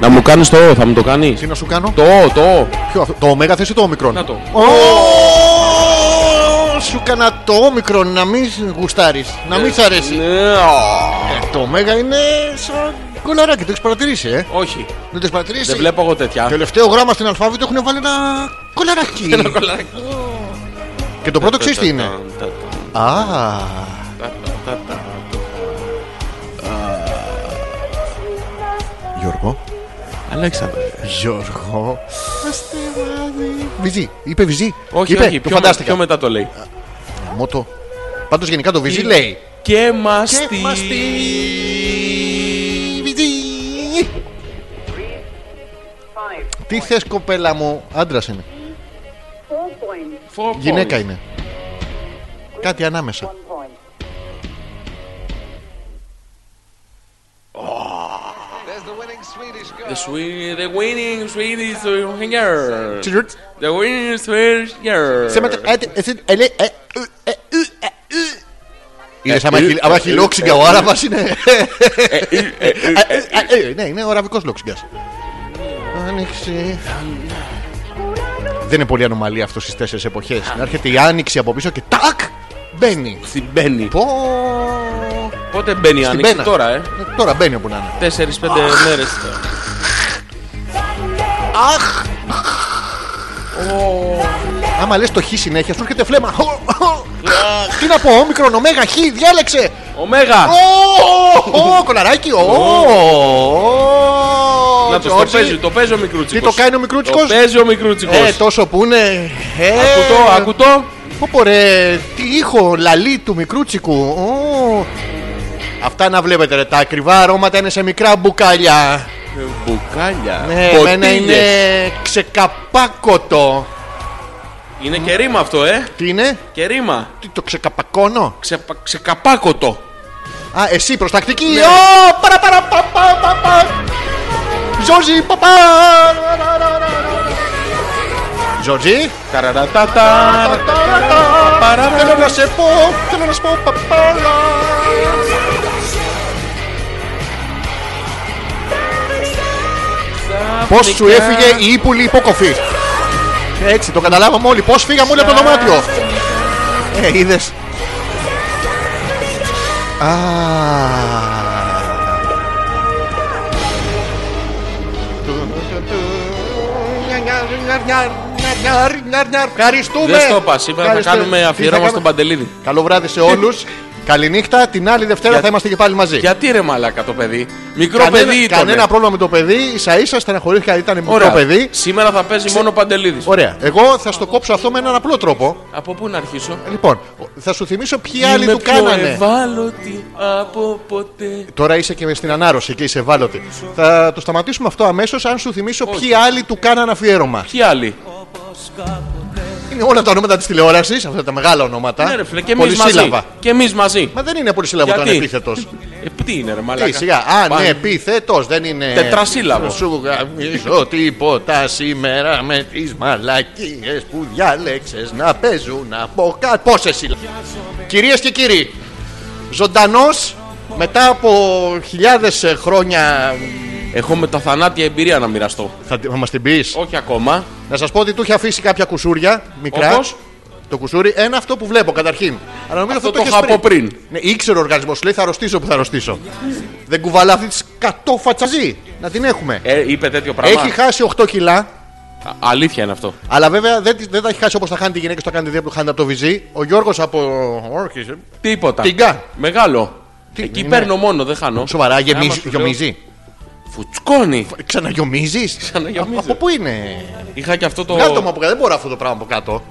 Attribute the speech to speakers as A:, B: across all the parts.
A: Να μου κάνεις το «ο», θα μου το κάνεις.
B: Τι να σου κάνω.
A: Το «ο», το «ο».
B: Ποιο αυτό, το ωμέγα θες ή το όμικρον.
A: Να το.
B: Ω, Σου κάνα το όμικρον να μην γουστάρεις, να μην σ' αρέσει.
A: Ναι, ο.
B: Ε, Το ωμέγα είναι σαν κολαράκι, το έχεις παρατηρήσει, ε.
A: Όχι,
B: Δεν το έχεις παρατηρήσει.
A: δεν βλέπω εγώ τέτοια.
B: Τελευταίο γράμμα στην αλφάβητο έχουν βάλει ένα κολαράκι.
A: Ένα κολλάκι.
B: Και το πρώτο ξέρεις τι είναι. Α, Γιώργο.
A: Αλέξανδρε.
B: Γιώργο. Βυζί. Είπε βυζί.
A: Όχι, όχι,
B: Είπε, το
A: πιο, με- πιο
B: φαντάστηκα.
A: μετά το λέει.
B: Μότο. Πάντως γενικά το βυζί λέει.
A: Και μαστί.
B: Και μας τη βυζί. Τι θες κοπέλα μου, άντρας είναι.
A: Four
B: Γυναίκα
A: points.
B: είναι. Κάτι ανάμεσα.
A: The Swe- The winning Swedish singer.
B: Τσιρτ.
A: The winning Swedish singer.
B: Σε μετα- ε, ε, ε, ε, ε, ε, ε, ε, ε. Είδες, άμα έχει- άμα έχει λόξιγκα ο Άραβας είναι... Ε, ε, ε, Ναι, είναι ο αραβικός λόξιγκας. Άνοιξη. Δεν είναι πολύ ανομαλία αυτό στις τέσσερις εποχές. Να έρχεται η άνοιξη από πίσω και τάκ! Μπαίνει.
A: Στην μπαίνει.
B: Πω.
A: Πότε μπαίνει η
B: Στην
A: άνοιξη
B: πένα.
A: τώρα, ε.
B: Ε, Τώρα μπαίνει όπου να είναι.
A: 4-5 μέρε.
B: Αχ! Άμα λες το χ συνέχεια σου έρχεται φλέμα. Τι να πω, όμικρον, ωμέγα, χ, διάλεξε.
A: Ωμέγα!
B: Ω, κολαράκι, ω.
A: Να το, το
B: Τζόρτζι.
A: παίζει, το παίζει ο μικρούτσικος.
B: Τι το κάνει ο μικρούτσικος?
A: Το παίζει ο μικρούτσικος.
B: Ε, τόσο που είναι. Ε,
A: Ακουτό, ακουτό.
B: Πω ρε, τι ήχο, λαλή του μικρούτσικου. Ω. Αυτά να βλέπετε ρε, τα ακριβά αρώματα είναι σε μικρά μπουκάλια.
A: Ε, Μπουκάλια.
B: Ναι,
A: Ποτήλες.
B: εμένα είναι ξεκαπάκωτο.
A: Είναι και ρήμα αυτό, ε.
B: Τι είναι,
A: Και ρήμα.
B: τι το ξεκαπακώνω.
A: Ξεπα- Ξεκαπάκωτο.
B: Α, εσύ προστακτική. Ω, παρα, παρα, πα, πα, πα, πα. Ζόρζι, πα, πα. Ρα, ρα, ρα, ρα, ρα. Ζόρζι.
A: Ταραρατατα. παρα,
B: Θέλω να σε πω, θέλω να σου πω, πα, πα, λα. Πώς σου έφυγε η ύπουλη υπόκοφη. Έτσι, το καταλάβαμε όλοι. Πώς φύγαμε όλοι από το δωμάτιο. Ε, είδες. Α. Ευχαριστούμε.
A: Δεν στο πα. Σήμερα θα
B: Ευχαριστούμε. Τι
A: κάνουμε
B: θα
A: αφιέρωμα
B: κάνουμε?
A: στον Παντελίδη.
B: Καλό βράδυ σε όλους. Καληνύχτα. Την άλλη Δευτέρα
A: Για-
B: θα είμαστε και πάλι μαζί.
A: Γιατί ρε μαλάκα το παιδί. Μικρό
B: Κανένα,
A: παιδί ήταν.
B: κανένα πρόβλημα με το παιδί. σα ίσα στεναχωρήθηκα. Ήταν μικρό
A: Ωραία.
B: παιδί.
A: Σήμερα θα παίζει μόνο ο Παντελίδης.
B: Ωραία. Εγώ θα στο κόψω αυτό με έναν απλό τρόπο.
A: Από πού να αρχίσω.
B: Λοιπόν, θα σου θυμίσω ποιοι άλλοι
A: Είμαι
B: του
A: πιο
B: κάνανε.
A: ευάλωτη από ποτέ.
B: Τώρα είσαι και στην ανάρρωση και είσαι ευάλωτη. Θα το σταματήσουμε αυτό αμέσως αν σου θυμίσω ποιοι άλλοι του κάνανε αφιέρωμα.
A: Ποιοι άλλοι.
B: Είναι όλα τα ονόματα της τηλεόρασης, αυτά τα μεγάλα ονόματα.
A: Ναι, ρε φίλε, και εμείς μαζί.
B: Πολυσύλλαβα.
A: Και εμείς μαζί.
B: Μα δεν είναι πολυσύλλαβο το
A: Γιατί?
B: ανεπίθετος.
A: Ε, τι είναι, ρε
B: Τι,
A: μαλάκα.
B: σιγά. Α,
A: Πάνε-
B: ναι, επίθετος, δεν είναι.
A: Τετρασύλλαβος.
B: Σου γαμίζω τίποτα σήμερα με τις μαλακίες που διάλεξες να παίζουν από κάτω. Πόσε σύλλαβε. Κυρίες και κύριοι, ζωντανός μετά από χιλιάδες χρόνια.
A: Έχω με τα θανάτια εμπειρία να μοιραστώ.
B: Θα τη- θα μας την πεις.
A: Όχι ακόμα.
B: Να σας πω ότι του είχε αφήσει κάποια κουσούρια μικρά.
A: Όπως?
B: Το κουσούρι, ένα αυτό που βλέπω καταρχήν. Αλλά νομίζω
A: Αυτό
B: αυτό,
A: το
B: έχεις
A: είχα από πριν.
B: Ναι, ήξερε ο οργανισμός, λέει θα αρρωστήσω που θα αρρωστήσω. Δεν κουβαλά αυτή τη κατόφατσαζή. Να την έχουμε.
A: Ε, είπε τέτοιο πράγμα.
B: Έχει χάσει 8 κιλά,
A: Α- Αλήθεια είναι αυτό.
B: αλλά βέβαια δεν, τις- δεν τα έχει χάσει όπως τα χάνει τη γυναίκα στο κάνει από το χάνει από το βυζί. Ο Γιώργος από. Όρκης, ε.
A: Τίποτα.
B: Τιγκά.
A: Μεγάλο.
B: Τι-
A: Εκεί
B: ναι.
A: παίρνω μόνο, δεν χάνω.
B: Σοβαρά,
A: Άμα
B: γεμίζει.
A: σου
B: γεμίζει.
A: λέω, Φουτσκώνει.
B: Ξαναγιομίζει.
A: Ξαναγιομίζω. Ε,
B: Από πού είναι.
A: Είχα και αυτό το.
B: Βγάλ' το μου από κάτω. Δεν μπορώ αυτό το πράγμα από κάτω.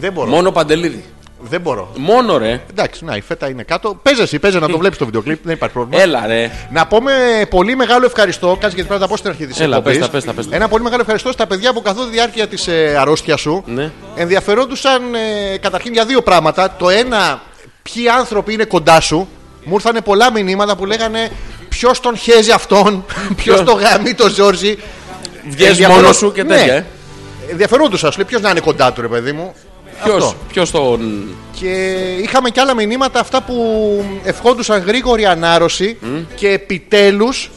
B: Δεν μπορώ.
A: Μόνο παντελίδι.
B: Δεν μπορώ.
A: Μόνο ρε.
B: Εντάξει, να η φέτα είναι κάτω. Παίζε εσύ, παίζε να το βλέπεις το βιντεοκλίπ, δεν υπάρχει πρόβλημα.
A: Έλα ρε.
B: Να πούμε πολύ μεγάλο ευχαριστώ. Κάτσε γιατί πρέπει να τα πω στην αρχή της
A: Έλα, πες τα, πες τα, πες τα.
B: Ένα πολύ μεγάλο ευχαριστώ στα παιδιά που καθόλου τη διάρκεια της ε, αρρώστια σου
A: Ναι.
B: ενδιαφερόντουσαν ε, καταρχήν για δύο πράγματα. Το ένα, ποιοι άνθρωποι είναι κοντά σου. Μου ήρθανε πολλά μηνύματα που λέγανε ποιος τον χέζει αυτόν, ποιος τον γαμεί τον Ζόρζι.
A: Βγες
B: Ενδιαφερό-
A: μόνος σου και
B: Ναι.
A: τέτοια. ε.
B: Ενδιαφερόντουσαν, σου λέει ποιος να είναι κοντά του, ρε παιδί μου.
A: Ποιος,
B: Αυτό.
A: ποιος τον...
B: Και είχαμε και άλλα μηνύματα αυτά που ευχόντουσαν γρήγορη ανάρρωση και επιτέλους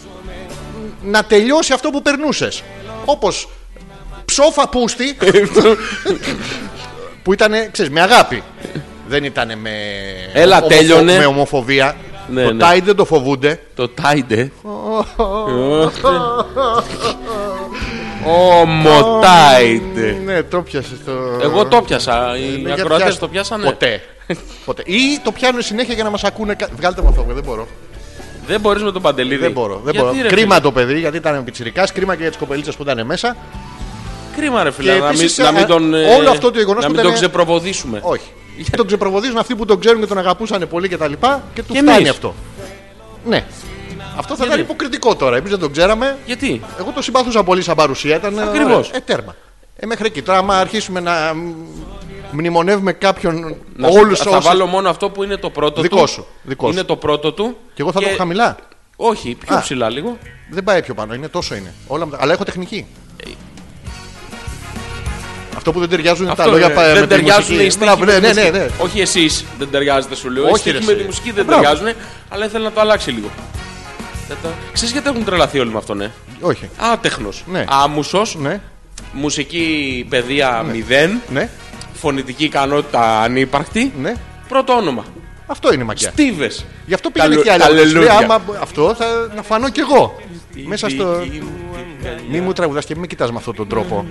B: να τελειώσει αυτό που περνούσες. Όπως ψόφα πούστη που ήταν, ξέρεις, με αγάπη. Δεν ήταν με,
A: Έλα,
B: ομοφο-
A: τέλειωνε.
B: με ομοφοβία.
A: Ναι,
B: το
A: ναι.
B: Tide δεν το φοβούνται.
A: Το Τάιντε. Όμο Τάιντε.
B: Ναι, το πιάσες το...
A: Εγώ το πιάσα.
B: Ναι,
A: Οι
B: γιατί
A: ακροατές
B: πιάσ-
A: το πιάσανε.
B: Ποτέ. Ποτέ. Ή το πιάνουν συνέχεια για να μας ακούνε. κα- Βγάλτε με αυτό, δεν μπορώ.
A: Δεν μπορείς με τον Παντελίδη.
B: Δεν μπορώ. Δεν
A: Γιατί,
B: μπορώ.
A: ρε,
B: Κρίμα το παιδί, γιατί ήταν πιτσιρικάς, κρίμα και για τις κοπελίτσες που ήταν μέσα.
A: φίλε. Κρίμα ρε φίλε.
B: Και
A: Να μην,
B: επίσης,
A: να μην
B: α,
A: τον, ε,
B: όλο αυτό το γεγονός
A: να
B: που
A: μην τον
B: ήταν-
A: ξεπροβοδίσουμε.
B: Όχι. Και τον ξεπροβοδίζουν αυτοί που τον ξέρουν και τον αγαπούσαν πολύ και τα λοιπά και του
A: Και
B: φτάνει
A: εμείς.
B: αυτό. Ναι. Αυτό θα ήταν
A: Γιατί?
B: υποκριτικό τώρα. Εμείς δεν τον ξέραμε.
A: Γιατί.
B: Εγώ το συμπαθούσα πολύ σαν παρουσία. Ήταν ε,
A: Ακριβώς.
B: Ε, τέρμα. Ε, μέχρι εκεί. Τώρα, άμα αρχίσουμε να μ, μνημονεύουμε κάποιον.
A: Να σου-
B: Όλους
A: θα
B: όσους.
A: βάλω μόνο αυτό που είναι το πρώτο
B: Δικό
A: του.
B: σου, δικό
A: είναι
B: σου.
A: το πρώτο του.
B: Και εγώ θα το έχω χαμηλά.
A: Όχι, πιο
B: Α.
A: ψηλά λίγο.
B: Δεν πάει πιο πάνω. Είναι τόσο είναι. Όλα... μετά- Αλλά έχω τεχνική. Αυτό που δεν ταιριάζουν είναι τα λόγια
A: είναι.
B: πα- με
A: δεν
B: τη
A: ταιριάζουν
B: μουσική.
A: οι στίχοι.
B: Μπράβο,
A: με
B: ναι,
A: τη
B: ναι, ναι,
A: μουσική.
B: ναι.
A: Όχι εσείς δεν ταιριάζετε, σου λέω.
B: Όχι,
A: Οι
B: ρε,
A: στίχοι με
B: εσύ.
A: τη μουσική δεν
B: Μπράβο.
A: ταιριάζουν, αλλά ήθελα να το αλλάξει λίγο. Ξέρεις γιατί έχουν τρελαθεί όλοι με αυτόν, ναι.
B: Όχι.
A: Άτεχνος.
B: Ναι.
A: Άμουσος.
B: Ναι,
A: Μουσική παιδεία μηδέν.
B: ναι,
A: Φωνητική ικανότητα ανύπαρκτη.
B: ναι.
A: Πρώτο όνομα.
B: Αυτό είναι η μακιά.
A: Στίβες.
B: Γι' αυτό πήγαινε
A: λου-
B: και άλλα.
A: τα
B: Της λέει,
A: λουλούδια.
B: Άμα μπο- αυτό θα να φανώ κι εγώ. Μέσα στο. Μη μου τραγουδάς και μην κοιτάς με αυτόν τον τρόπο.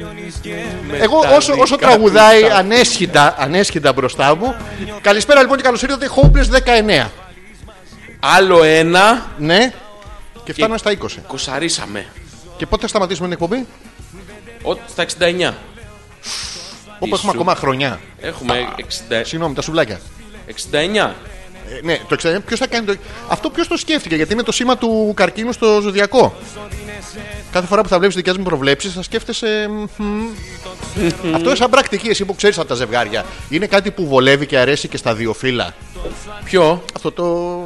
B: Εγώ όσο, όσο τραγουδάει ανέσχυτα, ανέσχυτα μπροστά μου. Καλησπέρα λοιπόν και καλώς ήρθατε. Hopeless 19.
A: Άλλο ένα.
B: Ναι. Και φτάνω στα 20.
A: Κοσαρίσαμε.
B: Και πότε θα σταματήσουμε την εκπομπή.
A: Ό, στα 69.
B: Όπου έχουμε
A: σου.
B: ακόμα χρονιά.
A: Έχουμε 60,
B: Συγγνώμη, τα σουβλάκια.
A: 69.
B: Ε, ναι, το 69. Ποιος θα κάνει το. Αυτό ποιος το σκέφτηκε, γιατί είναι το σήμα του καρκίνου στο ζωδιακό. Κάθε φορά που θα βλέπεις δικέ μου προβλέψεις, θα σκέφτεσαι. μμμ. Αυτό είναι σαν πρακτική, εσύ που ξέρεις από τα ζευγάρια. Είναι κάτι που βολεύει και αρέσει και στα δύο φύλλα.
A: Ποιο.
B: Αυτό το.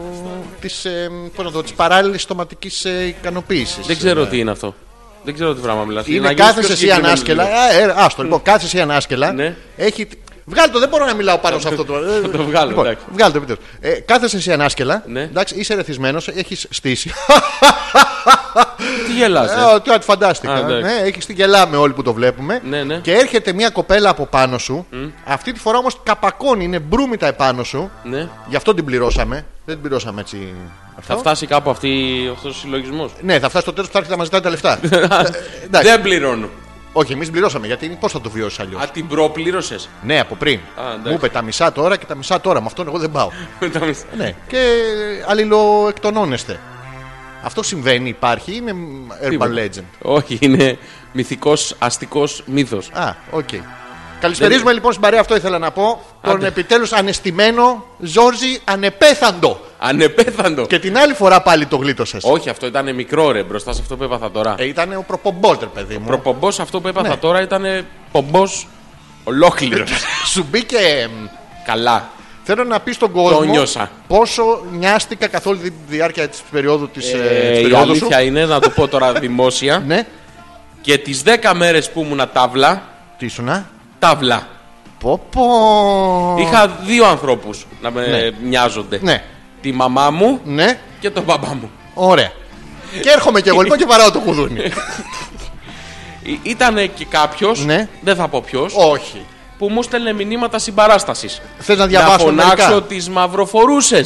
B: της ε, πώς να το, της παράλληλης στοματικής ε, ικανοποίησης.
A: Δεν ξέρω τι είναι αυτό. Δεν ξέρω τι πράγμα μιλάς. Να
B: Είναι
A: γίνεις πιο
B: κάθεσαι εσύ
A: συγκεκριμένος
B: ανάσκελα.
A: λίγο.
B: Α, ε, Άστο, λοιπόν, κάθεσαι εσύ ανάσκελα.
A: Ναι.
B: Έχει... Βγάλ το, δεν μπορώ να μιλάω πάνω σε αυτό το. ε,
A: το βγάλω,
B: λοιπόν,
A: εντάξει.
B: Βγάλ το, επιτέλους. Ε, κάθεσαι εσύ ανάσκελα.
A: Ναι.
B: Εντάξει, είσαι ρεθισμένος, έχεις στήσει.
A: Τι γελάς, ε?
B: Ε, Τώρα τη φαντάστηκα.
A: Α, εντάξει.
B: ναι, έχεις την γελάμε όλοι που το βλέπουμε.
A: Ναι, ναι.
B: Και έρχεται μια κοπέλα από πάνω σου. Αυτή τη φορά όμως καπακώνει, είναι μπρούμητα επάνω σου.
A: Ναι.
B: Γι' αυτό την πληρώσαμε. Δεν την πληρώσαμε έτσι.
A: Θα
B: Αυτό.
A: φτάσει κάπου αυτή, αυτός ο συλλογισμός.
B: Ναι, θα φτάσει στο τέλος που θα έρχεται να μας ζητάει τα λεφτά. Ε, εντάξει.
A: Δεν πληρώνω.
B: Όχι, εμείς πληρώσαμε γιατί πώς θα το βιώσεις αλλιώς.
A: Α, την προπλήρωσες.
B: Ναι, από πριν.
A: Α, εντάξει.
B: Μου είπε τα μισά τώρα και τα μισά τώρα. Με αυτόν εγώ δεν πάω.
A: Με τα μισά.
B: ναι. Και αλληλοεκτονώνεστε. Αυτό συμβαίνει, υπάρχει, είναι urban
A: Τίποτα.
B: legend.
A: Όχι, είναι μυθικός αστικός μύθος.
B: Α, οκ. Καλησπερίζουμε λοιπόν στην παρέα, αυτό ήθελα να πω. Τον
A: Άντε.
B: επιτέλους ανεστημένο Ζόρζι Ανεπέθαντο.
A: Ανεπέθαντο.
B: Και την άλλη φορά πάλι το γλίτωσες.
A: Όχι, αυτό ήταν μικρό ρε μπροστά σε αυτό που έπαθα τώρα.
B: Ε, ήταν ο προπομπός, ρε παιδί μου.
A: Προπομπός αυτό που
B: Ναι.
A: έπαθα τώρα ήταν πομπός ολόκληρος.
B: Σου μπήκε. εμ,
A: Καλά.
B: Θέλω να πεις στον κόσμο
A: νιώσα.
B: πόσο νοιάστηκα καθ' όλη τη διάρκεια της περίοδου, της, ε, της
A: Ε, η
B: περίοδου σου.
A: αλήθεια είναι, να το πω τώρα δημόσια,
B: Ναι,
A: και τις 10 μέρες που ήμουνα τάβλα,
B: τι σου να.
A: τάβλα.
B: Πω πω.
A: Είχα δύο ανθρώπους να με
B: Ναι.
A: μοιάζονται.
B: Ναι,
A: Τη μαμά μου
B: ναι,
A: και τον μπαμπά μου.
B: ωραία. και έρχομαι και εγώ λοιπόν και βαράω το κουδούνι.
A: Ή- Ήτανε και κάποιος,
B: Ναι.
A: δεν θα πω ποιος,
B: Όχι.
A: που μου στέλνε μηνύματα συμπαράστασης.
B: Θες να
A: Να
B: διαβάσω
A: φωνάξω
B: μερικά.
A: τις μαυροφορουσε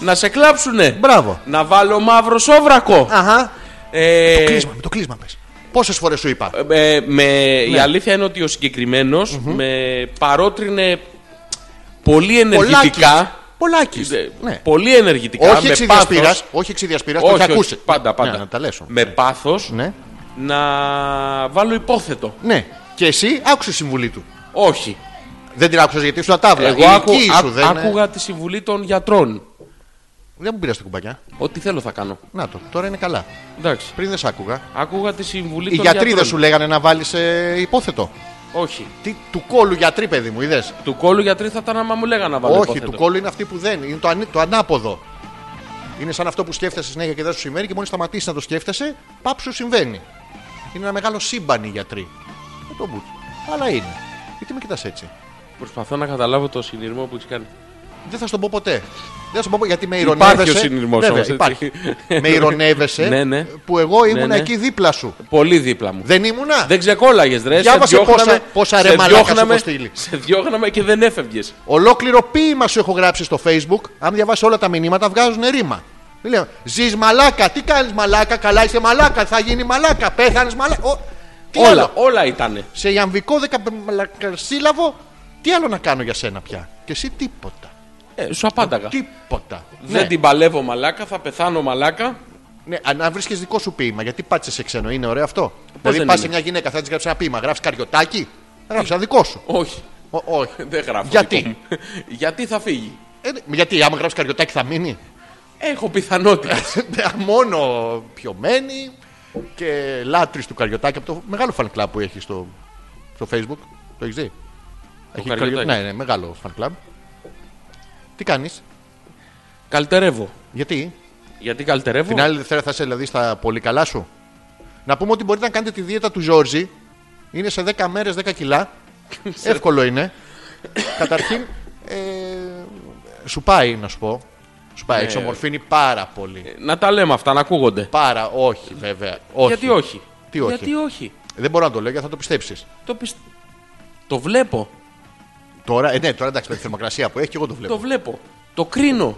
A: Να σε κλάψουνε.
B: Μπράβο.
A: Να βάλω μαύρο σόβρακο.
B: Αχα.
A: Ε,
B: Κλείσμα, με το κλείσμα πες. Πόσες φορές σου είπα.
A: ε, με,
B: Ναι.
A: Η αλήθεια είναι ότι ο συγκεκριμενο με παρότρινε πολύ ενεργητικά.
B: Πολάκης.
A: ναι, Ε,
B: Ναι.
A: Πολύ ενεργητικά.
B: Όχι
A: με
B: εξίδιας πείρας.
A: πάθος.
B: Όχι εξίδιας πείρας. Το
A: Όχι,
B: έχει
A: όχι,
B: ακούσει.
A: πάντα, πάντα.
B: Ναι, Να τα λες. όμως.
A: με πάθος
B: Ναι.
A: να βάλω υπόθετο.
B: Ναι. Και εσύ άκουσε συμβουλή του.
A: Όχι.
B: Δεν την άκουσα γιατί ήσουν τάβλα.
A: Εγώ
B: Η
A: άκου,
B: Ε, ηλική
A: άκου-
B: σου δεν είναι.
A: άκουγα τη συμβουλή των γιατρών.
B: Δεν μου πήρε τα κουμπάκια.
A: Ό,τι θέλω θα κάνω.
B: Να το, τώρα είναι καλά.
A: Εντάξει.
B: Πριν δεν σ' άκουγα.
A: Άκουγα τη συμβουλή
B: Οι
A: των
B: γιατροί δεν
A: γιατρών.
B: σου λέγανε να βάλεις ε, υπόθετο.
A: Όχι.
B: Τι, του κόλου γιατροί, παιδί μου, είδες.
A: Του κόλλου γιατροί θα ήταν άμα μου λέγανε να βάλω
B: Όχι,
A: υπόθετο.
B: του κόλλου είναι αυτή που δεν. Είναι το, ανή- το ανάποδο. Είναι σαν αυτό που σκέφτεσαι συνέχεια και δεν σου συμβαίνει και μόλις σταματήσεις να το σκέφτεσαι, πάπ σου συμβαίνει. Είναι ένα μεγάλο σύμπαν οι γιατροί. Δεν το μπούτ. Αλλά είναι. Γιατί με κοιτάς έτσι.
A: Προσπαθώ να καταλάβω το συνειρμό που έχεις κάνει.
B: Δεν θα σου το πω ποτέ. Δεν θα σου το πω γιατί με
A: Υπάρχει
B: ηρωνεύεσαι.
A: ο συνειρμός
B: Βέβαια,
A: όμως, έτσι.
B: υπάρχει. με ηρωνεύεσαι
A: Ναι, ναι.
B: που εγώ ήμουν
A: ναι.
B: εκεί δίπλα σου.
A: Πολύ δίπλα μου.
B: Δεν ήμουνα.
A: Δεν ξεκόλλαγε, ρε.
B: Διάβασε
A: σε διώχναμε,
B: πόσα- πόσα ρε
A: σε
B: μαλάκα σου
A: διώχναμε-
B: έχω στείλει.
A: Σε διώχναμε και δεν έφευγες.
B: Ολόκληρο ποίημα σου έχω γράψει στο facebook. Αν διαβάσει όλα τα μηνύματα, βγάζουν ρήμα. Δεν Λέω, ζεις μαλάκα, τι κάνεις μαλάκα, καλά είσαι μαλάκα, θα γίνει μαλάκα, πέθανες μαλάκα. Ο... Τι
A: Όλα,
B: άλλο.
A: όλα ήταν.
B: Σε ιαμβικό δεκαμαλακασύλλαβο, τι άλλο να κάνω για σένα πια. Και εσύ τίποτα.
A: Ε, σου απάνταγα.
B: Τίποτα.
A: Δεν
B: ναι.
A: την παλεύω μαλάκα, θα πεθάνω μαλάκα.
B: Ναι, αν- αν βρίσκεις δικό σου ποίημα, γιατί πάτησε σε ξένο, είναι ωραίο αυτό. δηλαδή
A: δεν
B: πας
A: είναι.
B: σε μια γυναίκα, θα της γράψεις ένα ποίημα, γράφεις καριωτάκι, γράψεις ένα δικό σου.
A: Όχι,
B: Ο- όχι.
A: δεν γράφω.
B: Γιατί?
A: δικό μου. Γιατί θα φύγει.
B: Ε, γιατί, άμα γράψεις καριωτάκι θα μείνει.
A: Έχω πιθανότητα.
B: μόνο πιωμένη και λάτρης του Καριωτάκη από το μεγάλο fan club που έχει στο, στο facebook. Το έχεις δει. Έχει
A: Καριωτάκη.
B: Καριω- Ναι, ναι, μεγάλο fan club. Τι κάνεις,
A: καλυτερεύω.
B: γιατί
A: Γιατί καλυτερεύω.
B: την άλλη Δευτέρα θα είσαι δηλαδή στα πολύ καλά σου. Να πούμε ότι μπορείτε να κάνετε τη δίαιτα του Ζόρζη. Είναι σε 10 μέρες 10 κιλά. Εύκολο είναι. Καταρχήν, ε, σου πάει να σου πω. Σου
A: Ναι.
B: πάει, εξομορφύνει πάρα πολύ.
A: Να τα λέμε αυτά, να ακούγονται.
B: Πάρα, όχι βέβαια. Όχι.
A: Γιατί όχι.
B: Τι όχι?
A: Γιατί όχι.
B: Δεν μπορώ να το λέω γιατί θα το πιστέψεις.
A: Το, πισ- το βλέπω.
B: Τώρα, ε, ναι, τώρα εντάξει με τη θερμοκρασία που έχει και εγώ το βλέπω.
A: Το βλέπω. Το κρίνω.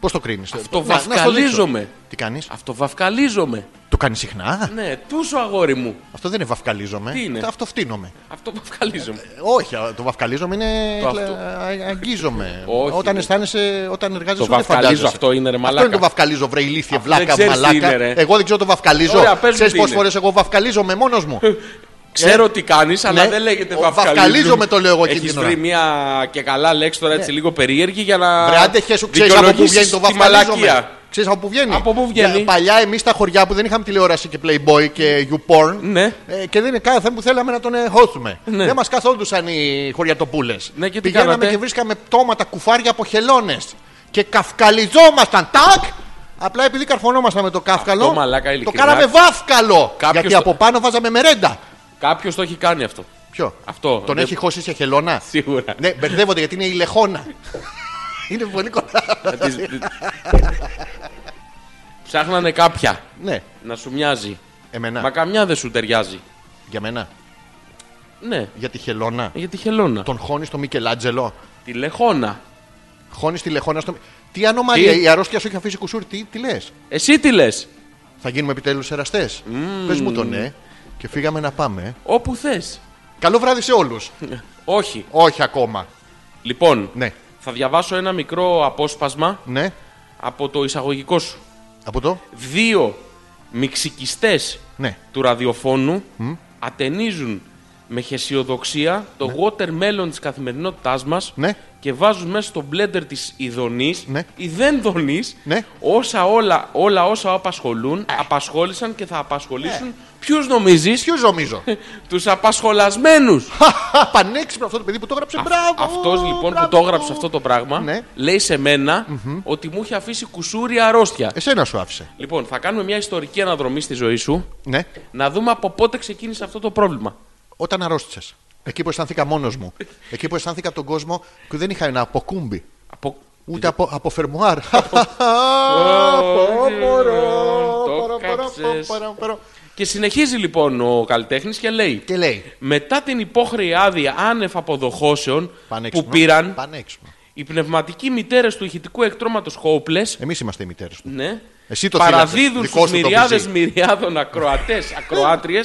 B: Πώς το κρίνεις,
A: Αυτό βαφκαλίζομαι.
B: Τι κάνεις,
A: Αυτό βαφκαλίζομαι.
B: Το κάνεις συχνά.
A: Ναι, τούσο αγόρι μου.
B: Αυτό δεν είναι βαφκαλίζομαι.
A: Τι είναι?
B: Αυτό φτύνομαι.
A: Αυτό βαφκαλίζομαι.
B: Ε, όχι, α, το βαφκαλίζομαι είναι.
A: Το
B: κλα-
A: αυτό.
B: α- αγγίζομαι.
A: Όχι.
B: όταν αισθάνεσαι, όταν εργάζεσαι.
A: Το
B: δεν
A: βαφκαλίζω
B: φαντάζεσαι.
A: αυτό είναι, ρε
B: Αυτό
A: μαλάκα.
B: είναι το βαφκαλίζω, βρε ηλίθιε,
A: Αυτό δεν
B: βλάκα,
A: ξέρεις τι
B: μαλάκα.
A: είναι, ρε.
B: Εγώ δεν ξέρω το βαφκαλίζω.
A: Ωραία, πες μου
B: Ξέρεις
A: τι
B: πόσες
A: είναι.
B: φορές εγώ βαφκαλίζομαι μόνος μου.
A: Ξέρω τι κάνεις, αλλά
B: Ναι.
A: δεν λέγεται
B: Ο-
A: βαφκαλίζομαι.
B: βαφκαλίζομαι το λέω εγώ εκείνη
A: Έχεις
B: την ώρα.
A: βρει μια και καλά λέξη τώρα έτσι λίγο περίεργη για να.
B: Ρε άντε χες σου ξέρεις από πού
A: δικαιολογήσεις
B: βγαίνει το
A: τη
B: βαφκαλίζομαι.
A: μαλακία.
B: Ξέρεις από πού βγαίνει.
A: Από πού βγαίνει.
B: Για- Παλιά εμείς στα χωριά που δεν είχαμε τηλεόραση και Playboy και YouPorn.
A: Ναι.
B: ε, και δεν είναι κάθε που θέλαμε να τον εχώσουμε.
A: Ναι.
B: Δεν μας καθόντουσαν οι χωριατοπούλες.
A: Ναι, και τι
B: Πηγαίναμε
A: κάνατε?
B: και βρίσκαμε πτώματα κουφάρια από χελώνες. Και καυκαλιζόμασταν. Τάκ! Απλά επειδή καρφωνόμασταν με το καύκαλο,
A: Αυτό, μαλάκα,
B: το
A: ειλικρινά.
B: κάναμε βάφκαλο.
A: Κάποιος
B: γιατί
A: το-
B: από πάνω βάζαμε μερέντα.
A: Κάποιος το έχει κάνει αυτό.
B: Ποιο?
A: Αυτό. ναι.
B: Τον
A: Δεν-
B: έχει χώσει σε χελώνα.
A: Σίγουρα.
B: ναι, μπερδεύονται γιατί είναι η λεχόνα. είναι πολύ κοντά.
A: Ψάχνανε κάποια
B: ναι,
A: να σου μοιάζει.
B: εμένα.
A: Μα καμιά δεν σου ταιριάζει.
B: Για μένα.
A: Ναι,
B: Για τη χελώνα.
A: για τη χελώνα.
B: Τον χώνεις στο Μικελάντζελο.
A: Τη λεχώνα.
B: Χώνεις τη λεχόνα στο. Τι ανομαλία,
A: Τι?
B: η αρρώστια σου έχει αφήσει κουσούρ, τι, τι λες.
A: Εσύ τι λες.
B: Θα γίνουμε επιτέλους εραστές. Πες μου το ναι. Και φύγαμε να πάμε.
A: Όπου θες.
B: Καλό βράδυ σε όλους.
A: Όχι.
B: Όχι ακόμα.
A: Λοιπόν,
B: Ναι.
A: θα διαβάσω ένα μικρό απόσπασμα
B: Ναι.
A: από το εισαγωγικό σου.
B: Από το.
A: Δύο μιξικιστές
B: Ναι.
A: του ραδιοφώνου ατενίζουν με χεσιοδοξία το watermelon της καθημερινότητάς μας
B: Ναι.
A: και βάζουν μέσα στο μπλέντερ της ειδονής
B: Ναι.
A: ή δεν δονής
B: Ναι.
A: όσα όλα, όλα όσα απασχολούν, απασχόλησαν και θα απασχολήσουν
B: Ε.
A: ποιους νομίζεις,
B: Ποιος νομίζω.
A: τους απασχολασμένους.
B: Α, Πανέξυπνο αυτό το παιδί που το έγραψε. Μπράβο.
A: Αυτός λοιπόν
B: μπράβο.
A: που το έγραψε αυτό το πράγμα
B: Ναι.
A: λέει σε μενα ότι μου έχει αφήσει κουσούρι αρρώστια.
B: Εσένα σου άφησε.
A: Λοιπόν, θα κάνουμε μια ιστορική αναδρομή στη ζωή σου.
B: Ναι.
A: Να δούμε από πότε ξεκίνησε αυτό το πρόβλημα.
B: Όταν αρρώστησες. Εκεί που αισθάνθηκα μόνος μου. Εκεί που αισθάνθηκα τον κόσμο και δεν είχα ένα αποκούμπι.
A: Από...
B: Ούτε από, από φερμουάρ. Πω, μωρό,
A: Το
B: παρα, παρα,
A: κάψες.
B: παρα, παρα.
A: Και συνεχίζει λοιπόν ο καλλιτέχνης και λέει.
B: Και λέει.
A: Μετά την υπόχρεη άδεια άνευ αποδοχώσεων
B: Πανέξυπνο.
A: που πήραν
B: Πανέξυπνο.
A: οι πνευματικοί μητέρες του ηχητικού εκτρώματος Χόουπλες
B: Εμείς είμαστε οι μητέρες του.
A: ναι,
B: Ε, Εσύ το θύλακες.
A: παραδίδουν
B: Δικό
A: στους
B: σου το
A: μυριάδες
B: βυζί.
A: μυριάδων ακροατές, ακροάτριες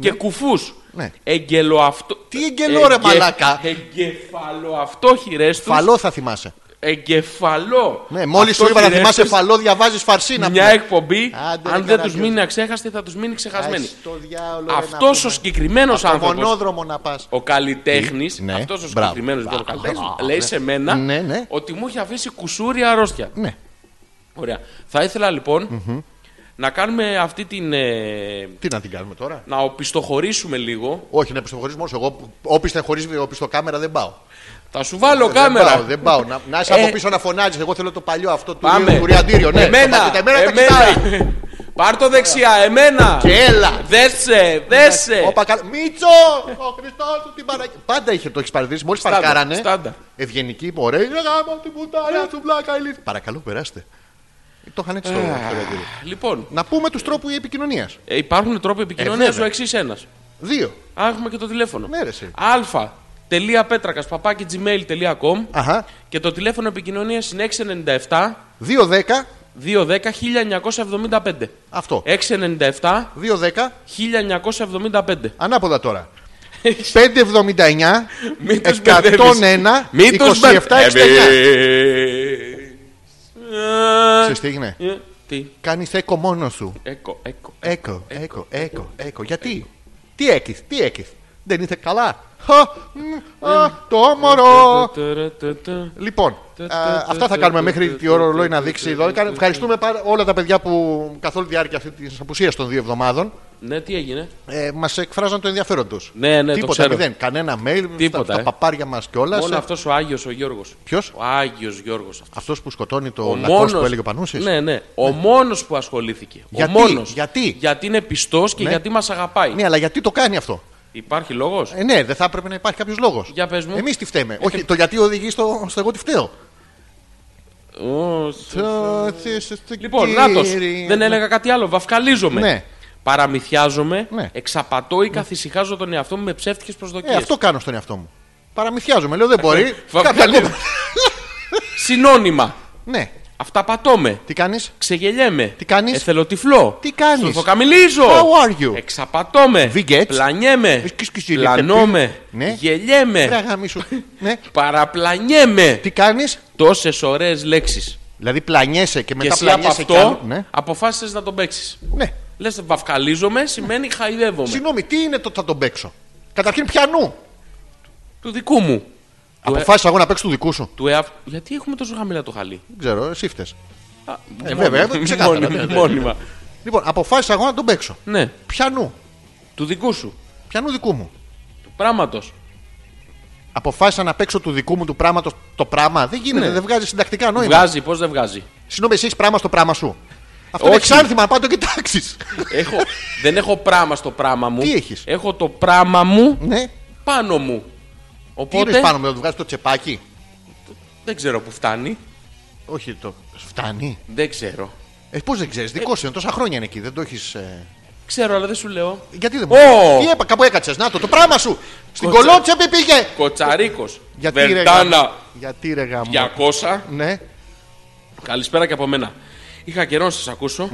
A: και κουφούς.
B: Ναι.
A: Εγγελοαυτό.
B: Τι εγγελό, ρε μαλάκα.
A: Εγκεφαλοαυτόχειρέ τους
B: Φαλό θα θυμάσαι.
A: Εγκεφαλό.
B: Ναι, μόλις
A: Αυτό
B: σου είπα να
A: γυρεύεις
B: θυμάσαι φαλό, διαβάζεις φαρσίνα.
A: Μια εκπομπή,
B: Άντε, ρε,
A: αν δεν
B: καραγκιόζη.
A: του μείνει αξέχαστη, θα τους μείνει ξεχασμένοι.
B: Στο διάολο, ρε, να
A: Αυτός ο
B: πούμε.
A: συγκεκριμένο
B: ναι. Από
A: άνθρωπος,
B: μονόδρομο να πας.
A: ο καλλιτέχνης,
B: Ναι,
A: αυτός ο
B: μπράβο.
A: συγκεκριμένος
B: Μπράβο,
A: καλλιτέχνη,
B: μπράβο,
A: λέει
B: ναι.
A: σε μένα
B: Ναι, ναι.
A: ότι μου έχει αφήσει κουσούρια αρρώστια.
B: Ναι.
A: Ωραία. Θα ήθελα λοιπόν να κάνουμε αυτή την. ε,
B: Τι να την κάνουμε τώρα.
A: να οπισθοχωρήσουμε λίγο.
B: Όχι, να επιστοχωρήσουμε όσο. Εγώ όπιστα χωρί οπισθοκάμερα δεν πάω.
A: Θα σου βάλω
B: Δεν
A: κάμερα.
B: πάω, δεν πάω. Να, να είσαι
A: Ε.
B: από πίσω να φωνάζεις. Εγώ θέλω το παλιό αυτό του,
A: Πάμε.
B: του Ριαντήριο. Ναι,
A: εμένα,
B: τα, εμένα, τα κοιτάει.
A: εμένα. Πάρ το δεξιά, εμένα.
B: Και έλα.
A: Δέσε, δέσε.
B: Όπα, καλά. Μίτσο! Ο Χριστός του την παρακ... Πάντα είχε το έχεις παρατηρήσει. Μόλις
A: Στάνταρ,
B: παρκάρανε.
A: στάνταρ.
B: Ευγενική, ωραία. «Ρε Γάμο την
A: Ε.
B: πουτάρα του μπλάκα ηλίθ. Παρακαλώ, περάστε. Ε, Το είχαν έτσι στο στο Ριαντήριο.
A: Λοιπόν,
B: Να πούμε τους τρόπους επικοινωνίας.
A: ε, υπάρχουν τρόποι επικοινωνίας.
B: βέβαια.
A: ο εξής ένας.
B: Δύο.
A: Α, έχουμε και το τηλέφωνο.
B: Ναι, ρε, εσύ.
A: αλφα.πέτρακα παπάκι gmail.com
B: Αχα.
A: και το τηλέφωνο επικοινωνίας είναι 697
B: Δύο δέκα.
A: 210 1975.
B: Αυτό.
A: Ε. 697
B: Δύο δέκα.
A: 1975.
B: Ανάποδα τώρα. 579
A: Μην τους
B: 101
A: Μην τους
B: 27 69.
A: μπερδεύεις.
B: Ξέρεις τι έγινε.
A: Ε, Τι.
B: Κάνεις έκο μόνος σου.
A: Έκο, έκο.
B: Έκο, έκο, έκο, έκο. Γιατί, τι έκεις, τι έκεις. Δεν είστε καλά. Χα, μ, α, Το όμορο. Λοιπόν, α, αυτά θα κάνουμε μέχρι τη ώρα ρολόι να δείξει 12. Ευχαριστούμε πάρα- όλα τα παιδιά που καθ' όλη τη διάρκεια αυτή της απουσίας των δύο εβδομάδων
A: Ναι, τι έγινε.
B: ε, μας εκφράζαν το ενδιαφέρον τους.
A: Ναι, ναι, το
B: Τίποτα,
A: ξέρω.
B: μηδέν. Κανένα mail,
A: Τίποτα,
B: στα, στα
A: ε.
B: παπάρια ε. μας κιόλας.
A: Μόνο αυτός ο Άγιος ο Γιώργος.
B: Ποιος,
A: Ο Άγιος Γιώργος αυτός.
B: αυτός που σκοτώνει το λακό που έλεγε ο Πανούσης.
A: ναι, ναι. Ο μόνος που ασχολήθηκε.
B: Γιατί,
A: ο μόνος.
B: γιατί?
A: γιατί είναι πιστός και
B: Ναι.
A: γιατί μας αγαπάει.
B: Ναι, αλλά γιατί το κάνει αυτό.
A: Υπάρχει λόγος.
B: Ε, ναι, δεν θα έπρεπε να υπάρχει κάποιος λόγος.
A: Για πες μου.
B: Εμείς τι φταίμε. Όχι, το γιατί οδηγεί στο, στο εγώ τι φταίω.
A: Ω,
B: Το- θε- θε- θε-
A: Λοιπόν,
B: κύριε. Ε,
A: Νάτο, δεν έλεγα κάτι άλλο. Βαφκαλίζομαι.
B: Ναι.
A: Παραμυθιάζομαι,
B: Ναι.
A: εξαπατώ ή καθησυχάζω τον εαυτό μου με ψεύτικες προσδοκίες.
B: Ε, αυτό κάνω στον εαυτό μου. Παραμυθιάζομαι, λέω δεν μπορεί. Κάποια
A: Βαφκαλίζομαι.
B: κόμμα.
A: Συνώνυμα.
B: Ναι,
A: Αυταπατώμε.
B: τι κάνεις.
A: Ξεγελιέμαι.
B: Τι κάνεις?
A: Εθελω τυφλό.
B: Τι κάνεις?
A: Στουρθοκαμιλίζω.
B: How are you?
A: Εξαπατώμε.
B: We get.
A: Πλανιέμαι.
B: Σκι- σκι- σκι-
A: Πλανώμε.
B: Ναι.
A: Γελιέμαι.
B: Πράγμα σου.
A: ε.
B: Ναι,
A: Παραπλανιέμαι.
B: τι κάνεις.
A: Τόσες ωραίες λέξεις.
B: Δηλαδή πλανιέσαι και
A: Και
B: μετά
A: εσύ από
B: πλανιέσαι κι άλλο.
A: αυτό
B: Ναι.
A: αποφάσισες να τον παίξεις.
B: ναι.
A: Λες, βαφκαλίζομαι σημαίνει χαϊδεύομαι.
B: Συγγνώμη, τι είναι το θα τον παίξω. Καταρχήν πιανού.
A: Του δικού μου. Του, ε,
B: Αποφάσισα εγώ να παίξω του δικού σου.
A: του εαυτ- Γιατί έχουμε τόσο χαμηλά το χαλί.
B: Δεν ξέρω, εσύ φταίς.
A: Α,
B: Ε,
A: μόνοι-
B: βέβαια, ε, ξεκάθαρα,
A: μόνοι-
B: βέβαια.
A: Μόνιμα.
B: Λοιπόν, αποφάσισα εγώ να τον παίξω.
A: Ναι,
B: Πιανού.
A: του δικού σου.
B: Πιανού δικού μου.
A: Του πράγματο.
B: Αποφάσισα να παίξω του δικού μου του πράγματο το πράγμα. Δεν γίνεται,
A: Ναι.
B: δεν βγάζει συντακτικά νόημα.
A: Βγάζει, πώς δεν βγάζει.
B: Συγγνώμη, εσύ έχεις πράγμα στο πράγμα σου. Αυτό
A: Όχι.
B: είναι εξάρτημα, να πάω να το κοιτάξεις.
A: έχω, δεν έχω πράγμα στο πράγμα μου.
B: Τι έχεις?
A: Έχω το πράγμα μου
B: ναι.
A: πάνω μου.
B: Τι
A: Οπότε
B: είναι πάνω μου, να του βγάζει το τσεπάκι.
A: δεν ξέρω που φτάνει.
B: Όχι, το. Φτάνει.
A: Δεν ξέρω.
B: Ε, Πώς δεν ξέρεις, δικό σου είναι, τόσα χρόνια είναι εκεί. Δεν το έχεις. Ε...
A: Ξέρω, αλλά δεν σου λέω.
B: Γιατί δεν
A: Ω!
B: μπορεί. Τι έπα, κάπου έκατσες. Να το, το πράγμα σου. Στην
A: Κοτσα-
B: κολότσεπη πήγε.
A: Κοτσαρίκος.
B: Γιατί ρε,
A: Βερτάνα
B: γάμο. Γιατί ρε γάμο.
A: 200.
B: Ναι.
A: Καλησπέρα και από μένα. Είχα καιρό να σας ακούσω,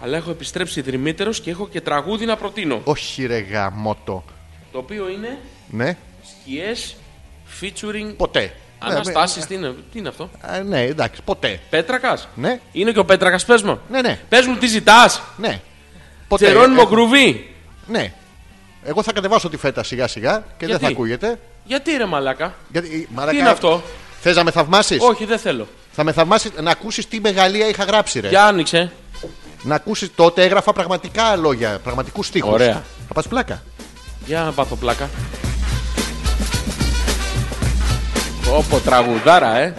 A: αλλά έχω επιστρέψει δρυμύτερος και έχω και τραγούδι να προτείνω.
B: Όχι ρε γαμότο.
A: Το οποίο είναι
B: Ναι.
A: σκιέ featuring.
B: Ποτέ.
A: Αναστάσει, τι, είναι, τι είναι αυτό.
B: Ναι, ε, ναι, εντάξει, ποτέ.
A: Πέτρακας.
B: Ναι.
A: Είναι και ο Πέτρακας, πες μου.
B: Ναι, ναι,
A: Πες μου, τι ζητάς.
B: ναι. Ποτέ.
A: Τσερόνιμο
B: έχω-
A: γκρουβί.
B: Ναι. Εγώ θα κατεβάσω τη φέτα σιγά σιγά και δεν
A: Γιατί?
B: θα ακούγεται.
A: Γιατί ρε μαλάκα.
B: Γιατί,
A: Τι είναι αυτό.
B: Θες να με θαυμάσεις.
A: Όχι, δεν θέλω.
B: Θα με θαυμάσεις να ακούσεις τι μεγαλεία είχα γράψει, ρε.
A: Για άνοιξε.
B: Να ακούσεις τότε έγραφα πραγματικά λόγια, πραγματικούς στίχους.
A: Ωραία.
B: Θα πας πλάκα.
A: Για να πάθω πλάκα. Όπω τραγουδάρα, ε.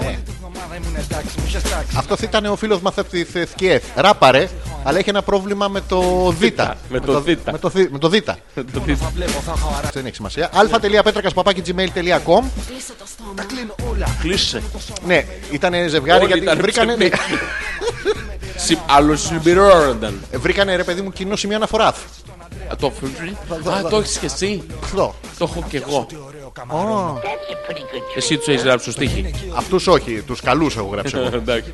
B: Αυτό θα ήταν ο φίλος μας από τη Θεθκιέφ. Ράπαρε, αλλά έχει ένα πρόβλημα με το Δ.
A: Με το Δ.
B: Με το, θ- με το Δ.
A: Το τι-
B: Δεν έχει σημασία. αλφα.πέτρακα.gmail.com
C: Κλείσω το στόμα.
A: Κλείσε.
B: Ναι, ήταν ζευγάρι
A: Όλοι
B: γιατί
A: ήταν
B: βρήκανε, ναι,
A: ψευδοί. Συ- Αλλοσυμπληρώνονταν.
B: βρήκανε ρε παιδί μου κοινό σημείο αναφοράς.
A: Α, Το φρύ- Α, το έχεις και εσύ.
B: Αυτό.
A: Το έχω και εγώ. Εσύ τους έχεις γράψει στο στοίχη.
B: Αυτούς όχι, τους καλούς έχω γράψει εγώ.
A: Εντάξει.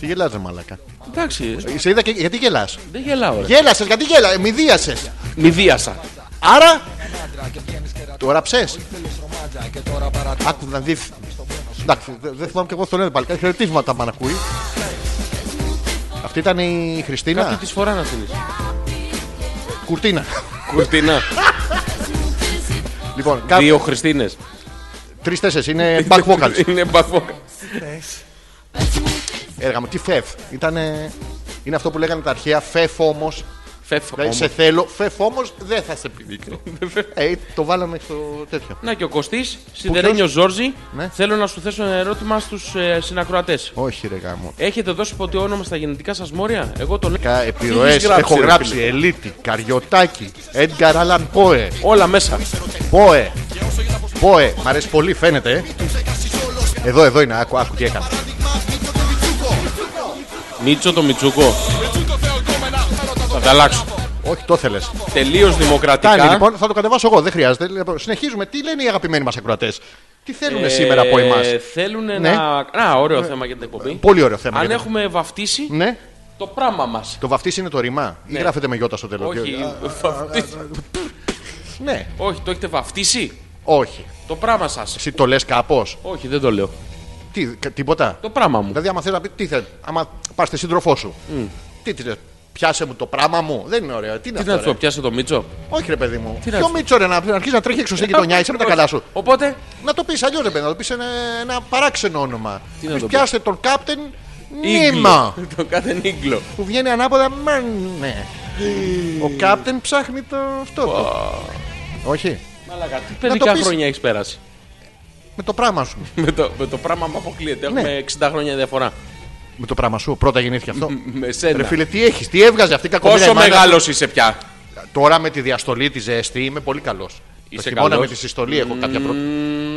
B: Τι γελάς ρε μαλάκα.
A: Εντάξει.
B: Σε είδα και γιατί γελάς.
A: Δεν γελάω. ρε.
B: Γέλασες, γιατί γέλα, μηδίασες.
A: Μηδίασα.
B: Άρα. Τώρα ψες. Άκου να δεις. Εντάξει, δε- δεν θυμάμαι και εγώ τον λένε πάλι. Κάτι χαιρετίσματα πάνε να ακούει. Αυτή ήταν η
A: Κάτι
B: Χριστίνα.
A: της φορά να θυμίσει.
B: Κουρτίνα.
A: Κουρτίνα.
B: Λοιπόν,
A: Δύο Χριστίνες.
B: τρει-τέσσερι είναι back vocals.
A: Είναι back vocal.
B: Έργα μου, τι φεφ. Ήταν. Είναι αυτό που λέγανε τα αρχαία. Φεφ όμως.
A: Φεύγω.
B: Δηλαδή
A: όμως.
B: σε θέλω. Φεφ όμως δεν θα σε επιδείξω. ε, το βάλαμε στο τέτοιο.
A: Να και ο Κωστής, Σιδερένιο Ζόρζη,
B: Ναι.
A: θέλω να σου θέσω ένα ερώτημα στους ε, συνακροατές.
B: Όχι, ρε γάμο. Ε,
A: Έχετε δώσει ποτέ όνομα στα γενετικά σας μόρια, εγώ τον
B: Κα- επιρροές.
A: έχεις γράψει,
B: Έχω
A: ρε
B: γράψει
A: φίλε.
B: Ελίτη, Καριωτάκι, Edgar Allan Poe.
A: Όλα μέσα.
B: Πόε. Πόε. Μ' αρέσει πολύ, φαίνεται. ε. Εδώ, εδώ είναι. Άκου, άκου τι έκανα.
A: Μίτσο το Μιτσούκο. Θα τα αλλάξω.
B: Όχι, το θέλες.
A: Τελείως δημοκρατικά.
B: Κάνει λοιπόν, θα το κατεβάσω εγώ. Δεν χρειάζεται. Λοιπόν, Συνεχίζουμε. Τι λένε οι αγαπημένοι μας ακροατές. Τι θέλουν
A: Ε,
B: σήμερα από εμάς.
A: Θέλουν
B: Ναι.
A: να. Α, ωραίο θέμα για την εκπομπή.
B: Πολύ ωραίο θέμα.
A: Αν
B: γιατί-
A: έχουμε βαφτίσει
B: Ναι.
A: το πράγμα μας.
B: Το βαφτίσει είναι το ρημά. Ή γράφεται με γιώτα στο τέλος.
A: Ναι. Όχι, βαφτίσει-
B: Ναι.
A: όχι, το έχετε βαφτίσει.
B: Όχι.
A: Το πράγμα σας.
B: Εσύ το λες κάπως.
A: Όχι, δεν το λέω.
B: Τι, κα- τίποτα.
A: Το πράγμα μου.
B: Δηλαδή, άμα θες να πει, τι θες, άμα πας στη σύντροφό σου. Τι τη λες, πιάσε μου το πράγμα μου. Δεν είναι ωραίο. Τι είναι
A: Τι
B: αυτό.
A: να του το
B: ρε.
A: πιάσει το Μίτσο.
B: Όχι, ρε παιδί μου.
A: Τι να
B: Ποιο
A: σου-
B: μίτσο ρε, να να αρχίσεις να τρέχει έξω στην γειτονιά, είσαι με τα καλά σου.
A: Οπότε,
B: Να το πεις αλλιώς, ρε παιδί, να το πεις ένα, ένα παράξενο όνομα.
A: Τι
B: Να
A: να
B: πεις,
A: το πω.
B: πιάσε τον κάπτεν Νίμα.
A: ίγκλο. το κάθε νίγκλο.
B: Που βγαίνει ανάποδα, μαν, ναι. Ο κάπτεν ψάχνει το αυτό. του. Όχι.
A: Μαλάκα, τι παιδικά
B: πεις.
A: χρόνια έχεις πέρασει.
B: Με το πράγμα σου.
A: με, το, με το πράγμα μου αποκλείεται.
B: Ναι.
A: Έχουμε 60 χρόνια διαφορά.
B: Με το πράγμα σου. Πρώτα γεννήθηκε αυτό.
A: Με
B: Ρε
A: σένα.
B: φίλε, τι έχεις, τι έβγαζε αυτή η κακομοίρα.
A: Πόσο
B: η μάνα.
A: μεγάλος είσαι πια.
B: Τώρα με τη διαστολή τη ζέστη είμαι πολύ καλός. Το
A: Είσαι
B: χειμώνα
A: καλός.
B: με τη συστολή έχω κάποια πρόβλημα.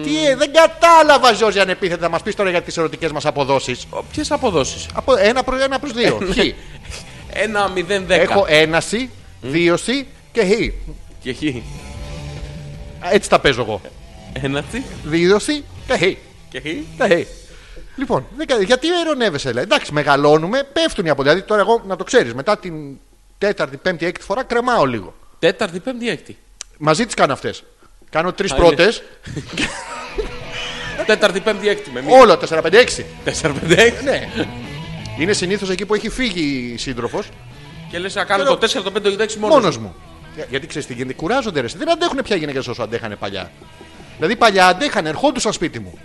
B: Τι, ε, δεν κατάλαβα, Ζόρζι, ανεπίθετα να μας πεις τώρα για τις ερωτικές μας αποδόσεις.
A: Ποιες αποδόσεις.
B: Από ένα προ ένα προς δύο. Χ.
A: Ένα 0-10.
B: Ναι. Έχω ένα σι, δύο σι και χ.
A: Και χ.
B: Έτσι τα παίζω εγώ.
A: Ένα τι.
B: Δύο σι και χ.
A: Και χ.
B: Και χ. Λοιπόν, δεν κα- γιατί ειρωνεύεσαι, λέει. Εντάξει, μεγαλώνουμε, πέφτουν οι αποδόσει. Δηλαδή τώρα εγώ να το ξέρεις, μετά την τέταρτη, πέμπτη, έκτη φορά κρεμάω λίγο.
A: Τέταρτη, πέμπτη, έκτη.
B: Μαζί τις κάνω αυτές. Κάνω τρεις
A: είναι.
B: πρώτες,
A: Τέταρτη, πέμπτη, έκτη. Με μία.
B: όλα 4, 5, 6.
A: Τέσσερα, πέντε, έκτη.
B: Ναι. Είναι συνήθως εκεί που έχει φύγει η σύντροφος,
A: Και λες να κάνω
B: Ξέρω.
A: το 4, το 5, το 6 μόνος.
B: μόνος μου. Για- Γιατί ξέρεις τι γίνεται, κουράζονται ρε. Δεν αντέχουν πια οι γυναίκε όσο αντέχανε παλιά. Δηλαδή παλιά αντέχανε, ερχόντουσαν σπίτι μου.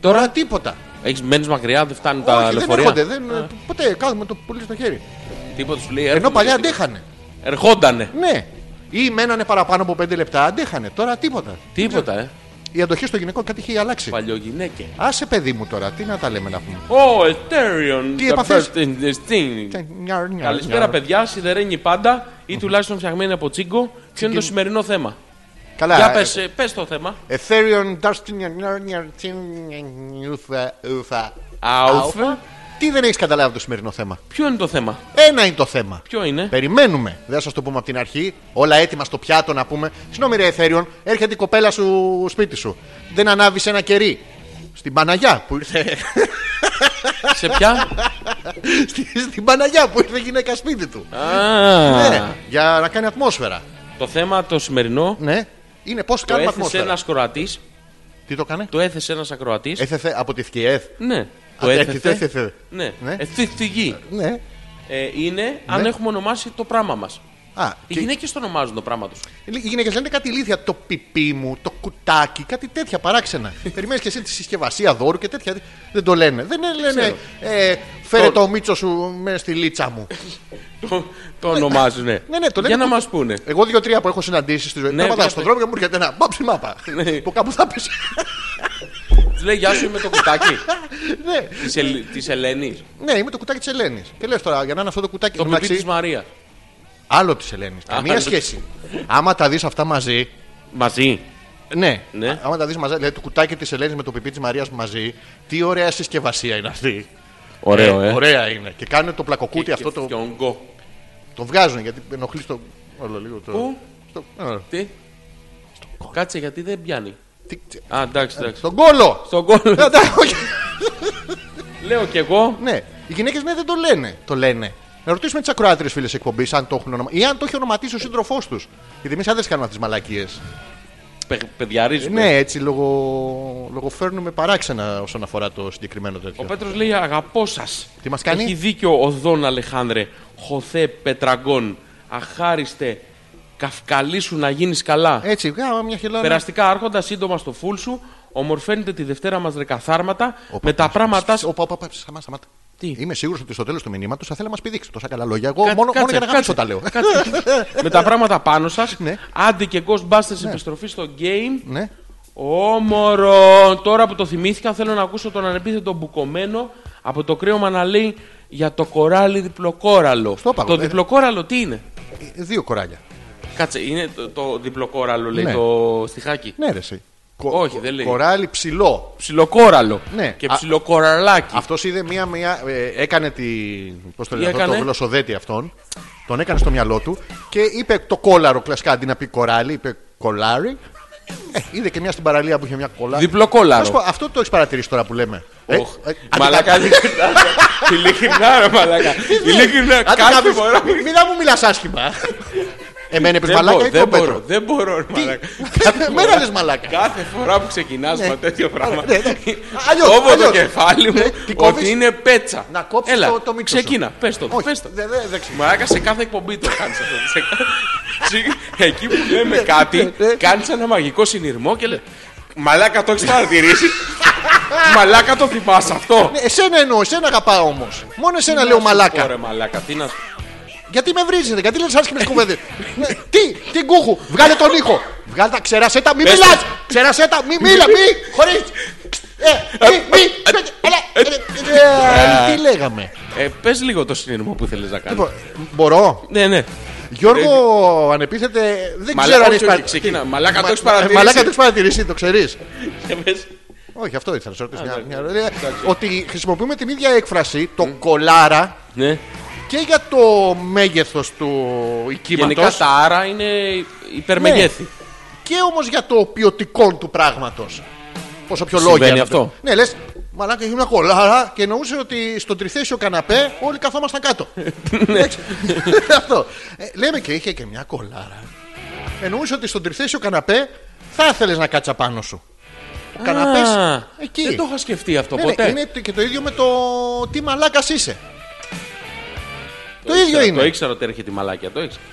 B: Τώρα τίποτα.
A: Έχεις μένεις μακριά, δεν φτάνουν τα
B: Όχι, δεν
A: λεωφορεία.
B: έρχονται. Δεν, ποτέ κάθομαι το πολύ στο χέρι.
A: Τίποτα σου λέει.
B: Ενώ
A: έρχονται
B: παλιά
A: και-
B: αντέχανε.
A: Ερχόντανε.
B: Ναι. Ή μένανε παραπάνω από 5 λεπτά, αντέχανε. Τώρα τίποτα.
A: Τίποτα, ε.
B: Η αντοχή στο γυναικό κάτι είχε αλλάξει.
A: Παλιογυναίκε.
B: Άσε παιδί μου τώρα, τι να τα λέμε να πούμε.
A: Ω, Ethereum.
B: Τι
A: the
B: έπαθες?
A: first in this thing.
B: Νιαρ, νιαρ,
A: Καλησπέρα,
B: νιαρ.
A: παιδιά. Σιδερένη πάντα ή τουλάχιστον φτιαγμένη από τσίγκο. Ποιο είναι το σημερινό θέμα.
B: Καλά.
A: Για
B: ε,
A: πες, ε, πες το θέμα.
B: Ethereum Darstinian
A: Αουφα.
B: Τι δεν έχεις καταλάβει το σημερινό θέμα.
A: Ποιο είναι το θέμα.
B: Ένα είναι το θέμα.
A: Ποιο είναι.
B: Περιμένουμε. Δεν θα σας το πούμε από την αρχή. Όλα έτοιμα στο πιάτο να πούμε. Συγγνώμη, ρε Ethereum, έρχεται η κοπέλα σου σπίτι σου. Δεν ανάβεις ένα κερί. Στην Παναγιά που ήρθε.
A: Σε ποια.
B: στη- στην Παναγιά που ήρθε η γυναίκα σπίτι του.
A: Α,
B: Ναι, για να κάνει ατμόσφαιρα.
A: Το θέμα το σημερινό
B: Ναι. Είναι πώς
A: το
B: κάνουμε
A: έθεσε
B: ατμόσφαιρα.
A: ένας ακροατή.
B: Τι το έκανε.
A: Το έθεσε ένας ακροατής.
B: Έθεθε από τη ε? ΦΚΕΘ.
A: Ναι. Το
B: Α,
A: έθεσε.
B: έθεθε.
A: Ναι.
B: Ναι.
A: Εθίθη τη γη.
B: Ναι.
A: Ε, Είναι αν
B: Ναι.
A: έχουμε ονομάσει το πράγμα μας.
B: Α,
A: Οι
B: και-
A: γυναίκες το ονομάζουν το πράγμα τους.
B: Ε, Οι γυναίκες λένε κάτι ηλίθια. Το πιπί μου, το κουτάκι, κάτι τέτοια παράξενα. Περιμένεις και εσύ τη συσκευασία δώρου και τέτοια. Δεν το λένε. Δεν λένε.
A: ξέρω.
B: Ε, φέρε
A: Το-
B: το μίτσο σου με στη λίτσα μου.
A: Το, το ονομάζουν.
B: Ναι, ναι, το λένε.
A: Για να
B: που-
A: μας πούνε.
B: Εγώ δύο-τρία που έχω συναντήσεις στη ζωή μου.
A: Ναι,
B: Ναι, πατάω
A: πες,
B: στον
A: πες.
B: δρόμο και μου έρχεται ένα μπαμψι μάπα.
A: Ναι.
B: Που κάπου θα πεις.
A: Της λέει Γεια σου είμαι το κουτάκι
B: ναι.
A: της Ελένης.
B: ναι, είμαι το κουτάκι της Ελένης. Και λες τώρα, για να είναι αυτό το κουτάκι
A: Το
B: εν τω
A: κουτί
B: μεταξύ,
A: της Μαρίας.
B: Άλλο της Ελένης. Καμία
A: άλλο.
B: σχέση. Άμα τα δεις αυτά μαζί,
A: Μαζί.
B: Ναι.
A: Ναι.
B: Α- Άμα τα δεις μαζί, δηλαδή το κουτάκι της Ελένης με το πιπί της Μαρίας μαζί, τι ωραία συσκευασία είναι αυτή.
A: Ωραίο, ε.
B: Ωραία είναι. Και κάνουν το πλακοκούτι
A: Και-
B: αυτό
A: και
B: το.
A: φιόγκο.
B: Το βγάζουν γιατί ενοχλεί το. Όλο λίγο το.
A: Πού?
B: Στο... ε,
A: Τι. Κάτσε γιατί δεν πιάνει.
B: τι- τι-
A: Α, εντάξει, εντάξει.
B: Στον κόλο!
A: Στον κόλλο.
B: Ε, τα- όχι.
A: Λέω κι εγώ.
B: ναι, οι γυναίκες ναι, δεν το λένε. Το λένε. Να ρωτήσουμε τις ακροάτριες φίλες εκπομπής αν το έχουν ονομα... ή αν το έχει ονοματίσει ο σύντροφός τους. Γιατί εμείς άντρε κάνουμε αυτές τις μαλακίες.
A: παι- παιδιαρίζουμε.
B: Ναι, έτσι λογο... λογοφέρνουμε παράξενα όσον αφορά το συγκεκριμένο τέτοιο.
A: Ο Πέτρος λέει: Αγαπώ σας.
B: Τι μας κάνει?
A: Έχει δίκιο ο Δόν Αλεχάνδρε. Χωθέ Πετραγκόν. Αχάριστε. Καυκαλίσου να γίνεις καλά.
B: Έτσι, γάμα μια χελάνα.
A: Περαστικά άρχοντας, σύντομα στο φούλ σου. Ομορφαίνεται τη Δευτέρα μας ρεκαθάρματα. Με τα
B: παπάς.
A: πράγματά σου.
B: Ο παπά, παπά, σταμάτα, σταμάτα.
A: Τι?
B: Είμαι σίγουρος ότι στο τέλος του μηνύματος θα θέλει να μας πει δείξει τόσα καλά λόγια. Εγώ
A: Κάτσε,
B: μόνο, μόνο
A: κάτσε,
B: για να γράψω
A: κάτσε.
B: τα λέω.
A: με τα πράγματα πάνω σας.
B: Ναι.
A: Άντε και Ghostbusters επιστροφή στο game.
B: ναι.
A: Όμορο, τώρα που το θυμήθηκα θέλω να ακούσω τον ανεπίθετο μπουκωμένο από το κρύωμα να λέει για το κοράλι διπλοκόραλο.
B: Στο παγω,
A: το
B: ε.
A: διπλοκόραλο τι είναι.
B: Ε, Δύο κοράλια.
A: Κάτσε, είναι το, το διπλοκόραλο λέει
B: Ναι.
A: το στιχάκι.
B: Ναι, ρε. εσύ.
A: Όχι, δεν λέει.
B: Κοράλι ψηλό.
A: Ψιλοκόραλο
B: Ναι.
A: και
B: Α-
A: ψιλοκοραλάκι.
B: Αυτός είδε μία. μία ε, έκανε τη, πώς το,
A: Τι
B: λένε, αυτό,
A: έκανε?
B: το γλωσσοδέτη αυτόν. Τον έκανε στο μυαλό του και είπε το κόλαρο κλασικά αντί να πει κοράλι, είπε κολάρι. Ε, είδε και μια στην παραλία που είχε μια κολάρι. Να σου πω,
A: Διπλοκόλαρο.
B: αυτό το έχεις παρατηρήσει τώρα που λέμε. Ε,
A: Οχ.
B: ε,
A: Μαλάκα, ειλικρινά ρε μαλάκα. Ειλικρινά,
B: Άντε
A: κάθε
B: κάποιος-
A: φορά.
B: Μη μη να μου μιλά άσχημα. Εμένα είπε
A: Δεν
B: μαλάκα
A: μπορώ,
B: ή τον
A: δεν
B: Πέτρο.
A: μπορώ, δεν μπορώ ρε μαλάκα.
B: Μένα λες μαλάκα.
A: Κάθε φορά που ξεκινάς με τέτοιο πράγμα.
B: Ναι, ναι. Αλλιώς,
A: Κόβω το
B: αλλιώς.
A: κεφάλι μου
B: Ναι, τι κόβεις?
A: ότι είναι πέτσα.
B: Να κόψεις
A: Έλα,
B: το, το μίξο. σου.
A: Ξεκίνα, πες το.
B: Όχι,
A: Πες το.
B: δεν- δεν- δεν ξέρω.
A: Μαλάκα σε κάθε εκπομπή το κάνεις αυτό. Σε κα- σε- Εκεί που λέμε κάτι,
B: ναι.
A: κάνεις ένα μαγικό συνειρμό και λέει. Μαλάκα το έχεις παρατηρήσει. Μαλάκα το θυμάσαι αυτό.
B: Ναι, Εσένα εννοώ, εσένα αγαπάω όμως. Μόνο εσένα Ναι, λέω μαλάκα.
A: Ωραία, μαλάκα. Τι να σου
B: Γιατί με βρίζετε, γιατί λες άσχημες κουβέντες. Ναι, Τι, τι γκούχου, βγάλε τον ήχο. Βγάλε τα, ξερασέ τα, μη
A: Πες
B: μιλάς.
A: το.
B: Ξερασέ τα, μη μίλα, μη, χωρίς. Ε, μη, μη, έλα, έλα. Ε, Τι λέγαμε.
A: ε, Πες λίγο το συνειρμό που θέλεις να κάνεις.
B: Λοιπόν, Μπορώ.
A: Ναι, ναι.
B: Γιώργο, ανεπίθετε, δεν
A: Ε, Μαλάκα,
B: ξέρω αν
A: όχι,
B: έχεις
A: όχι,
B: παρα-
A: ξεκίνα.
B: Τι,
A: Μαλάκα,
B: μα-
A: το έχεις
B: μα-
A: παρατηρήσει.
B: Μαλάκα, το έχεις παρατηρήσει, το ξέρεις.
A: Και πες-
B: Όχι, αυτό ήθελα να σου ρωτήσω. μια-
A: εντάξει.
B: μια- Ότι χρησιμοποιούμε την ίδια έκφραση, το κολάρα,
A: Ναι.
B: και για το μέγεθος του
A: Γενικά
B: οικήματος.
A: τα άρα είναι υπερμεγέθη.
B: Ναι. και όμως για το ποιοτικό του πράγματος. Πόσο πιο λόγια.
A: Συμβαίνει
B: να-
A: αυτό?
B: Ναι, λες, μαλάκα έχει μια κολάρα και εννοούσες ότι στον τριθέσιο καναπέ όλοι καθόμασταν κάτω.
A: Ναι.
B: Εντάξει. αυτό. Ε, λέμε και είχε και μια κολάρα. Εννοούσες ότι στον τριθέσιο καναπέ θα ήθελες να κάτσεις απάνω σου. Ο καναπές
A: Α,
B: Ναι. εκεί.
A: Δεν το είχα σκεφτεί αυτό
B: Ναι, ναι,
A: ποτέ.
B: είναι και το ίδιο με το τι μαλάκας είσαι. Το, ίδιο
A: ήξερα,
B: είναι.
A: Το ήξερα ότι έρχεται η μαλάκια. Το ήξερα.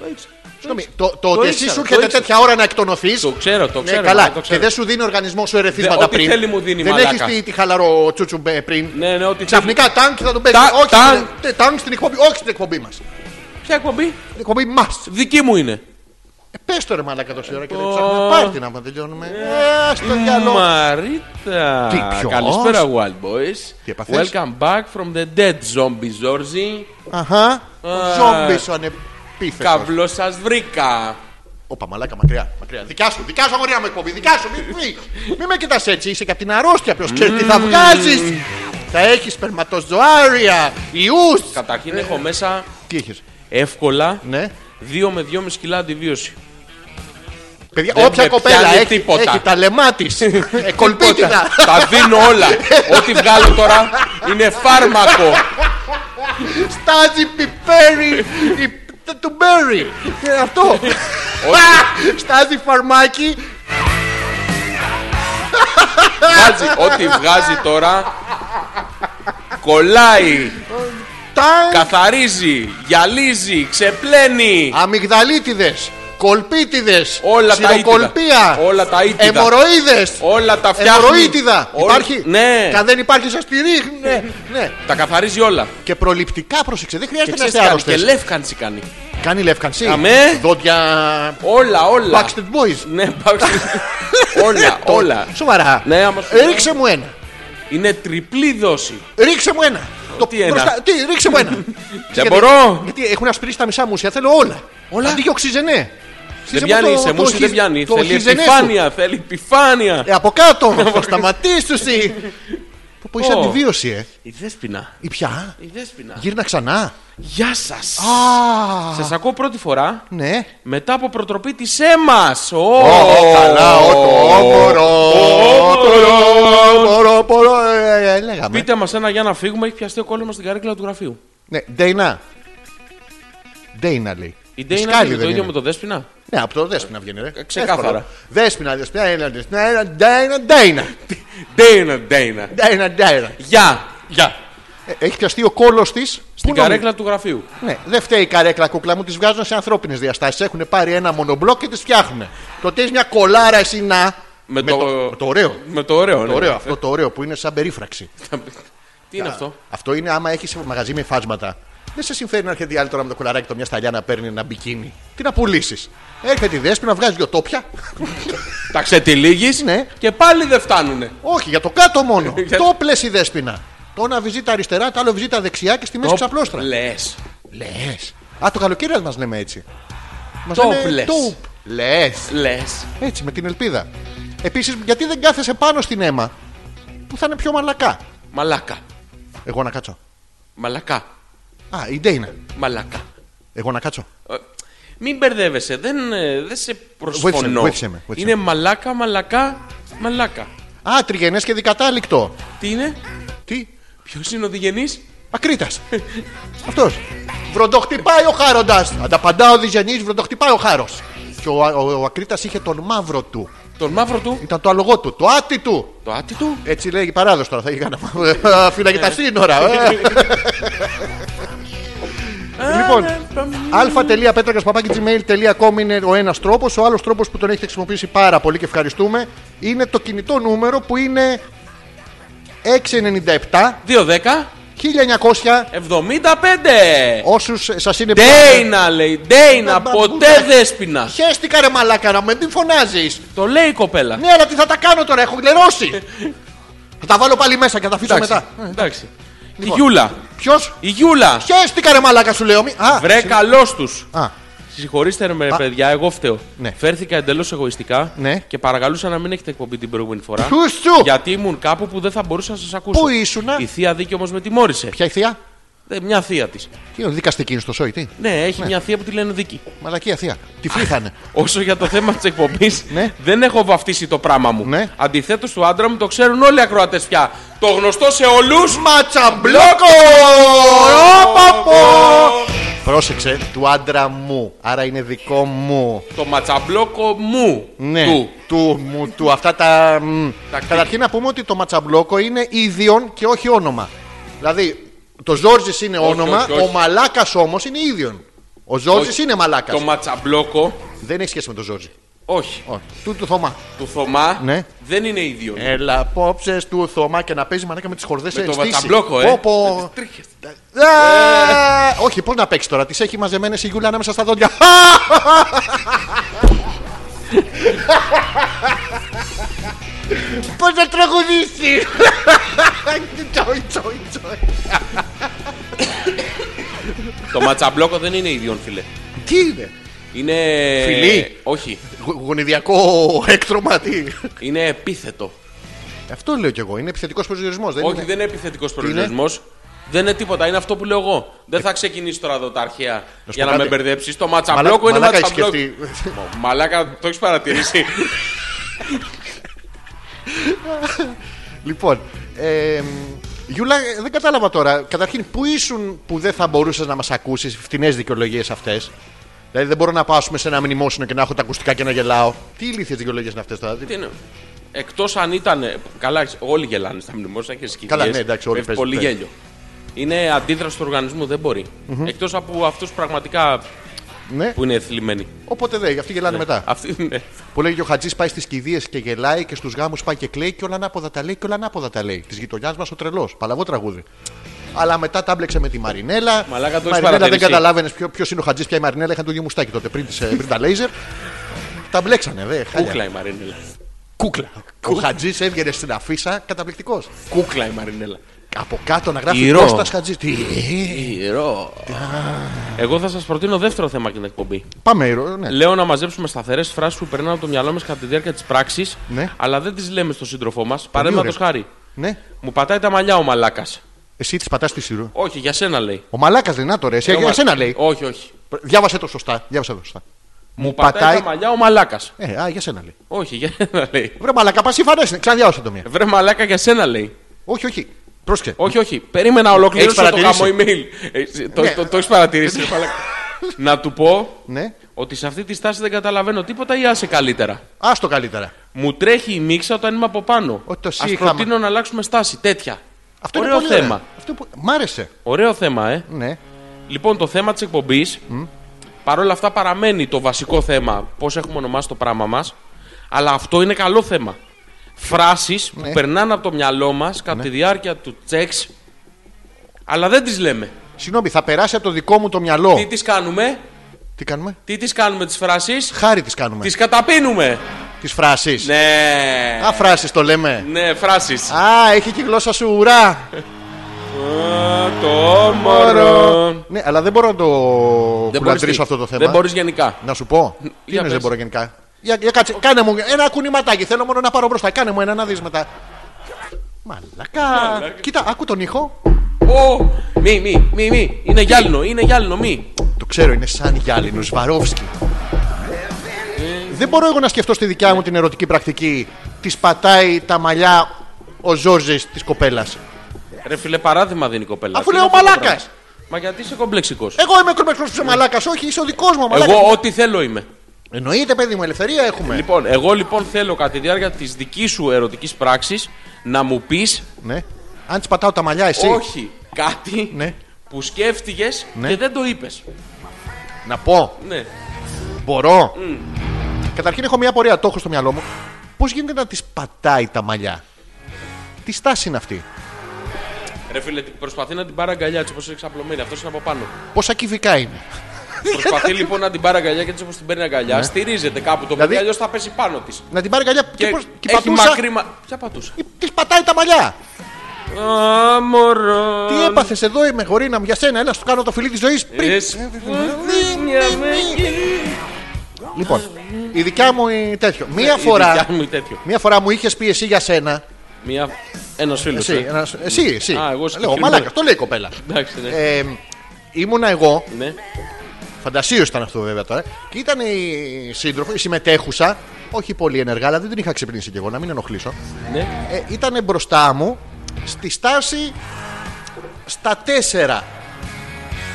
B: Συγγνώμη, το, το, ότι εσύ
A: ήξερα,
B: σου
A: το
B: έρχεται
A: ήξερα.
B: τέτοια ώρα να εκτονωθείς.
A: Το ξέρω, το ξέρω.
B: Ναι, καλά.
A: μα, το
B: και
A: ξέρω.
B: δεν σου δίνει ο οργανισμό σου ερεθίσματα
A: Δε- ό,τι
B: πριν.
A: θέλει μου δίνει,
B: δεν
A: μαλάκα.
B: έχεις τη, τη χαλαρό τσούτσου μπε- πριν.
A: Ναι, ναι, ό,τι
B: Ξαφνικά τάγκ και θα τον παίζει.
A: Τα-
B: όχι,
A: τάγκ.
B: ναι, τάγκ στην εκπομπή. Όχι στην εκπομπή μας. Στην
A: θέλει. Ποια εκπομπή?
B: εκπομπή μας.
A: Δική μου είναι.
B: Ε, Πες το ρε μαλάκα τόση ώρα και δεν
A: Ω.
B: ψάχνουμε. Πάρ' την άμα τελειώνουμε. Ε, στο διάλογο.
A: Μαρίτα.
B: Τι, ποιος?
A: Καλησπέρα, Wild Boys.
B: Τι επαθές?
A: Welcome back from the dead zombie, Ζόρζι.
B: Αχά.
A: Α.
B: Ζόμπις ο ανεπίθετος.
A: Καβλός σας βρήκα.
B: Όπα μαλάκα μακριά. μακριά. Δικιά σου, δικιά σου αγορία μου εκπομπή. Δικιά σου, μη, μη, μη με κοιτάς έτσι. Είσαι και από την αρρώστια. Ποιο ξέρεις τι θα βγάζεις. Θα έχεις σπερματοζωάρια, ιούς.
A: Καταρχήν έχω μέσα
B: Τι έχεις.
A: εύκολα
B: Ναι.
A: 2 με 2,5 κιλά αντιβίωση.
B: Παιδιά,
A: Δεν
B: όποια
A: με
B: κοπέλα
A: πιάνει
B: έχει,
A: τίποτα.
B: έχει τα λεμά Ε, τη. Κολπίτιδα.
A: Τα δίνω όλα. Ό,τι βγάλω τώρα είναι φάρμακο.
B: Στάζει πιπέρι. η- τ- Του Μπέρι. Ε, Αυτό. Α, Στάζει φαρμάκι.
A: βγάζει, ό,τι βγάζει τώρα κολλάει,
B: Τα
A: καθαρίζει, γυαλίζει, ξεπλένει.
B: αμυγδαλίτιδες, Κολπίτιδες,
A: Όλα τα ήτιδα.
B: Ξηροκολπία.
A: Όλα τα ήτιδα.
B: Αιμορροίδες.
A: όλα τα φτιάχνει.
B: Εμποροίτιδα.
A: Όλα-
B: Υπάρχει.
A: Ναι,
B: Κα δεν υπάρχει, σα τη ρίχνει. Ναι, ναι.
A: τα καθαρίζει όλα.
B: Και προληπτικά πρόσεξε, δεν χρειάζεται
A: Και
B: να
A: ξέρεις
B: είστε
A: τι κάνει, και
B: άρρωστε.
A: λεύκανση κάνει.
B: Κάνει λεύκανση.
A: Αμέ.
B: Δόντια.
A: Όλα, όλα.
B: Backstreet Boys.
A: Ναι, Backstreet. όλα,
B: Το-
A: όλα.
B: Σοβαρά.
A: Ναι, άμα σου
B: Ε,
A: λέω.
B: Ρίξε μου ένα.
A: Είναι τριπλή δόση.
B: Ρίξε μου ένα. Το
A: Τι ένα?
B: Τι, ρίξε μου ένα. Γιατί-
A: μπορώ.
B: Γιατί έχουν ασπρίσει τα μισά μουσια. Θέλω όλα.
A: Όλα?
B: Αντί για οξυζενέ.
A: Δεν πιάνει σε μουσου, δεν πιάνει. Θέλει επιφάνεια, θέλει επιφάνεια.
B: Ε, από κάτω. Θα σταματήσει. Που, που είσαι
A: Ω.
B: αντιβίωση, ε.
A: Η Δέσποινα.
B: Ή πια.
A: Η Δέσποινα.
B: Γύρνα ξανά.
A: Γεια σας.
B: Α,
A: Σας ακούω πρώτη φορά.
B: ναι.
A: Μετά από προτροπή της αίμα. Ω,
B: Καλά, ο το όπορο. Όπορο, όπορο. ε, ε, Λέγαμε.
A: Πείτε μας ένα για να φύγουμε, έχει πιαστεί ο κόλλο μα στην καρέκλα του γραφείου.
B: Ναι, Ντέινα. Ντέινα λέει.
A: Η Ντέινα
B: Σκάλι
A: είναι το
B: δεν
A: ίδιο
B: είναι.
A: με το Δέσποινα.
B: Ναι, από το Δέσποινα βγαίνει, ρε.
A: Ξεκάθαρα.
B: Εύκολο. Δέσποινα, Δέσποινα, Έλληνα, Δέσποινα, Ντέινα, Ντέινα.
A: Ντέινα, Ντέινα.
B: Ντέινα, Ντέινα.
A: Γεια.
B: Γεια. Ε, Έχει πιαστεί ο κόλος της.
A: Στην καρέκλα του γραφείου.
B: Ναι, δεν φταίει η καρέκλα, κούκλα μου. Τη βγάζουν σε ανθρώπινες διαστάσεις. Έχουν πάρει ένα μονομπλοκ και τις φτιάχνουν. Το ότι έχει μια κολάρα εσύ να.
A: Με το- Ναι,
B: με το ωραίο.
A: Με το ωραίο,
B: Το ωραίο, αυτό το ωραίο που είναι σαν περίφραξη.
A: Τι είναι αυτό.
B: Αυτό είναι άμα έχεις μαγαζί με φάσματα. Δεν σε συμφέρει να έρχεται η άλλη τώρα με το κουλαράκι το μια σταλιά να παίρνει ένα μπικίνι. Τι να πουλήσεις. Έρχεται η δέσπη να βγάζει δυο τόπια.
A: Τα ξετυλίγεις
B: Ναι.
A: και πάλι δεν φτάνουνε.
B: Όχι, για το κάτω μόνο.
A: Για-
B: Τόπλες η δέσπινα. Το ένα βυζίτα αριστερά, το άλλο βυζίτα δεξιά και στη μέση ξαπλώστρα.
A: Λες.
B: Λες. Α, το καλοκαίρι μας λέμε έτσι. Μας
A: Τόπλες.
B: λένε τούπ. Λες.
A: Λες.
B: Έτσι, με την ελπίδα. Επίσης, γιατί δεν κάθεσαι πάνω στην αίμα που θα είναι πιο μαλακά.
A: Μαλάκα.
B: Εγώ να κάτσω.
A: Μαλακά.
B: Α, η Ντέινα.
A: Μαλακά.
B: Εγώ να κάτσω.
A: Ε, Μην μπερδεύεσαι, δεν, ε, δεν σε προσφωνώ.
B: Βοήθησε με, βοήθησε με, βοήθησε
A: Είναι μαλάκα, μαλακά, μαλάκα.
B: Α, τριγενές και δικατάληκτο.
A: Τι είναι,
B: Τι,
A: ποιος είναι ο διγενής,
B: Ακρίτας. Αυτός. Βροντοχτυπάει ο Χάροντας. Ανταπαντά ο Διγενής, βροντοχτυπάει ο Χάρος. Και ο, ο, ο Ακρίτας είχε τον μαύρο του.
A: τον μαύρο του,
B: Ήταν το αλογό του, το άτι του.
A: το άτι του.
B: Έτσι λέει η παράδοση τώρα. Θα είχε κανένα μαύρο. Α, Φύλαγε τα σύνορα. ε. Λοιπόν, αλφα.πέτρακα.gmail.com είναι ο ένας τρόπος. Ο άλλος τρόπος που τον έχετε χρησιμοποιήσει πάρα πολύ και ευχαριστούμε είναι το κινητό νούμερο που είναι 697
A: 2-10,
B: 1900.
A: 75.
B: Όσους σας είναι
A: Ντέινα λέει, Ντέινα,
B: μπαμπούτα.
A: ποτέ δέσπινα.
B: Χαίστηκα ρε μαλάκα να με μην φωνάζεις.
A: Το λέει η κοπέλα.
B: Ναι, αλλά τι θα τα κάνω τώρα, έχω γλερώσει. θα τα βάλω πάλι μέσα και θα τα αφήσω
A: Εντάξει.
B: μετά. Λοιπόν.
A: Εντάξει. Η Γιούλα.
B: Ποιος.
A: Η Γιούλα.
B: Χαίστηκα ρε μαλάκα σου λέω. μη- Α,
A: Βρε καλός τους.
B: α,
A: Συγχωρήστε με, παιδιά, εγώ φταίω.
B: Ναι.
A: Φέρθηκα εντελώς εγωιστικά
B: Ναι.
A: και παρακαλούσα να μην έχετε εκπομπή την προηγούμενη φορά.
B: Ποιους σου?
A: Γιατί ήμουν κάπου που δεν θα μπορούσα να σας ακούσω.
B: Πού ήσουνα?
A: Η θεία δίκη όμως με τιμώρησε.
B: Ποια η θεία.
A: Ε, Μια θεία της.
B: Τι είναι δικαστική είναι στο σόι, τι.
A: Ναι, έχει μια θεία που τη λένε δίκη.
B: Μαλακία θεία. Τη φύχανε.
A: Όσο για το θέμα της εκπομπής,
B: Ναι.
A: δεν έχω βαφτίσει το πράγμα μου.
B: Ναι.
A: Αντιθέτως του άντρα μου το ξέρουν όλοι οι ακροατές πια. Το γνωστό σε όλους.
B: Ματσαμπλόκο! Πρόσεξε, του άντρα μου. Άρα είναι δικό μου.
A: Το ματσαμπλόκο μου.
B: Ναι.
A: Του.
B: Του, μου, του. Αυτά τα. μ.
A: Τα κτί.
B: Καταρχήν να πούμε ότι το ματσαμπλόκο είναι ίδιον και όχι όνομα. Δηλαδή, το Ζόρζης είναι
A: Όχι,
B: όνομα,
A: όχι, όχι.
B: ο Μαλάκας όμως είναι ίδιον. Ο Ζόρζης
A: Όχι.
B: είναι Μαλάκας.
A: Το ματσαμπλόκο.
B: Δεν έχει σχέση με τον Ζόρζη.
A: Όχι.
B: Όχι. Του του Θωμά.
A: Του Θωμά
B: Ναι. Ε.
A: δεν είναι ίδιο.
B: Έλα απόψε του Θωμά και να παίζει μανάκα με τις χορδές
A: Με το ματσαμπλόκο, ε. Με τις τρίχες.
B: Όχι, πώς να παίξει τώρα. Τις έχει μαζεμένες η Γιούλα ανάμεσα στα δόντια. Πώς να τραγουδήσει. Τσόι, τσόι, τσόι.
A: Το ματσαμπλόκο δεν είναι ίδιον, φίλε.
B: Τι είναι.
A: Είναι.
B: Φιλί.
A: Όχι.
B: Γο- Γονιδιακό έκτρωμα, τι.
A: Είναι επίθετο.
B: Αυτό λέω κι εγώ. Είναι επιθετικός προσδιορισμός.
A: Όχι, δεν είναι επιθετικός προορισμό. Δεν είναι τίποτα, είναι αυτό που λέω εγώ.
B: Ε.
A: Δεν θα ξεκινήσω τώρα εδώ τα αρχαία
B: σου
A: για
B: πω
A: να με
B: κάτι.
A: μπερδέψεις. Το ματσαμπλόκο είναι
B: μαλάκα έχεις
A: ματσαμπλόκο.
B: σκεφτεί.
A: Μ- Μαλάκα, το έχεις παρατηρήσει.
B: Λοιπόν, ε, Γιούλα, ε, δεν κατάλαβα τώρα. Καταρχήν, πού ήσουν που δεν θα μπορούσες να μας ακούσεις φτηνές δικαιολογίες αυτές. Δηλαδή, δεν μπορώ να πάω ας πούμε, σε ένα μνημόσυνο και να έχω τα ακουστικά και να γελάω. Τι ηλίθιες δικαιολογίες είναι αυτές τώρα.
A: Τι είναι. Εκτός αν ήταν. Καλά, όλοι γελάνε στα μνημόσυνα και στι
B: Καλά, ναι, εντάξει, όλοι παίζουν,
A: Πολύ
B: παίζουν.
A: γέλιο. Είναι αντίδραση του οργανισμού, δεν μπορεί. Εκτός από αυτούς πραγματικά
B: Ναι.
A: που είναι εθλιμμένοι.
B: Οπότε δεν, αυτοί γελάνε μετά.
A: Αυτοί ναι.
B: Που λέει και ο Χατζής πάει στις κηδείες και γελάει και στους γάμους πάει και κλαίει και όλα ανάποδα τα λέει και όλα ανάποδα τα λέει. Της γειτονιάς μας ο τρελός. Παλαβό τραγούδι. Αλλά μετά τα μπλέξε με τη Μαρινέλα.
A: Μαλάκα, το έχεις
B: Μαρινέλα δεν
A: παρατηρήσει.
B: καταλάβαινες ποιο ποιος είναι ο Χατζής, ποια η Μαρινέλα. Είχαν το ίδιο μουστάκι τότε πριν, τις, ε, πριν τα λέιζερ. τα μπλέξανε, δε. χάλια.
A: Κούκλα η Μαρινέλα.
B: Κούκλα. Ο Χατζής έβγαινε στην αφίσα καταπληκτικός.
A: Κούκλα η Μαρινέλα.
B: Από κάτω να γράφει
A: Ηρώ.
B: Κώστας Χατζής. Τι. ε,
A: Ηρώ. Εγώ θα σας προτείνω δεύτερο θέμα για την εκπομπή.
B: Πάμε, ηρώ, ναι.
A: Λέω να μαζέψουμε σταθερές φράσεις που περνάνε από το μυαλό μας κατά τη διάρκεια της πράξης,
B: Ναι.
A: αλλά δεν τις λέμε στον σύντροφό μας. Παραδείγματο
B: ωραία.
A: χάρη.
B: ναι.
A: Μου πατάει τα μαλλιά ο μαλάκας.
B: Εσύ τη πατάς τη σειρού.
A: Όχι, για σένα λέει.
B: Ο μαλάκας λέει να το ρε. Εσύ,
A: Λέω,
B: για
A: μα-
B: σένα λέει.
A: Όχι, όχι.
B: Διάβασε το σωστά. Διάβασε το σωστά.
A: Μου πατάει, τα μαλλιά ο μαλάκας.
B: Ε, α, για σένα λέει.
A: Όχι, για σένα λέει.
B: Βρε μαλακά, πας είναι. Ξαναδιάβασε το μία.
A: Βρε μαλάκα για σένα λέει.
B: Όχι, όχι. Πρόσεχε.
A: Όχι, όχι. Περίμενα ολοκλήρωσε το
B: Έχεις
A: γάμο
B: παρατηρήσει.
A: email. Ε, το
B: Ναι.
A: το, το έχεις παρατηρήσει. μαλάκα. να του πω
B: Ναι.
A: ότι σε αυτή τη στάση δεν καταλαβαίνω τίποτα ή άσε καλύτερα.
B: Άστο καλύτερα.
A: Μου τρέχει η μίξα όταν είμαι από πάνω.
B: Ότι το
A: Ας
B: σύγχαμα.
A: προτείνω να αλλάξουμε στάση. Τέτοια.
B: Αυτό
A: Ωραίο
B: είναι πολύ
A: θέμα.
B: ωραίο. Αυτό που... Μ' άρεσε.
A: Ωραίο θέμα, ε.
B: Ναι.
A: Λοιπόν, το θέμα της εκπομπής παρόλα αυτά παραμένει το βασικό θέμα. Πώς έχουμε ονομάσει το πράγμα μας. Αλλά αυτό είναι καλό θέμα. Φράσεις
B: Ναι.
A: που περνάνε από το μυαλό μας κατά τη διάρκεια του τσεξ, αλλά δεν τις λέμε.
B: Συγγνώμη, θα περάσει από το δικό μου το μυαλό.
A: Τι
B: Τις,
A: τι κάνουμε,
B: κάνουμε.
A: τι τις κάνουμε τις φράσεις,
B: Χάρη τις κάνουμε.
A: τις καταπίνουμε.
B: Τη φράση.
A: Ναι,
B: Α, φράσεις το λέμε.
A: ναι, φράσεις.
B: Α, έχει και η γλώσσα σου ουρά.
A: Το μωρό.
B: Ναι, αλλά δεν μπορώ να το κουλαντρήσω αυτό το θέμα.
A: Δεν μπορείς γενικά.
B: Να σου πω. Τι
A: Για
B: είναι δεν
A: πες.
B: μπορώ γενικά. Για, για κάτσε, κάνε μου ένα κουνηματάκι. Θέλω μόνο να πάρω μπροστά. Κάνε μου ένα να δεις μετά. Μαλακά. Κοίτα, άκου τον ήχο.
A: Ω, μη, μη, μη, μη. Είναι γυάλινο, είναι γυάλινο, μη.
B: Το ξέρω, είναι σαν γυάλινος. Βαρόφσκι. Δεν μπορώ εγώ να σκεφτώ στη δικιά μου την ερωτική πρακτική. Τη πατάει τα μαλλιά ο Ζόρζης της κοπέλας.
A: Ρε φίλε, παράδειγμα δίνει η κοπέλα.
B: Αφού
A: Τι
B: λέω
A: είναι αυτό το
B: μαλάκας.
A: πράγμα? Μα γιατί είσαι κομπλεξικός.
B: Εγώ είμαι κρουμπεξό σε μαλάκας. Όχι, είσαι ο δικός μου μαλάκας.
A: Εγώ ό,τι θέλω είμαι.
B: Εννοείται, παιδί μου, ελευθερία έχουμε.
A: Λοιπόν, εγώ λοιπόν θέλω κατά τη διάρκεια της δικής σου ερωτικής πράξης να μου πεις
B: Ναι. Αν της πατάω τα μαλλιά, εσύ.
A: όχι κάτι
B: Ναι.
A: που σκέφτηκες
B: Ναι.
A: και δεν το είπες.
B: Να πω.
A: Ναι.
B: Μπορώ. Καταρχήν έχω μια πορεία, το έχω στο μυαλό μου. Πώς γίνεται να τη πατάει τα μαλλιά. Τι στάση είναι αυτή.
A: Ρε φίλε, τι- προσπαθεί να την πάρει αγκαλιά έτσι όπως είναι ξαπλωμένη. Αυτός είναι από πάνω.
B: Πόσα κυβικά είναι.
A: προσπαθεί λοιπόν να την πάρει αγκαλιά και έτσι όπως την παίρνει αγκαλιά, στηρίζεται κάπου το
B: Ναι. Δηλαδή-
A: παιδί, αλλιώς θα πέσει πάνω της.
B: Να την πάρει καλιά και,
A: Και,
B: πώς- και
A: έχει
B: πατούσα.
A: μακρύ μα- Ποια πατούσα.
B: Της πατάει τα μαλλιά.
A: Α, μωρό.
B: Τι έπαθες εδώ, είμαι γορίνα μου για σένα. Έλα, σου κάνω το φιλί της ζωής
A: Ε.
B: πριν. ε, Λοιπόν, η δικιά μου η
A: Ναι,
B: τέτοιο. Μία φορά, μία φορά μου είχες πει εσύ για σένα.
A: Μία. Ένας φίλος.
B: Εσύ, ένας- εσύ. εσύ.
A: Α, εγώ
B: Λέω,
A: συγκεκριμένα.
B: μαλάκα, το λέει η κοπέλα.
A: ε. Εντάξει, ναι.
B: Ε, ήμουνα εγώ,
A: ναι.
B: φαντασίως ήταν αυτό βέβαια τώρα, και ήταν η σύντροφο, η συμμετέχουσα, όχι πολύ ενεργά, αλλά δεν την είχα ξυπνήσει κι εγώ, να μην ενοχλήσω.
A: ναι.
B: Ε, ήταν μπροστά μου στη στάση στα τέσσερα.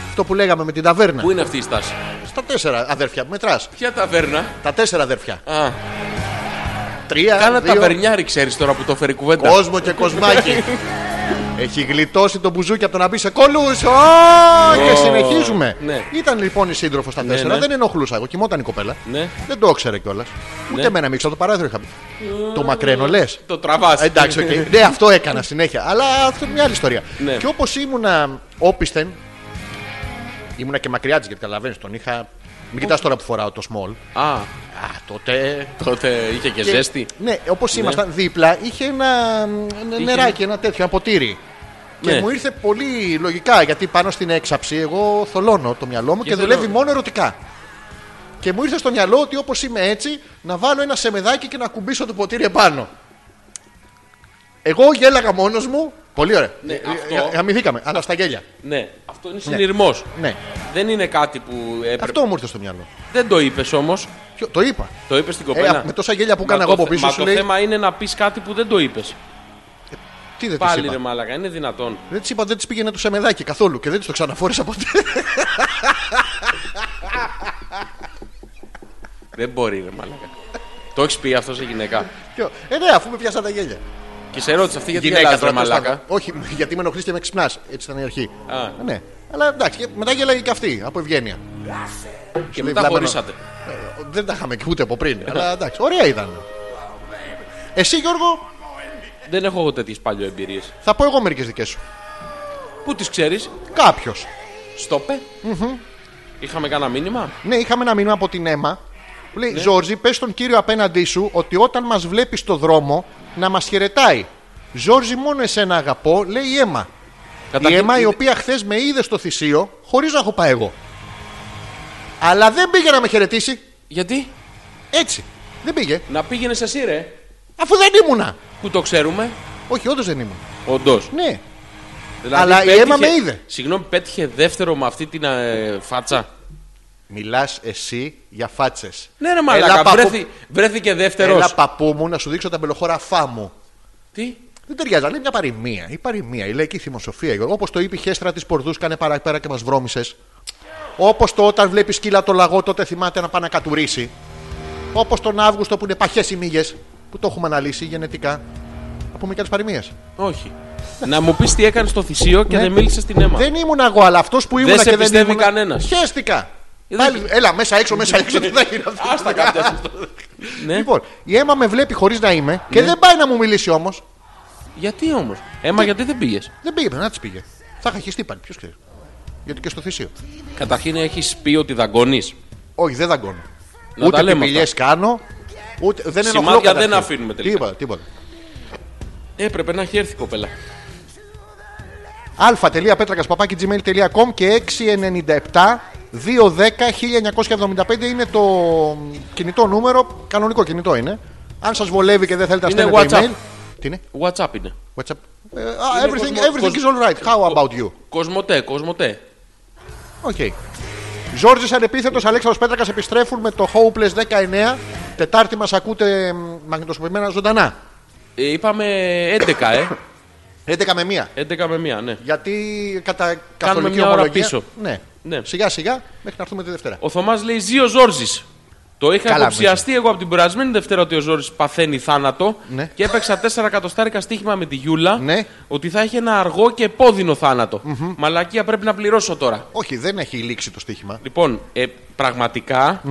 B: Αυτό που λέγαμε με την ταβέρνα.
A: Πού είναι αυτή η στάση.
B: Στα τέσσερα αδέρφια, μετράς.
A: Ποια ταβέρνα.
B: Τα τέσσερα αδέρφια.
A: Α,
B: Τρία,
A: κάνα
B: Ε, δύο,
A: ταβερνιάρι, ξέρεις τώρα που το φέρει κουβέντα.
B: κόσμο και κοσμάκι. Έχει γλιτώσει το μπουζούκι από το να μπει σε κολούς. Ω, Και συνεχίζουμε.
A: Ναι.
B: Ήταν λοιπόν η σύντροφος στα τέσσερα.
A: ναι.
B: Δεν ενοχλούσα εγώ. Κοιμόταν η κοπέλα.
A: Ναι.
B: Δεν το ήξερε κιόλας. Ούτε
A: Ναι.
B: εμένα μίξα το παράθυρο είχα πει. Το μακραίνω λες.
A: Το τραβάς.
B: Εντάξει, οκ. ναι, αυτό έκανα συνέχεια. Αλλά αυτό είναι μια άλλη ιστορία.
A: Ναι.
B: Και όπως ήμουνα όπισθεν. Ήμουνα και μακριά της γιατί καταλαβαίνεις. Τον είχα. Μην κοιτάς τώρα που φοράω το small.
A: Α,
B: Α, τότε.
A: τότε είχε και
B: Και-
A: ζέστη.
B: Ναι, όπως ήμασταν δίπλα, είχε ένα μ, ένα
A: Είχε.
B: νεράκι, ένα τέτοιο, ένα ποτήρι. Και
A: Ναι.
B: μου ήρθε πολύ λογικά γιατί πάνω στην έξαψη εγώ θολώνω το μυαλό μου και,
A: Και
B: δουλεύει
A: θολώνεις.
B: μόνο ερωτικά. Και μου ήρθε στο μυαλό ότι όπως είμαι έτσι, να βάλω ένα σεμεδάκι και να κουμπίσω το ποτήρι επάνω. Εγώ γέλαγα μόνος μου. Πολύ ωραία.
A: Ναι,
B: Ε, ε,
A: αυτό.
B: ε, Αμυνθήκαμε, αλλά στα γέλια.
A: Ναι, αυτό είναι συνειρμός.
B: Ναι.
A: Δεν είναι κάτι που έπρεπε.
B: Αυτό μου ήρθε στο μυαλό.
A: Δεν το είπες όμως.
B: Ποιο- Το είπα.
A: Το είπες στην
B: Ε,
A: κοπέλα.
B: α, με τόσα γέλια που
A: Μα
B: έκανα
A: το
B: εγώ από
A: θε-
B: πίσω
A: Μα
B: σου
A: το
B: λέει.
A: θέμα είναι να πεις κάτι που δεν το είπες.
B: Τι δεν τη
A: Πάλι
B: είπα.
A: ρε Μάλακα, είναι δυνατόν.
B: Δεν τη είπα, δεν τη πήγαινε το σεμεδάκι καθόλου και δεν τη το ξαναφόρεσα ποτέ.
A: Δεν μπορεί ρε Μάλακα. Το έχεις πει αυτό σε γυναίκα.
B: Ποιο? ε, ναι, αφού με πιάσαν τα γέλια.
A: Και σε ρώτησε αυτή γιατί
B: Γυναίκα
A: γελάς ρε
B: τώρα, τέλος
A: Μαλάκα.
B: πάντων. Όχι, γιατί με ενοχλείς και με ξυπνάς. Έτσι ήταν η αρχή.
A: Α.
B: Ναι. Αλλά εντάξει, και μετά γέλαγε και αυτή από ευγένεια.
A: Και
B: λέει,
A: μετά
B: βλάπανο.
A: χωρίσατε.
B: Ε, Δεν τα είχαμε και ούτε από πριν. αλλά
A: Ναι.
B: εντάξει, ωραία ήταν. Εσύ Γιώργο,
A: Δεν έχω εγώ τέτοιες παλιό εμπειρίες.
B: θα πω εγώ μερικές δικές σου.
A: Πού τις ξέρεις,
B: Κάποιος.
A: Στόπε. Είχαμε κανένα μήνυμα.
B: Ναι, είχαμε ένα μήνυμα από την αίμα. Που
A: Ναι.
B: λέει: Ζόρζι, πες στον κύριο απέναντί σου ότι όταν μας βλέπεις στο δρόμο να μας χαιρετάει. Ζόρζι, μόνο εσένα αγαπώ, λέει η αίμα. Η
A: Καταρχήν,
B: αίμα η
A: είναι-
B: οποία χθες με είδε στο θυσίο χωρίς να έχω πάει εγώ. Αλλά δεν πήγε να με χαιρετήσει.
A: Γιατί
B: Έτσι. Δεν πήγε.
A: να πήγαινες εσύ ρε.
B: Αφού δεν ήμουνα.
A: Που το ξέρουμε.
B: Όχι, όντως δεν ήμουν.
A: Όντως.
B: Ναι. Αλλά η Έμα με είδε.
A: Δηλαδή, Συγγνώμη, πέτυχε δεύτερο με αυτή την ε, φάτσα.
B: Μιλάς εσύ για φάτσες.
A: Ναι, ρε Μαλάκα, βρέθη, βρέθηκε δεύτερος.
B: Έλα παππού μου να σου δείξω τα μπελοχωράφά μου.
A: Τι.
B: Δεν ταιριάζει, λέει μια παροιμία. Η παροιμία, η λαϊκή θυμοσοφία. Όπως το είπε η χέστρα της Πορδούς, κάνε παραπέρα και μας βρώμησες. Όπως το όταν βλέπεις σκύλα το λαγό, τότε θυμάται να πάει να κατουρίσει. Όπως τον Αύγουστο που είναι παχές οι μύγες, που το έχουμε αναλύσει γενετικά. Να πούμε και τις παροιμίες.
A: Όχι. να μου πεις τι έκανες στο θυσίο και
B: Ναι.
A: δεν μίλησες στην αίμα.
B: Δεν ήμουν εγώ, αλλά αυτός που ήμουν
A: σε
B: και δεν
A: πιστεύει
B: ήμουν.
A: κανένας.
B: Χαίστηκα.
A: Ε, δεν-
B: Πάλι, έλα, μέσα έξω, μέσα έξω. Τι θα γίνει αυτό.
A: Άστα κάποια σας. ναι.
B: Λοιπόν, η αίμα με βλέπει χωρίς να είμαι και δεν πάει να μου μιλήσει όμως.
A: Γιατί όμως. Έμα, γιατί δεν πήγες.
B: Δεν πήγε, να της πήγε. Θα είχα χυστεί πάλι, ποιος ξέρει. Γιατί και στο θυσίο.
A: Καταρχήν έχεις πει ότι δαγκώνεις.
B: Όχι, δεν δαγκώνω.
A: Να τα
B: ούτε
A: λέμε
B: επιλιέ κάνω. Ούτε, δεν
A: Σημάδια
B: ενοχλώ
A: δεν
B: καταρχήν.
A: αφήνουμε τελικά.
B: Τίποτα, τίποτα.
A: Έπρεπε να έχει έρθει η κοπέλα.
B: α.πέτρακα.gmail.com και 697-210-1975 είναι το κινητό νούμερο. Κανονικό κινητό είναι. Αν σας βολεύει και δεν θέλετε να
A: Είναι
B: στέλνετε
A: WhatsApp.
B: email. Τι είναι,
A: WhatsApp είναι.
B: WhatsApp. Ε, ah, everything, everything is all right. How about you?
A: Κοσμοτέ, κοσμοτέ.
B: Οκ. Ζόρζη ανεπίθετος, Αλέξανδρος Πέτρακας επιστρέφουν με το Hopeless 19. Τετάρτη μας ακούτε μ, μαγνητοσκοπημένα ζωντανά.
A: Ε, είπαμε 11, ε.
B: 11 με 1.
A: 11 με 1, ναι.
B: Γιατί κατά
A: Κάνουμε
B: καθολική
A: μια ώρα
B: ομολογία.
A: πίσω.
B: Ναι.
A: Ναι.
B: Σιγά σιγά μέχρι να έρθουμε τη Δευτέρα.
A: Ο Θωμάς λέει: Ζει ο Ζόρζης. Το είχα
B: Καλά,
A: υποψιαστεί εγώ από την περασμένη Δευτέρα ότι ο Ζόρζης παθαίνει θάνατο
B: Ναι.
A: και έπαιξα 4 εκατοστάρικα στοίχημα με τη Γιούλα
B: Ναι.
A: ότι θα είχε ένα αργό και επώδυνο θάνατο. Μαλακία πρέπει να πληρώσω τώρα.
B: Όχι, δεν έχει λήξει το στοίχημα.
A: Λοιπόν, ε, πραγματικα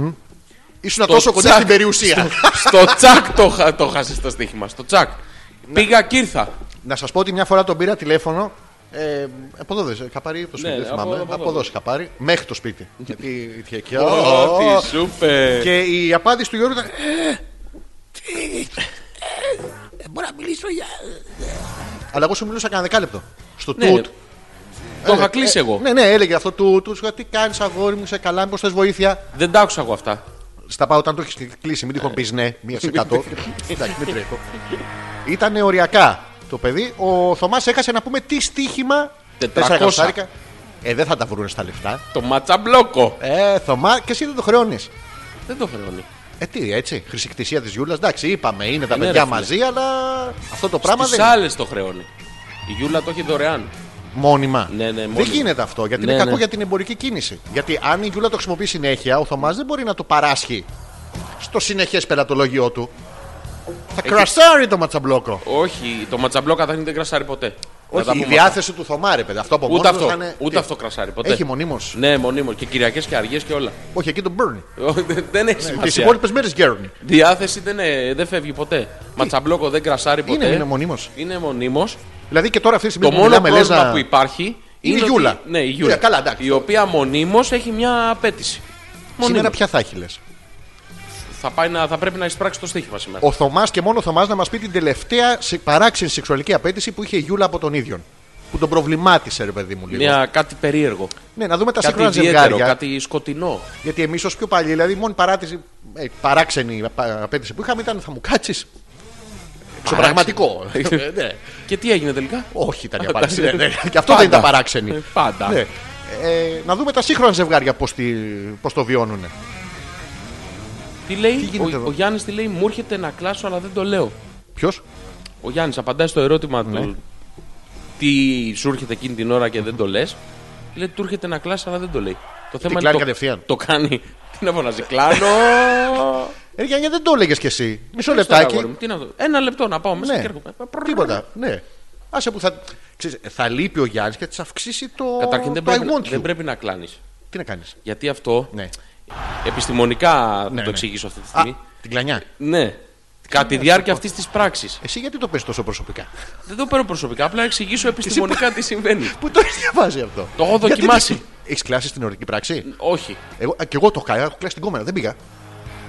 B: Ήσουν τόσο κοντά
A: τσακ-
B: στην περιουσία.
A: στο τσακ το, χα- το χάσε το στοίχημα. Στο τσακ.
B: Ναι.
A: Πήγα και ήρθα.
B: να σας πω ότι μια φορά τον πήρα τηλέφωνο. Ε, από εδώ δεν είχα πάρει το σπίτι,
A: Ναι,
B: δεν
A: από
B: θυμάμαι.
A: εδώ, από
B: Από
A: εδώ.
B: εδώ είχα πάρει. Μέχρι το σπίτι. Γιατί είχε εκεί. Ω,
A: Ω, τι σούπε.
B: Και η απάντηση του Γιώργου ήταν. «Ε, τι, ε, Μπορώ να μιλήσω για. ε». Αλλά εγώ σου μιλούσα κανένα δεκάλεπτο. Στο
A: Ναι,
B: τούτ.
A: Το είχα
B: Έλεγε-
A: κλείσει
B: ε,
A: εγώ.
B: Ναι, ναι, έλεγε αυτό του. του, σου λέει, Τι κάνεις, αγόρι μου, σε καλά, μήπως θες βοήθεια.
A: Δεν τα άκουσα εγώ αυτά.
B: Στα πάω όταν το έχεις κλείσει, μην τυχόν πεις ναι, μία σε κάτω. Εντάξει, μην τρέχω. Ήταν οριακά το παιδί. Ο Θωμάς έχασε να πούμε τι στοίχημα.
A: 400.
B: τέσσερα εκατοστάρικα. Ε, δεν θα τα βρούνε στα λεφτά.
A: Το ματσαμπλόκο.
B: Ε, Θωμά, και εσύ δεν το χρεώνεις.
A: Δεν το χρεώνει.
B: Ε, τι έτσι, χρησικτησία της Γιούλας. Εντάξει, είπαμε, είναι τα
A: Είναι,
B: παιδιά
A: Ε, ναι, ρε, φίλε.
B: μαζί, αλλά αυτό το πράγμα
A: Στις
B: δεν. είναι.
A: άλλες το χρεώνει. Η Γιούλα το έχει δωρεάν.
B: Μόνιμα.
A: Ναι, ναι,
B: δεν
A: μόνιμα.
B: γίνεται αυτό, γιατί
A: Ναι,
B: είναι κακό
A: ναι.
B: για την εμπορική κίνηση. Γιατί αν η Γιούλα το χρησιμοποιεί συνέχεια, ο Θωμάς δεν μπορεί να το παράσχει στο συνεχές πελατολογιό του.
A: Ε,
B: Θα κρασάρει το ματσαμπλόκο.
A: Όχι, το ματσαμπλό καταρχήν δεν κρασάρει ποτέ. Να τα
B: Όχι, η
A: πούμε αυτά.
B: διάθεση του Θωμά, ρε παιδί. Αυτό από
A: Ούτε
B: μόνος του
A: αυτό,
B: θα είναι-
A: ούτε
B: Τι,
A: αυτό κρασάρει ποτέ.
B: Έχει μονίμως.
A: Ναι, μονίμως. Και Κυριακές και Αργίε και όλα.
B: Όχι, εκεί τον παίρνει.
A: Δεν- δεν έχει
B: Τι
A: σημασία.
B: υπόλοιπες μέρες γέρνει.
A: Διάθεση δεν, ε, δεν φεύγει ποτέ. Ματσαμπλόκο δεν κρασάρει ποτέ.
B: Είναι, είναι μονίμως.
A: Είναι μονίμως.
B: Δηλαδή και τώρα αυτή τη στιγμή
A: Το
B: που
A: μόνο
B: μιλάμε, λες
A: πρόβλημα
B: να-
A: που υπάρχει
B: Είναι η
A: ότι-
B: Γιούλα.
A: Ναι, η Γιούλα.
B: Ε, καλά, εντάξει.
A: η οποία μονίμως έχει μια απέτηση. Μονίμως.
B: Σήμερα ποια θα έχει, λες.
A: Θα, πάει να, θα πρέπει να εισπράξει το στοίχημα σήμερα.
B: Ο Θωμάς και μόνο ο Θωμάς να μας πει την τελευταία σε- παράξενη σεξουαλική απέτηση που είχε η Γιούλα από τον ίδιον. Που τον προβλημάτισε, ρε παιδί μου, λίγο.
A: Μια κάτι περίεργο.
B: Ναι, να δούμε τα
A: Κάτι
B: σύγχρονα
A: ιδιαίτερο,
B: ζευγάρια.
A: κάτι σκοτεινό.
B: Γιατί εμείς ως πιο παλιοί, δηλαδή, η μόνη παράτηση, ε, παράξενη πα- απέτηση που είχαμε ήταν θα μου κάτσεις. Ξοπραγματικό. Ε, ναι.
A: Και τι έγινε τελικά.
B: Όχι, ήταν η
A: Α,
B: απάντηση.
A: εντάξει.
B: ναι, ναι. Και
A: Ε,
B: αυτό δεν
A: Πάντα.
B: ήταν παράξενη.
A: Ε, Πάντα.
B: Ναι. Ε, να δούμε τα σύγχρονα ζευγάρια πώς το βιώνουν.
A: Τι λέει,
B: Τι γίνεται εδώ?
A: ο, ο Γιάννης τι λέει, μου έρχεται να κλάσω αλλά δεν το λέω.
B: Ποιος?
A: Ο Γιάννης απαντάει στο ερώτημα
B: Ναι.
A: του τι σου έρχεται εκείνη την ώρα και δεν το λες. Λέει του έρχεται να κλάσει, αλλά δεν το λέει. Το θέμα
B: κλάνει
A: το,
B: κατευθείαν.
A: το κάνει. Τι να φωνάζει, κλάνω.
B: Ε, Γιάννη, δεν το έλεγες κι εσύ. Μισό
A: Πες τώρα, αγόρι
B: λεπτάκι.
A: μου, τι να δω. Ένα λεπτό να πάω μέσα
B: Ναι.
A: και έρχομαι.
B: Τίποτα. Ναι. Άσε που θα. Ξέρεις, θα λείπει ο Γιάννης και θα τη αυξήσει το.
A: Καταρχήν δεν
B: το
A: πρέπει,
B: I want you.
A: δεν πρέπει να κλάνεις.
B: Τι να κάνεις.
A: Γιατί αυτό
B: Ναι.
A: επιστημονικά θα
B: Ναι,
A: το
B: ναι.
A: εξηγήσω αυτή τη
B: Α,
A: στιγμή.
B: την κλανιά.
A: Ναι. Κατά τη διάρκεια αυτής της πράξης.
B: Εσύ γιατί το πες τόσο προσωπικά.
A: Δεν το παίρνω προσωπικά, απλά εξηγήσω επιστημονικά τι συμβαίνει.
B: Πού το έχεις διαβάσει αυτό.
A: Το έχω δοκιμάσει.
B: Έχεις κλάσει στην ορική πράξη.
A: Όχι.
B: Εγώ, α, και εγώ το είχα. Έχω κλάσει την κόμμενα. Δεν πήγα.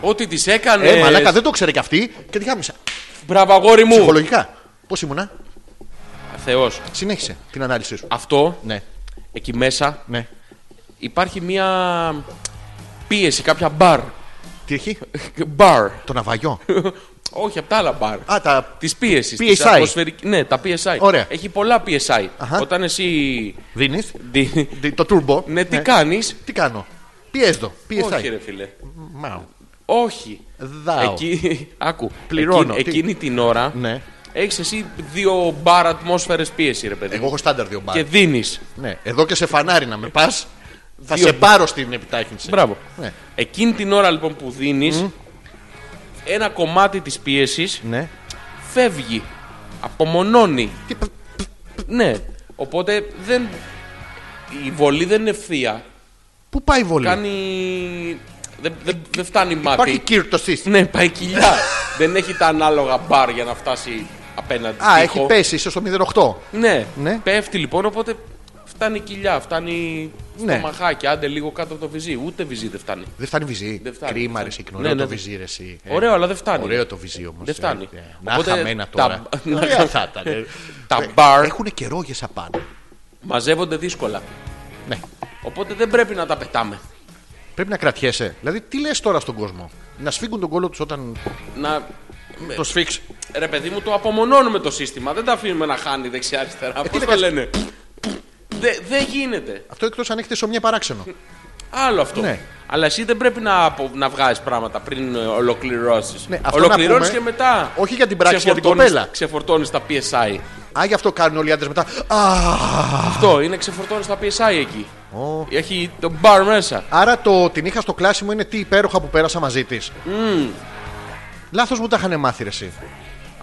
A: Ό,τι της
B: Ε,
A: έκανε.
B: μαλάκα δεν το ξέρει κι αυτή και τη γάμισα.
A: Μπράβο, αγόρι μου.
B: Ψυχολογικά. Πώς ήμουνα.
A: Θεός.
B: Συνέχισε την ανάλυση σου.
A: Αυτό
B: Ναι.
A: εκεί μέσα
B: Ναι.
A: υπάρχει μια πίεση, κάποια μπαρ.
B: Τι έχει.
A: Μπαρ.
B: Το ναυαγιό.
A: Όχι από τα άλλα μπαρ.
B: Α, τα.
A: Τη πίεση.
B: PSI.
A: Ναι, τα PSI.
B: Ωραία.
A: Έχει πολλά PSI.
B: Αχα.
A: Όταν εσύ.
B: Δίνεις.
A: δι-
B: Το turbo.
A: ναι, τι κάνεις.
B: Τι κάνω. Πιέζω.
A: Όχι,
B: Πιέζω.
A: ρε φίλε. Όχι.
B: Δάω.
A: Εκεί. Άκου.
B: Πληρώνω.
A: Εκείνη,
B: Τι?
A: εκείνη την ώρα
B: Ναι.
A: έχεις εσύ δύο μπαρ ατμόσφαιρες πίεση, ρε παιδί.
B: Εγώ έχω στάνταρ δύο μπαρ.
A: Και δίνεις.
B: Ναι. Εδώ και σε φανάρι να με πας. Θα
A: Δύο-
B: σε πάρω στην επιτάχυνση.
A: Μπράβο.
B: Ναι.
A: Εκείνη την ώρα λοιπόν που δίνεις, ένα κομμάτι της πίεσης
B: Ναι.
A: φεύγει. Απομονώνει. Ναι. Οπότε δεν. Η βολή δεν είναι ευθεία.
B: Ναι. Πού πάει η βολή.
A: Κάνει. Δεν, δεν, δεν φτάνει μάτι.
B: Υπάρχει κύρτο σύστημα.
A: Ναι, πάει κοιλιά. δεν έχει τα ανάλογα μπαρ για να φτάσει απέναντι.
B: Α,
A: τοίχο.
B: έχει πέσει ίσω το 08.
A: Ναι.
B: Ναι.
A: πέφτει λοιπόν, οπότε φτάνει κοιλιά, φτάνει
B: Ναι.
A: στο μαχάκι, άντε λίγο κάτω από το βυζί. Ούτε βυζί δεν φτάνει.
B: Δεν φτάνει βυζί.
A: Δεν φτάνει.
B: Κρίμα,
A: Δεν φτάνει.
B: ρε, σύγκρινο.
A: Ναι,
B: Ωραίο
A: ναι,
B: το
A: ναι.
B: βυζί, ρε, εσύ. Ε,
A: Ωραίο, αλλά δεν φτάνει.
B: Ωραίο το βυζί όμως.
A: Δεν φτάνει.
B: Να
A: Οπότε
B: χαμένα
A: τα-
B: τώρα.
A: να-
B: Ωραία θα ήταν.
A: τα μπαρ
B: Έχουν καιρό για σαπάν.
A: μαζεύονται δύσκολα.
B: Ναι.
A: Οπότε δεν πρέπει να τα πετάμε.
B: Πρέπει να κρατιέσαι. Δηλαδή, τι λες τώρα στον κόσμο. Να σφίγγουν τον κόλλο τους όταν
A: Να... Ε.
B: το σφίξει.
A: Ρε παιδί μου, το απομονώνουμε το σύστημα. Δεν τα αφήνουμε να χάνει δεξιά-αριστερά. Πώ
B: τι
A: το λένε. Δε- Δεν γίνεται.
B: Αυτό εκτός αν έχετε σωμιά παράξενο.
A: Άλλο αυτό.
B: Ναι.
A: Αλλά εσύ δεν πρέπει να, απο- να βγάζεις πράγματα πριν ολοκληρώσεις.
B: Ναι, αυτό να
A: Ολοκληρώνεις
B: πούμε.
A: και μετά.
B: Όχι για την πράξη, για την
A: ξεφορτώνεις-
B: κοπέλα.
A: ξεφορτώνεις τα PSI.
B: Α, γι' αυτό κάνουν όλοι οι άντρες μετά. Α,
A: Αυτό είναι ξεφορτώνεις τα PSI εκεί.
B: Ω.
A: Έχει το μπαρ μέσα.
B: Άρα το την είχα στο κλάσιμο είναι τι υπέροχα που πέρασα μαζί της. Λάθος μου τα είχαν μάθει ρε, εσύ.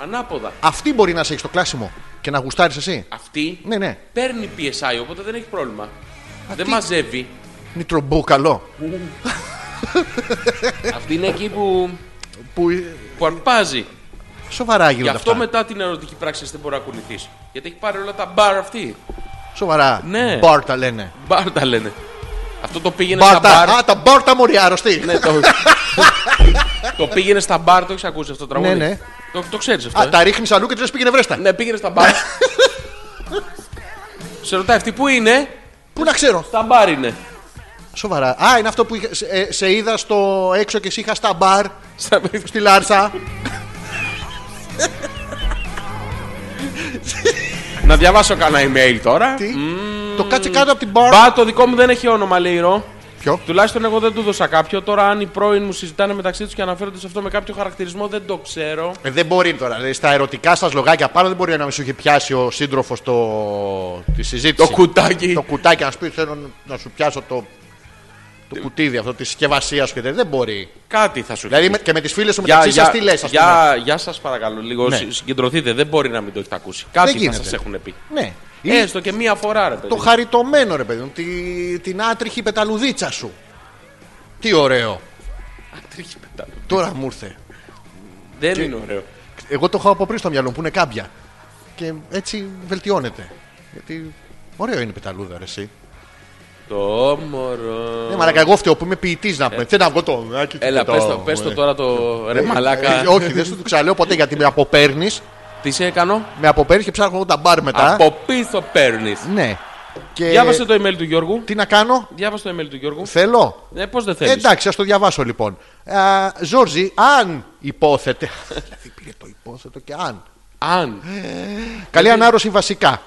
A: Ανάποδα.
B: Αυτή μπορεί να σε έχει στο κλάσιμο και να γουστάρεις εσύ.
A: Αυτή
B: Ναι, ναι.
A: παίρνει PSI, οπότε δεν έχει πρόβλημα. δεν
B: τι-
A: μαζεύει.
B: Νιτρομπού, καλό.
A: Αυτή είναι εκεί που,
B: Που... ε,
A: που αρπάζει.
B: Σοβαρά
A: Γι'
B: γίνονται
A: αυτό
B: αυτά.
A: μετά την ερωτική πράξη δεν μπορεί να κουνηθείς. Γιατί έχει πάρει όλα τα μπαρ αυτή.
B: Σοβαρά.
A: Ναι.
B: Μπαρ τα λένε.
A: Μπαρ τα λένε. Αυτό το πήγαινε
B: Μπαρ
A: στα
B: τα.
A: μπαρ.
B: Α, τα μπαρ τα μωριά, αρρωστή.
A: Ναι, το... το πήγαινε στα μπαρ, το έχεις ακούσει αυτό το τραγούδι.
B: Ναι, ναι.
A: Το, το ξέρεις αυτό.
B: Α,
A: ε?
B: τα ρίχνεις αλλού και τρε πήγαινε βρέστα.
A: Ναι, πήγαινε στα μπαρ. Σε ρωτάει αυτή που είναι.
B: Πού να ξέρω.
A: Στα μπαρ είναι.
B: Σοβαρά. Α, είναι αυτό που είχε- σε- ε, σε είδα στο έξω και σε είχα στα μπαρ
A: Στα-
B: στη Λάρσα.
A: Να διαβάσω κανένα email τώρα.
B: Τι. Το κάτσε κάτω από την μπαρ.
A: Μπα, το δικό μου δεν έχει όνομα, λέει η Ρο.
B: Ποιο.
A: Τουλάχιστον εγώ δεν του δώσα κάποιο. Τώρα, αν οι πρώην μου συζητάνε μεταξύ τους και αναφέρονται σε αυτό με κάποιο χαρακτηρισμό, δεν το ξέρω.
B: Ε, δεν μπορεί τώρα. Δηλαδή, στα ερωτικά σα λογάκια πάνω δεν μπορεί να μην σου έχει πιάσει ο σύντροφος το... τη
A: Το
B: συζήτηση.
A: κουτάκι.
B: το κουτάκι να σου πεις: Θέλω να σου πιάσω το,
A: Ε,
B: το κουτίδι αυτό της συσκευασίας σου και τέτοια. Δεν μπορεί.
A: Κάτι θα σου
B: Δηλαδή με- και με τις φίλες σου μεταξύ σα τι λες, ας πούμε.
A: για, για σας παρακαλώ, λίγο
B: Ναι.
A: συ- συγκεντρωθείτε. Δεν μπορεί να μην το έχετε ακούσει. Κάτι θα
B: γίνεται.
A: σας έχουν πει.
B: Ναι. Ή
A: Έστω και μία φορά, ρε παιδί.
B: το χαριτωμένο ρε παιδί μου, τη, την άτριχη πεταλουδίτσα σου. Τι ωραίο.
A: Τρίχει πετά.
B: Τώρα μου ήρθε.
A: Δεν είναι ωραίο.
B: Εγώ το έχω από πριν στο μυαλό μου που είναι κάμπια. Και έτσι βελτιώνεται. Γιατί ωραίο είναι η πεταλούδα, ρε, εσύ.
A: Το μωρό.
B: Ναι, μαλακά, εγώ φταίω που είμαι ποιητής να πούμε. Θέλω να βγω το. να, και-
A: Ε, Έλα,
B: και
A: πες το, πες το
B: ε.
A: τώρα το ρε μαλάκα.
B: Ε, όχι, δεν σου το ξαναλέω ποτέ γιατί με αποπέρνεις.
A: Τι σε έκανω.
B: Με αποπέρνει και ψάχνω εγώ τα μπαρ μετά.
A: Από πίσω παίρνεις.
B: Ναι. Και
A: Διάβασε το email του Γιώργου.
B: τι να κάνω,
A: Διάβασε το email του Γιώργου.
B: θέλω.
A: Ε, Πώς δεν θέλεις.
B: Εντάξει, ας το διαβάσω λοιπόν. Α, Ζόρζι, αν υπόθετε. δηλαδή πήρε το υπόθετο και αν.
A: Αν.
B: Καλή ανάρρωση βασικά.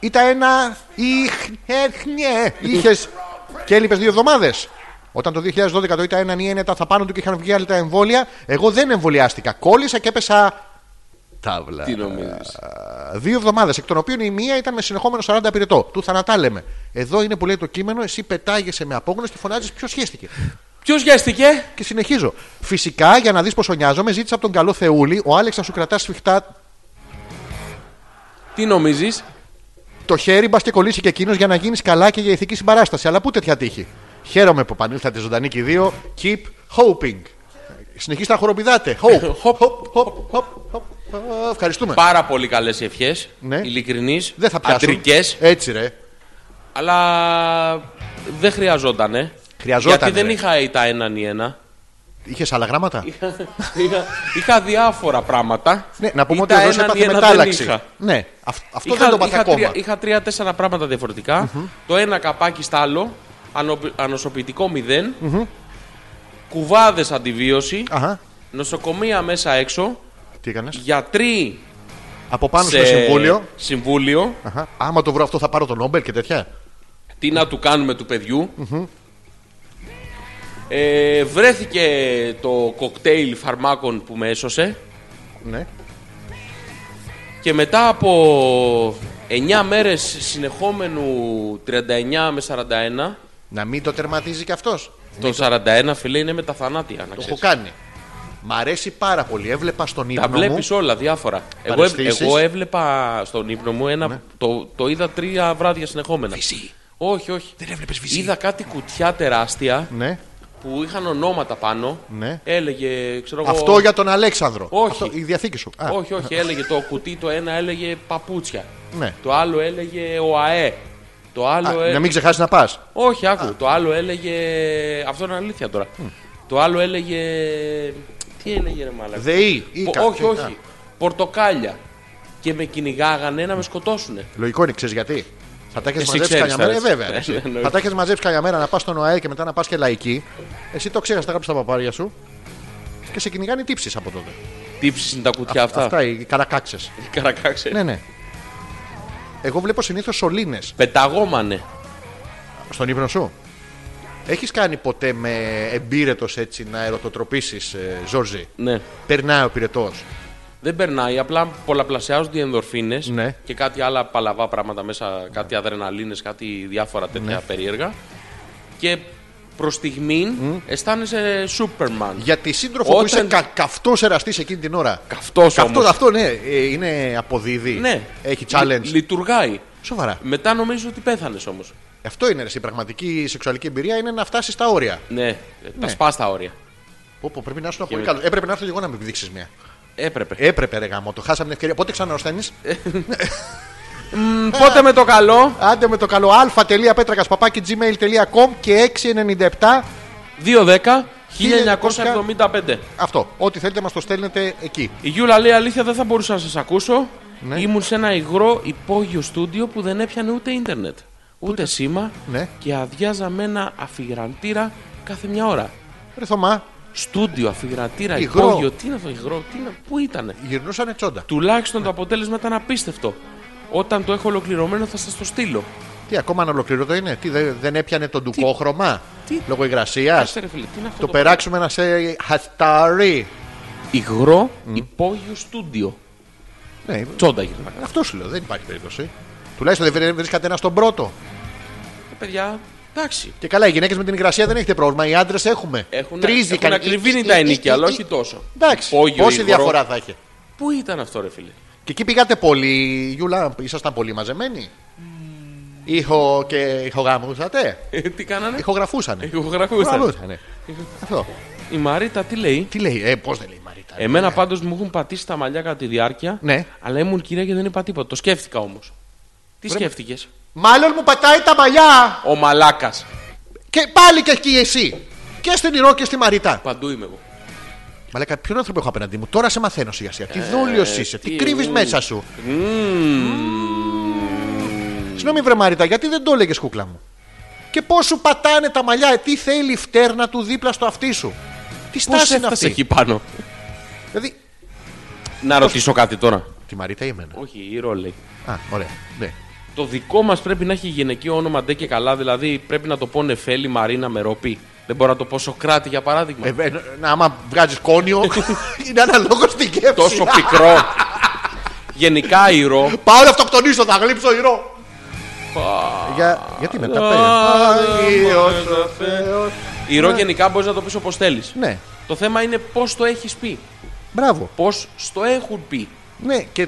B: Ήταν ένα. Ιχνέχνε. Είχες. και έλειπες δύο εβδομάδες. Όταν το 2012 το ήταν έναν ή ένετα θα πάνω του και είχαν βγει άλλα τα εμβόλια, εγώ δεν εμβολιάστηκα. Κόλλησα και έπεσα. Ταύλα.
A: Τι νομίζεις.
B: Δύο εβδομάδες, εκ των οποίων η μία ήταν με συνεχόμενο 40 πυρετό. Του θανατά λέμε. Εδώ είναι που λέει το κείμενο, εσύ πετάγεσαι με απόγνωση και φωνάζεις ποιος σχέστηκε.
A: Ποιος γέστηκε.
B: Και συνεχίζω. Φυσικά, για να δεις πόσο νοιάζομαι, ζήτησα από τον καλό Θεούλη ο Άλεξ να σου κρατά σφιχτά
A: Τι νομίζεις.
B: το χέρι, μπας και κολλήσει και εκείνος για να γίνεις καλά και για ηθική συμπαράσταση. Αλλά πού τέτοια τύχη. Χαίρομαι που επανήλθατε ζωντανή και οι δύο. Keep hoping. Συνεχίστε να χοροπηδάτε. Hope.
A: Hop.
B: Hop, hop, hop, hop. Ε, Ευχαριστούμε.
A: Πάρα πολύ καλές ευχές.
B: Ναι.
A: Ειλικρινείς.
B: Δεν θα πιάσουν. Έτσι ρε.
A: Αλλά δεν χρειαζότανε.
B: Χρειαζόταν,
A: Γιατί δεν
B: ρε.
A: είχα ή τα έναν ή ένα.
B: Είχες άλλα γράμματα.
A: είχα, είχα διάφορα πράγματα.
B: Ναι, να πούμε
A: Ή
B: ότι
A: τα
B: εδώ σε
A: έναν ή
B: έπαθε
A: ένα
B: μετάλλαξη.
A: δεν είχα.
B: Ναι, αυ- αυτό
A: Είχα-
B: δεν το πάθε
A: είχα
B: ακόμα.
A: τρία- Είχα τρία-τέσσερα πράγματα διαφορετικά. Το ένα καπάκι στα άλλο. ανο- Ανοσοποιητικό μηδέν. Κουβάδες αντιβίωση.
B: Αχα,
A: Νοσοκομεία μέσα έξω.
B: τι έκανες.
A: Γιατροί
B: Από πάνω
A: σε
B: στο συμβούλιο.
A: συμβούλιο.
B: Αχα. Άμα το βρω αυτό θα πάρω τον Νόμπελ και τέτοια.
A: Τι να του κάνουμε του παιδιού. Ε, βρέθηκε το κοκτέιλ φαρμάκων που με έσωσε
B: Ναι.
A: και μετά από 9 μέρες συνεχόμενου 39 με 41
B: Να μην το τερματίζει κι αυτός.
A: Το 41 φίλε είναι με τα θανάτια. Να
B: Το έχω
A: ξέρεις.
B: κάνει. Μ' αρέσει πάρα πολύ. Έβλεπα στον
A: Τα
B: ύπνο μου.
A: βλέπεις όλα διάφορα. Εγώ, ε-
B: Παρεστήσεις.
A: εγώ έβλεπα στον ύπνο μου ένα.
B: Ναι.
A: Το, το είδα τρία βράδια συνεχόμενα.
B: Βυζί.
A: Όχι, όχι.
B: Δεν έβλεπες βυζί.
A: Είδα κάτι κουτιά τεράστια
B: Ναι.
A: που είχαν ονόματα πάνω.
B: Ναι.
A: Έλεγε, ξέρω εγώ.
B: Αυτό για τον Αλέξανδρο.
A: Όχι.
B: Αυτό, η διαθήκη σου. Α,
A: Όχι, όχι, έλεγε το κουτί το ένα έλεγε παπούτσια.
B: Ναι.
A: Το άλλο έλεγε ο ΑΕ. Το άλλο
B: Α,
A: ε-
B: Να μην ξεχάσεις να πας.
A: Όχι, άκου. Το άλλο έλεγε. Αυτό είναι αλήθεια τώρα. Το άλλο έλεγε. Τι έλεγε ρε μάλακα.
B: ΔΕΗ. ή
A: Πο-
B: κάτι.
A: όχι, όχι.
B: Α,
A: Πορτοκάλια. Και με κυνηγάγανε να με σκοτώσουνε.
B: Λογικό είναι, ξέρεις γιατί. Θα τα έχεις
A: Εσύ
B: μαζέψει
A: ξέρεις
B: κανένα μέρα. Ε,
A: τώρα,
B: βέβαια.
A: έτσι.
B: έτσι.
A: Ναι, εννοείται.
B: θα τα έχεις μαζέψει κανένα μέρα να πας στον ΟΑΕ και μετά να πας και λαϊκή. Εσύ το ξέχασε, τα γράψεις στα παπάρια σου. Και σε κυνηγάνε τύψεις από τότε.
A: Τύψεις είναι τα κουτιά αυτά. Ε.
B: Αυτά οι καρακάξες.
A: Καρακάξες.
B: ναι, ναι. Εγώ βλέπω συνήθως σωλήνες
A: Πεταγόμανε.
B: στον ύπνο σου. Έχεις κάνει ποτέ με εμπύρετο έτσι να ερωτοτροπήσεις, ε, Ζόρζι.
A: Ναι.
B: Περνάει ο πυρετός.
A: Δεν περνάει, απλά πολλαπλασιάζονται οι ενδορφίνες
B: Ναι.
A: και κάτι άλλα παλαβά πράγματα μέσα, κάτι αδρεναλίνες, κάτι διάφορα τέτοια
B: Ναι.
A: περίεργα. Και προς στιγμή αισθάνεσαι Σούπερμαν.
B: Για τη σύντροφο που
A: Όταν-
B: είσαι κα, καυτός εραστής εκείνη την ώρα.
A: Καυτός
B: Καυτός,
A: όμως.
B: αυτό ναι, ε, είναι αποδίδει.
A: Ναι.
B: Έχει challenge.
A: Λει- λειτουργάει.
B: Σοβαρά.
A: Μετά νομίζω ότι πέθανες όμως.
B: Αυτό είναι ρε, η πραγματική σεξουαλική εμπειρία είναι να φτάσεις στα όρια.
A: Ναι, ε, τα σπάς τα όρια.
B: Πω, πω, πρέπει να ήσουν πολύ
A: με-
B: καλό. Έπρεπε να έρθω και εγώ να με δείξει μια.
A: Έπρεπε.
B: Έπρεπε, ρε γάμο, το χάσαμε την ευκαιρία. Πότε ξαναρρωσταίνει.
A: Ε,
B: Ε.
A: Μ, Πότε με το καλό,
B: Άντε με το καλό αλφα.πέτρακα παπάκι gmail.com και 697.
A: 2-10. 1975.
B: Αυτό. Ό,τι θέλετε μας το στέλνετε εκεί.
A: Η Γιούλα λέει αλήθεια δεν θα μπορούσα να σας ακούσω.
B: Ναι.
A: Ήμουν σε ένα υγρό υπόγειο στούντιο που δεν έπιανε ούτε ίντερνετ, ούτε σήμα
B: Ναι.
A: και αδειάζα με ένα αφιγραντήρα κάθε μια ώρα.
B: Ρε Θωμά,
A: Στούντιο, αφιγραντήρα,
B: Υγρό.
A: υπόγειο, τι είναι αυτό υγρό, τι είναι, πού ήτανε.
B: γυρνούσανε τσόντα.
A: Τουλάχιστον το αποτέλεσμα ήταν απίστευτο. Όταν το έχω ολοκληρωμένο θα σας το στείλω.
B: Τι ακόμα ανολοκληρωτό είναι, τι δε- δεν έπιανε το ντουκόχρωμα
A: Τι?
B: λόγω υγρασίας.
A: Άσε ρε φίλε, τι είναι αυτό
B: Το περάξουμε ένα σε χαστάρι.
A: Υγρό υπόγειο στούντιο.
B: Ναι,
A: Τσόντα γυρνά.
B: αυτό σου λέω, δεν υπάρχει περίπτωση. Τουλάχιστον δεν βρε- βρίσκατε ένα στον πρώτο.
A: Ε, παιδιά, εντάξει.
B: Και καλά, οι γυναίκες με την υγρασία δεν έχετε πρόβλημα. Οι άντρες έχουμε.
A: Έχουν,
B: Τρίζει Ε,
A: έχουν
B: κανεί-
A: ακριβήνει τα ενίκια, αλλά όχι τόσο.
B: Εντάξει,
A: Υπόγειο
B: πόση
A: υγρό.
B: διαφορά θα είχε.
A: Πού ήταν αυτό, ρε φίλε.
B: Και εκεί πήγατε πολύ, Γιούλα, ήσασταν πολύ μαζεμένοι. Ήχο και ηχογαμούσατε.
A: Ε, Τι κάνανε.
B: Ηχογραφούσανε.
A: Ηχογραφούσαν.
B: ναι. Αυτό.
A: Η Μαρίτα τι λέει.
B: Τι λέει, ε, πώς δεν λέει η Μαρίτα. ρε.
A: Εμένα πάντως μου έχουν πατήσει τα μαλλιά κατά τη διάρκεια.
B: Ναι.
A: Αλλά ήμουν κυρία και δεν είπα τίποτα. Το σκέφτηκα όμως. Τι σκέφτηκες.
B: Μάλλον μου πατάει τα μαλλιά.
A: Ο μαλάκας.
B: Και πάλι και εκεί εσύ. Και στην Ηρώ και στη Μαρίτα.
A: Παντού είμαι εγώ.
B: Μαλάκα, ποιον άνθρωπο έχω απέναντί μου. Τώρα σε μαθαίνω σιγά σιγά. Τι δόλιο είσαι, τι
A: Ε, τι-
B: κρύβεις
A: μμμ.
B: μέσα σου. Συγγνώμη, βρε Μαρίτα, γιατί δεν το έλεγες κούκλα μου. Και πώς σου πατάνε τα μαλλιά, ε, τι θέλει η φτέρνα του δίπλα στο αυτί σου. Τι
A: Πώς
B: στάση είναι
A: έφτασε
B: αυτή.
A: εκεί πάνω.
B: Δηλαδή.
A: Να ρωτήσω κάτι τώρα.
B: Τη Μαρίτα ή εμένα.
A: Όχι, η ρόλη.
B: Α, ωραία. Ναι.
A: Το δικό μας πρέπει να έχει γυναικείο όνομα ντε και καλά. Δηλαδή πρέπει να το πω Νεφέλη Μαρίνα Μερόπη. Δεν μπορώ να το πω Σοκράτη για παράδειγμα.
B: Ε, ε, να, άμα βγάζεις κόνιο, είναι αναλόγως στην κέφτη.
A: Τόσο πικρό. Γενικά ηρώ.
B: Πάω να αυτοκτονήσω, θα γλύψω ηρώ. Για, γιατί μετά
A: Α,
B: πέρα. Άγιος
A: μόνο
B: ο Θεός.
A: Ηρώ γενικά μπορείς να το πεις όπως θέλεις.
B: Ναι,
A: Το θέμα είναι πώς το έχεις πει.
B: μπράβο.
A: Πώς στο έχουν πει.
B: Ναι, και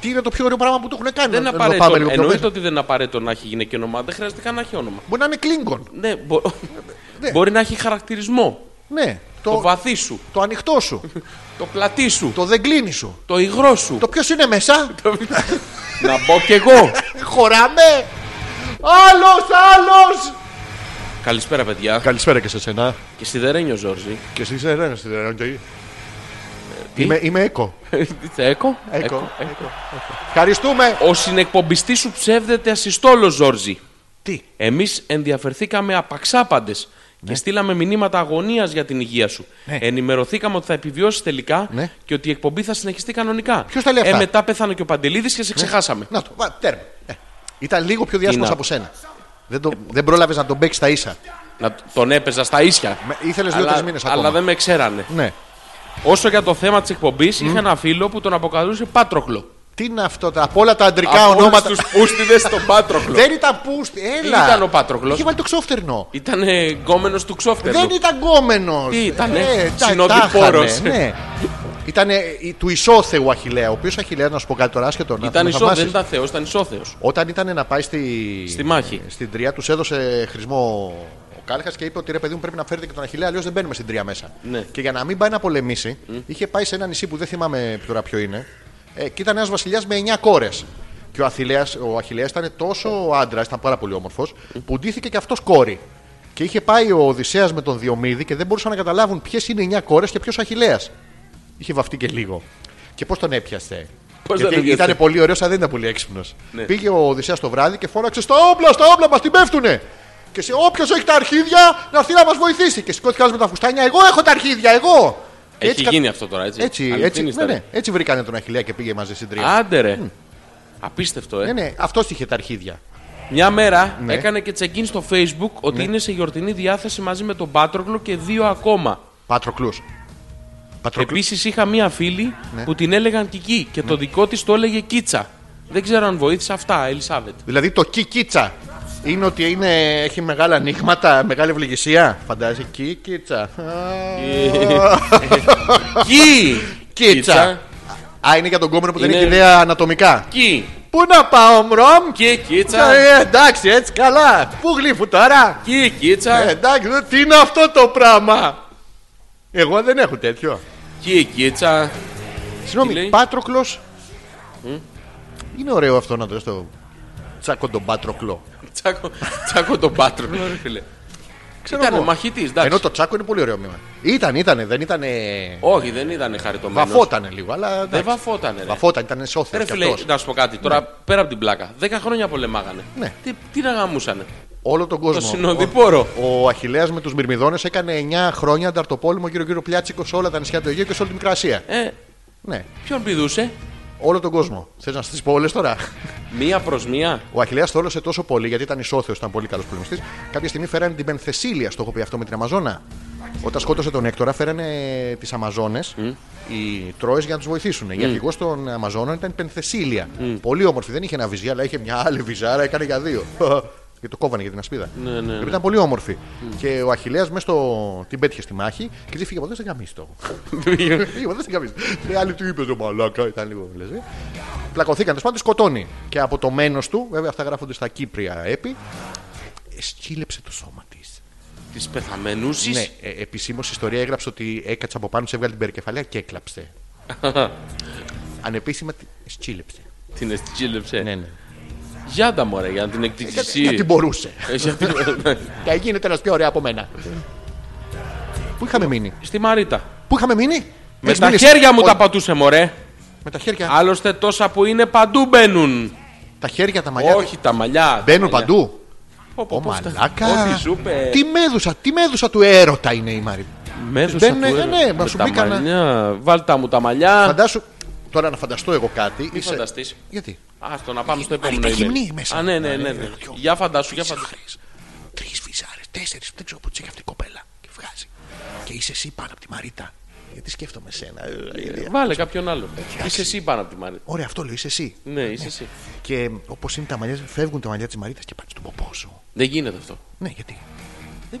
B: τι είναι το πιο ωραίο πράγμα που το έχουν κάνει.
A: Δεν
B: να-
A: είναι
B: να το πάμε
A: απαραίτητο.
B: λίγο πιο
A: Εννοείται
B: πέρα.
A: ότι δεν είναι απαραίτητο να έχει γυναικείο όνομα. Δεν χρειάζεται καν να έχει όνομα.
B: Μπορεί να είναι κλίνγκον.
A: Ναι, μπο-
B: Ναι.
A: μπορεί να έχει χαρακτηρισμό.
B: Ναι,
A: Το...
B: το,
A: βαθύ σου,
B: το ανοιχτό σου.
A: το πλατή σου, το,
B: το δεν κλείνει σου.
A: υγρό σου.
B: Το ποιος είναι μέσα.
A: να μπω κι εγώ.
B: Χωράμε. Άλλος, άλλος.
A: Καλησπέρα, παιδιά.
B: Καλησπέρα και σε σένα.
A: Και σιδερένιο Ζόρζι.
B: Και εσύ είσαι ένα Είμαι, είμαι έκο.
A: Τι έκο.
B: Έκο, έκο. Ευχαριστούμε.
A: Ο συνεκπομπιστής σου ψεύδεται ασυστόλο, Ζόρζι.
B: Τι.
A: Εμείς ενδιαφερθήκαμε απαξάπαντες και στείλαμε μηνύματα αγωνίας για την υγεία σου.
B: Ναι.
A: Ενημερωθήκαμε ότι θα επιβιώσεις τελικά
B: Ναι.
A: και ότι η εκπομπή θα συνεχιστεί κανονικά.
B: Ποιος τα λέει αυτά? Ναι.
A: Ε, μετά πέθανε και ο Παντελίδης και σε ξεχάσαμε.
B: Να το. βα- Τέρμα. Ε, Ήταν λίγο πιο διάσημος
A: να-
B: από σένα. Δεν, το, δεν πρόλαβες να τον παίξεις τα ίσα.
A: Να τ- τον έπαιζα στα ίσια.
B: Ήθελε
A: αλλά,
B: δύο-τρει μήνες ακόμα.
A: αλλά δεν με ξέρανε.
B: Ναι.
A: Όσο για το θέμα της εκπομπής, είχα ένα φίλο που τον αποκαλούσε Πάτροχλο.
B: Τι είναι αυτό, τα- από όλα τα αντρικά
A: Από όλους
B: ονόματα.
A: τους πούστιδες στον Πάτροκλο.
B: Δεν ήταν πούστη, έλα.
A: Ήταν ο Πάτροκλος.
B: Είχε βάλει το ξόφτερνο.
A: Ήταν γκόμενος του ξόφτερου.
B: Δεν ήταν γκόμενος.
A: Τι ήτανε,
B: Ε, τα-
A: συνοδοιπόρος.
B: τα είχανε, Ναι. Ήταν του ισόθεου Αχηλέα. Ο οποίος Αχηλέα, να σου πω κάτι τώρα, άσχετο να
A: Ήταν
B: με
A: ισόθεο, δεν
B: θαυμάσεις.
A: ήταν θεός, ήταν ισόθεος.
B: Όταν ήταν να πάει στη...
A: Στη μάχη.
B: στην τρία, τους έδωσε χρησμό ο Κάλχας και είπε ότι ρε παιδί μου πρέπει να φέρετε και τον Αχηλέα, αλλιώς δεν μπαίνουμε στην τρία μέσα.
A: Ναι.
B: Και για να μην πάει να πολεμήσει, είχε πάει σε ένα νησί που δεν θυμάμαι τώρα ποιο είναι. Ε, και ήταν ένας βασιλιάς με 9 κόρες. Και ο, Αθηλέας, ο Αχηλέας ήταν τόσο άντρας, ήταν πάρα πολύ όμορφος, που ντύθηκε και αυτός κόρη. Και είχε πάει ο Οδυσσέας με τον Διομήδη και δεν μπορούσαν να καταλάβουν ποιες είναι οι 9 κόρες και ποιος Αχηλέας. Είχε βαφτεί και λίγο. Και πώς τον έπιασε.
A: Πώς
B: Γιατί
A: τον έπιασε?
B: ήταν πολύ ωραίος, αλλά δεν ήταν πολύ έξυπνος.
A: Ναι.
B: Πήγε ο Οδυσσέας το βράδυ και φώναξε στα όπλα, στα όπλα μας την πέφτουνε. Και σε όποιος έχει τα αρχίδια να έρθει να μας βοηθήσει. Και σηκώθηκε άλλος με τα φουστάνια. Εγώ έχω τα αρχίδια, εγώ.
A: Έχει
B: κα-
A: γίνει αυτό τώρα, έτσι.
B: Έτσι, έτσι,
A: Αληθινή
B: ναι,
A: ιστορία.
B: ναι, έτσι βρήκανε τον Αχηλέα και πήγε μαζί στην τρία.
A: Άντε ρε. Απίστευτο, ε.
B: Ναι, ναι, αυτός είχε τα αρχίδια.
A: Μια μέρα
B: Ναι.
A: έκανε και check-in στο facebook ότι είναι σε γιορτινή διάθεση μαζί με τον Πάτροκλο και δύο ακόμα.
B: Πατροκλού. Πατροκλού.
A: Επίσης είχα μία φίλη
B: Ναι.
A: που την έλεγαν Κική και το δικό της το έλεγε Κίτσα. Δεν ξέρω αν βοήθησε αυτά, Ελισάβετ.
B: Δηλαδή το κικίτσα. Είναι ότι είναι, έχει μεγάλα ανοίγματα, μεγάλη ευλογησία. Φαντάζεσαι, κικίτσα.
A: Κι!
B: Κίτσα. Α, είναι για τον κόμμενο που δεν
A: Είναι-
B: έχει ιδέα ανατομικά.
A: Κι!
B: Πού να πάω, Μρόμ!
A: Κι κίτσα!
B: Ε, εντάξει, έτσι καλά. Πού γλύφου τώρα.
A: Κι
B: Ε,
A: κίτσα!
B: εντάξει, δε- τι είναι αυτό το πράγμα. Εγώ δεν έχω τέτοιο.
A: Κι κίτσα! Τι
B: Συγγνώμη,
A: λέει?
B: Πάτροκλος. Είναι ωραίο αυτό να το στο τσάκο τον Πάτροκλο.
A: Τσάκω, τσάκω τον Πάτροκλο, ρε φίλε. Ήταν
B: εγώ.
A: μαχητής,
B: Ενώ
A: εντάξει.
B: το τσάκο είναι πολύ ωραίο μήμα. Ήταν, ήταν, δεν ήταν.
A: Όχι, δεν ήταν χαριτωμένος.
B: Βαφότανε λίγο, αλλά. εντάξει.
A: Δεν βαφότανε. Ρε.
B: Βαφόταν, ήταν σόθερ
A: Ρε
B: κι
A: φίλε,
B: αυτός.
A: να σου πω κάτι. Τώρα πέρα από την πλάκα. Δέκα χρόνια πολεμάγανε.
B: Ναι.
A: Τι, τι να γαμούσανε.
B: Όλο τον κόσμο.
A: Το συνοδοιπόρο.
B: Ο, ο Αχηλέα με τους Μυρμιδόνε έκανε 9 χρόνια ανταρτοπόλεμο γύρω-γύρω πλιάτσικος σε όλα τα νησιά του Αιγαίου και σε όλη τη Μικρά Ασία.
A: Ε,
B: Ναι,
A: ποιον πηδούσε.
B: όλο τον κόσμο. Θες να σα τι πω όλε τώρα.
A: Μία προς μία.
B: Ο Αχηλέας θόλωσε τόσο πολύ γιατί ήταν ισόθεος, ήταν πολύ καλός πολεμιστή. Κάποια στιγμή φέρανε την Πενθεσίλια, στο έχω πει αυτό με την Αμαζόνα. Όταν σκότωσε τον Έκτορα, φέρανε τις Αμαζόνες, οι Τρόες, για να τους βοηθήσουν. Η αρχηγός των Αμαζόνων ήταν η Πενθεσίλια. Πολύ όμορφη, δεν είχε ένα βυζί, αλλά είχε μια άλλη βυζάρα, έκανε για δύο. Και το κόβανε για την ασπίδα.
A: Ναι, ναι,
B: Λοιπόν,
A: ναι.
B: Ήταν πολύ όμορφη. Και ο Αχηλέα μέσα στο. την πέτυχε στη μάχη και δεν φύγε από εδώ, δεν γαμίσει το. Είπα, δεν σε καμίζει. Ρε, άλλη του είπε, μαλάκα, ήταν λίγο ε. λε. Πλακωθήκαν, τέλος πάντων, τη σκοτώνει. Και από το μένος του, βέβαια αυτά γράφονται στα Κύπρια έπι, ε, σκύλεψε το σώμα της.
A: Της πεθαμένουση.
B: Ναι, ε, επισήμως η ιστορία έγραψε ότι έκατσε από πάνω, σε έβγαλε την περικεφαλαία και έκλαψε. Ανεπίσημα τη- σκύλεψε.
A: Την εστιτσίλεψε.
B: Ναι, ναι.
A: Γιάντα μωρέ, για να την
B: Γιατί,
A: εκδικήσει.
B: γιατί μπορούσε.
A: Ε, γιατί-
B: Και γίνεται ένα πιο ωραίο από μένα. Πού είχαμε μείνει.
A: Στη Μαρίτα.
B: Πού είχαμε μείνει.
A: Με
B: Έχεις
A: τα
B: μείνει-
A: χέρια μου
B: Ε, Ο- Ε.
A: τα πατούσε, μωρέ.
B: Με τα χέρια.
A: Άλλωστε τόσα που είναι παντού μπαίνουν.
B: Τα χέρια, τα μαλλιά.
A: Όχι τα μαλλιά. τα
B: Μπαίνουν
A: μαλλιά.
B: παντού.
A: Πω, πω,
B: Ω
A: πως, στα-
B: μαλάκα.
A: Ό,τι σου είπε.
B: Τι μέδουσα, τι μέδουσα του έρωτα είναι η Μάρη.
A: Μέδουσα
B: Δεν
A: του
B: είναι-
A: έρωτα.
B: ναι, ναι, μα
A: Με
B: σου
A: τα
B: μπει κανένα-
A: μαλλιά. Βάλτα μου τα μαλλιά.
B: Φαντάσου. Τώρα να φανταστώ εγώ κάτι.
A: Μη φανταστείς.
B: Γιατί.
A: Άστο να πάμε στο επόμενο.
B: τα
A: email.
B: γυμνή μέσα.
A: Α, ναι, ναι, ναι. ναι.
B: δυο.
A: Για φαντάσου, για φαντάσου.
B: Τρει βυζάρε, τέσσερις, δεν ξέρω πού τις έχει αυτή η κοπέλα. Και βγάζει. Και είσαι εσύ πάνω από τη Μαρίτα. Γιατί σκέφτομαι σένα. ε, ε, ε.
A: Βάλε κάποιον άλλο. Είσαι εσύ πάνω από τη Μαρίτα.
B: Ωραία, αυτό λέω, είσαι εσύ.
A: Ναι, είσαι εσύ.
B: Και όπως είναι τα μαλλιά, φεύγουν τα μαλλιά της Μαρίτας και πάνε στον ποπό σου.
A: Δεν γίνεται αυτό.
B: Ναι, γιατί. Αφού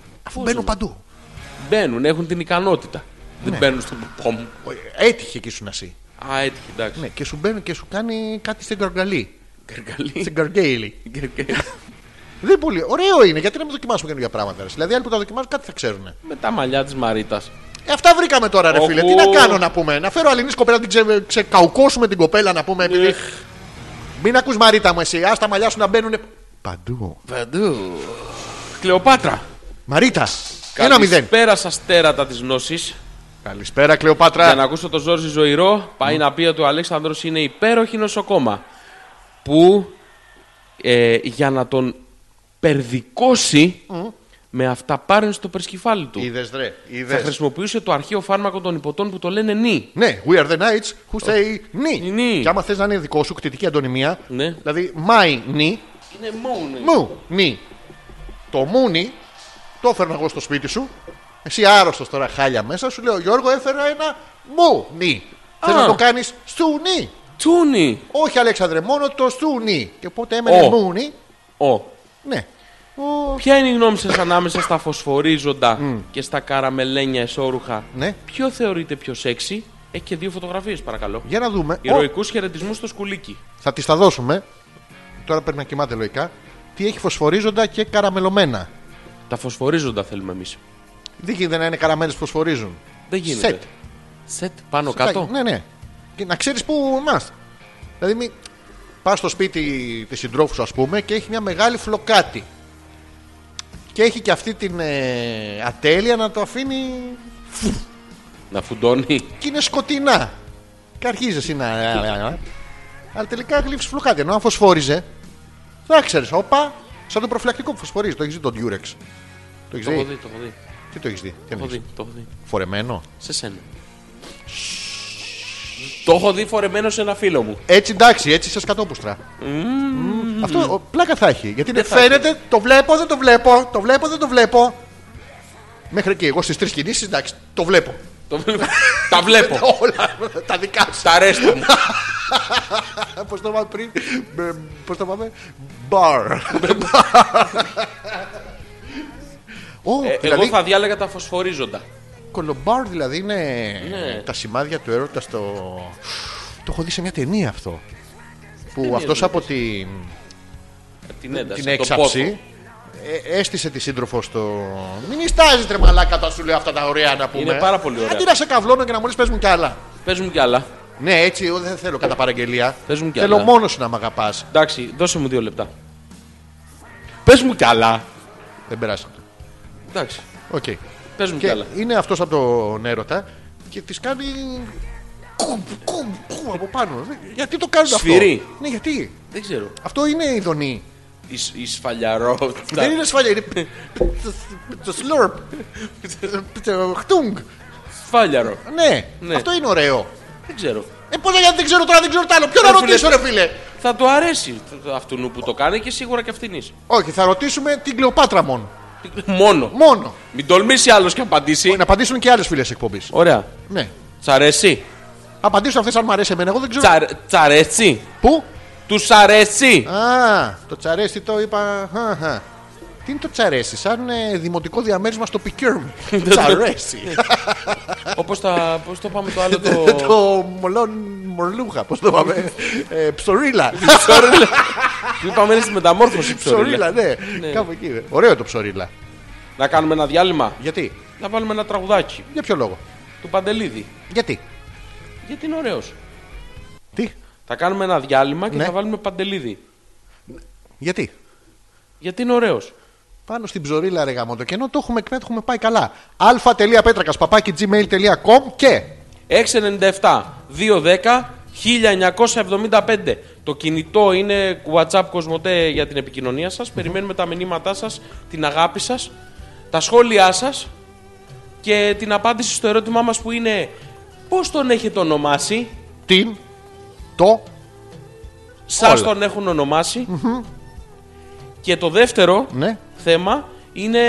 A: Ε, πώς
B: μπαίνουν
A: να-
B: παντού.
A: Μπαίνουν, έχουν την ικανότητα. Δεν
B: Ναι.
A: μπαίνουν στον ποπό μου.
B: Ε, Έτυχε και σου να εσύ.
A: Α, έτυχε, εντάξει.
B: Ναι, και σου μπαίνει και σου κάνει κάτι στην καργκαλή.
A: Καρκαλή.
B: Στην καργκέιλη.
A: Καρκαλή.
B: Δεν πολύ. Ωραίο είναι. Γιατί να μην δοκιμάσουμε καινούργια πράγματα. Ρε. Δηλαδή, άλλοι που τα δοκιμάζουν κάτι θα ξέρουν.
A: Με τα μαλλιά της Μαρίτας.
B: Ε, αυτά βρήκαμε τώρα, ρε
A: Οχου.
B: φίλε. Τι να κάνω να πούμε. Να φέρω αλληνή κοπέλα, να την ξε... ξεκαουκώσουμε την κοπέλα να πούμε. Επειδή... Μην ακούς Μαρίτα μου, εσύ. Ας τα μαλλιά σου να μπαίνουν. Παντού.
A: Παντού. Κλεοπάτρα.
B: Μαρίτα. Ένα μηδέν.
A: Πέρα σας τέρατα της γνώσης.
B: Καλησπέρα, Κλεοπάτρα.
A: Για να ακούσω τον Ζόρζι Ζωηρό, πάει
B: Ναι.
A: να πει ότι ο Αλέξανδρος είναι υπέροχη νοσοκόμα. Που ε, για να τον περδικώσει με αυτά πάρουν στο περσκεφάλι του.
B: Είδες, ρε.
A: Θα
B: Είδες.
A: χρησιμοποιούσε το αρχαίο φάρμακο των υποτών που το λένε νη.
B: Ναι, we are the knights who say νι.
A: Νι.
B: Και άμα θες να είναι δικό σου, κτητική αντωνυμία.
A: Ναι.
B: Δηλαδή, my νι,
A: Είναι μόνο.
B: μου, νι. Το μουνι το έφερνα εγώ στο σπίτι σου. Εσύ άρρωστος τώρα χάλια μέσα, σου λέω Γιώργο, έφερα ένα μου νι. Θε
A: Α.
B: να το κάνεις σου νι.
A: Τσούνι.
B: Όχι, Αλέξανδρε, μόνο το στούνι. Και οπότε έμενε
A: Ω.
B: μούνι.
A: Ω.
B: Ναι. Ο...
A: Ποια είναι η γνώμη σας ανάμεσα στα φωσφορίζοντα και στα καραμελένια εσόρουχα.
B: Ναι.
A: Ποιο θεωρείτε πιο σεξι. Έχει και δύο φωτογραφίες, παρακαλώ.
B: Για να δούμε. Ω,
A: Ηρωικούς χαιρετισμούς στο σκουλίκι.
B: θα τη τα δώσουμε. Τώρα πρέπει να κοιμάται λογικά. Τι έχει φωσφορίζοντα και καραμελωμένα.
A: Τα φωσφορίζοντα θέλουμε εμείς.
B: Δεν γίνεται να είναι καραμέλες που φωσφορίζουν.
A: Δεν γίνεται.
B: Σετ.
A: Σετ πάνω
B: Κοιτάξτε,
A: κάτω.
B: Ναι, ναι. Και να ξέρεις που είμαστε. Δηλαδή, μην... πας στο σπίτι της συντρόφου σου, ας πούμε, και έχει μια μεγάλη φλοκάτη. Και έχει και αυτή την ε, ατέλεια να το αφήνει.
A: Να φουντώνει.
B: και είναι σκοτεινά. Και αρχίζει εσύ να. ε, Αλλά τελικά γλύφεις φλοκάτη. Ενώ αν φωσφόριζε, θα ξέρεις, όπα, σαν το προφυλακτικό που φωσφορίζει. Το έχεις δει τον Durex. Το έχεις
A: Το έχω
B: δει.
A: δει, το έχω δει.
B: Τι το έχεις δει, τι
A: Το έχω
B: εννοείς?
A: δει, το έχω δει.
B: Φορεμένο.
A: Σε σένα. Το έχω δει φορεμένο σε ένα φίλο μου.
B: Έτσι εντάξει, έτσι σε σκατόπουστρα. Μμμ. Αυτό ο, πλάκα θα έχει. Γιατί δεν φαίνεται, το βλέπω, δεν το βλέπω, το βλέπω, δεν το βλέπω. Μέχρι εκεί, εγώ στις τρεις κινήσεις, εντάξει, το βλέπω.
A: Το βλέπω. Τα βλέπω.
B: Όλα τα δικά σου.
A: Τα αρέστα μου.
B: Πώς το είπαμε πριν, πώς το είπαμε, μπαρ. Ω,
A: Ε, Εγώ
B: δηλαδή,
A: θα διάλεγα τα φωσφορίζοντα.
B: κολομπάρ δηλαδή είναι
A: Ναι.
B: τα σημάδια του έρωτα στο. Το έχω δει σε μια ταινία αυτό. Που αυτό από την.
A: Την ένταση.
B: Ε, την
A: το πόθο.
B: έξαψη. Ε, έστησε τη σύντροφο στο. Μην ιστάζει τρε μαλάκα όταν σου λέω αυτά τα ωραία να πούμε.
A: Είναι πάρα πολύ ωραία.
B: Αντί να σε καβλώνω και να μου λες, πες μου κι άλλα.
A: Πες μου κι άλλα.
B: Ναι, έτσι εγώ δεν θέλω κατά παραγγελία.
A: Πες μου κι
B: θέλω
A: άλλα.
B: μόνος σου να μ' αγαπάς.
A: Εντάξει, δώσε μου δύο λεπτά. Πες μου κι άλλα.
B: Δεν περάσει.
A: Εντάξει,
B: Οκ.
A: πες μου κι
B: Και
A: άλλα.
B: είναι αυτός από τον έρωτα και της κάνει. Κουμ, κουμ, κουμ από πάνω. Γιατί το κάνουν
A: Σφυρί.
B: αυτό. Ναι, γιατί.
A: Δεν ξέρω.
B: Αυτό είναι ειδονή.
A: Η, σ- η σφαλιαρό.
B: Δεν είναι σφαλιά, είναι πι- πι- το σλόρπ. Το χτούγκ.
A: Σφαλιαρό.
B: Ναι,
A: Ναι.
B: αυτό είναι ωραίο.
A: Δεν ξέρω.
B: Ε, πώς γιατί δεν ξέρω τώρα, δεν ξέρω τ' άλλο. Ποιο να
A: Ρε, φίλε,
B: ρωτήσω, ρε φίλε.
A: Θα του αρέσει αυτού που το κάνει και σίγουρα και αυτήν είσαι.
B: Όχι, θα ρωτήσουμε την Κλεοπάτρα μόνο.
A: Μόνο.
B: Μόνο.
A: Μην τολμήσει άλλος και απαντήσει.
B: Να απαντήσουν και άλλες φίλες εκπομπής.
A: Ωραία.
B: Ναι.
A: Τς αρέσει.
B: Απαντήσουν αυτές αν μ' αρέσει εμένα, εγώ δεν ξέρω.
A: Τσα- Τς αρέσει.
B: Πού?
A: Τους αρέσει.
B: Α, το τσαρέσι το είπα. Χα, χα. Τι είναι το τσαρέσι, σαν ε, δημοτικό διαμέρισμα στο Πικέρμ. τσαρέσι.
A: Όπως πώς το πάμε το άλλο το.
B: Ε, το μολόν μορλούχα, πώς το πάμε. ε, ψωρίλα.
A: Ψωρίλα. Του είπαμε είναι στη μεταμόρφωση
B: ψωρίλα,
A: ψωρίλα.
B: ναι. Κάπου εκεί. ε. Ωραίο το ψωρίλα.
A: Να κάνουμε ένα διάλειμμα.
B: Γιατί,
A: Να βάλουμε ένα τραγουδάκι
B: για ποιο λόγο.
A: του Παντελίδη.
B: Γιατί,
A: Γιατί είναι ωραίος.
B: τι,
A: Θα κάνουμε ένα διάλειμμα και
B: Ναι.
A: θα βάλουμε Παντελίδη.
B: γιατί.
A: Γιατί είναι ωραίος.
B: Πάνω στην ψωρίλα ρε γαμότο. Και ενώ το έχουμε, το έχουμε πάει καλά. α.πέτρακας παπάκι gmail.com και
A: 697-210-1975. Το κινητό είναι WhatsApp Κοσμοτέ για την επικοινωνία σας. Περιμένουμε τα μηνύματά σας, την αγάπη σας, τα σχόλιά σας και την απάντηση στο ερώτημά μας που είναι πώς τον έχετε ονομάσει,
B: την, το,
A: σας
B: Όλα.
A: τον έχουν ονομάσει. Και το δεύτερο
B: ναι.
A: θέμα είναι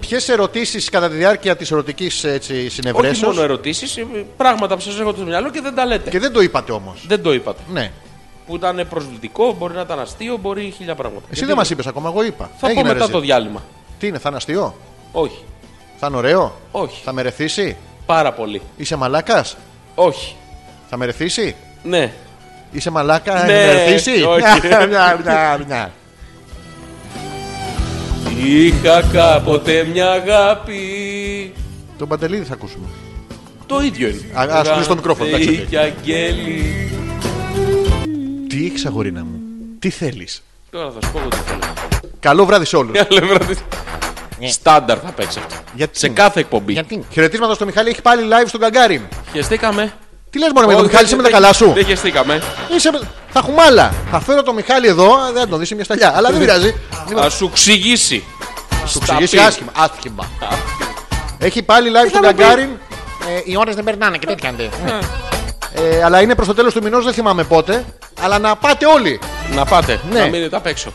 B: Ποιες ερωτήσεις κατά τη διάρκεια της ερωτικής
A: όχι μόνο
B: συνευρέσεω.
A: ερωτήσεις, ε, πράγματα που σας έχω στο μυαλό και δεν τα λέτε.
B: Και δεν το είπατε όμως.
A: Δεν το είπατε.
B: Ναι.
A: που ήταν προσβλητικό, μπορεί να ήταν αστείο, μπορεί χίλια πράγματα.
B: Εσύ
A: Γιατί
B: δεν μας είπες ακόμα, εγώ είπα.
A: Θα πω
B: Έγινε,
A: μετά
B: ρε,
A: το
B: ζη.
A: διάλειμμα.
B: Τι είναι, θα είναι αστείο,
A: Όχι.
B: θα είναι ωραίο,
A: Όχι.
B: θα με ρεθίσει,
A: Πάρα πολύ.
B: είσαι μαλάκας,
A: Όχι.
B: θα με ρεθίσει,
A: Ναι.
B: είσαι μαλάκα,
A: Ναι,
B: με ρεθίσει.
A: όχι.
B: Μια, μια, μια.
A: Είχα κάποτε μια αγάπη.
B: Τον Παντελίδη θα ακούσουμε.
A: Το ίδιο είναι.
B: Α, ας κλείσω το μικρόφωνο, εντάξει,
A: Γραμμένη και αγγέλη.
B: Τι έχεις αγορίνα μου, τι θέλεις.
A: Τώρα θα σου πω εγώ τι θέλω.
B: Καλό βράδυ σε όλους.
A: Μια λεβραδί. Στάνταρ θα παίξει αυτό.
B: Γιατί?
A: Σε κάθε εκπομπή.
B: Χαιρετίσματα στο Μιχάλη, έχει πάλι live στον Καγκάρι.
A: Χεστήκαμε.
B: Τι λες, Μόνο με τον
A: Όχι,
B: Μιχάλη, είσαι
A: δεν-
B: με τα καλά σου.
A: Δεν χεστήκαμε.
B: Είσαι... Θα έχουμε άλλα. Θα φέρω τον Μιχάλη εδώ, ε, δεν θα τον δεις σε μια σταλιά. Αλλά δεν πειράζει.
A: Θα σου ξηγήσει.
B: Σου
A: στα
B: εξηγήσει
A: πει.
B: άσχημα. Άσχημα. Έχει πάλι live στον
A: Είχαμε πει.
B: Καγκάριν. Ε, οι ώρες δεν περνάνε και τέτοια κάνετε. Ε, αλλά είναι προς το τέλος του μηνός, δεν θυμάμαι πότε. Αλλά να πάτε όλοι.
A: Να πάτε.
B: Ναι.
A: Να μείνετε απ' έξω.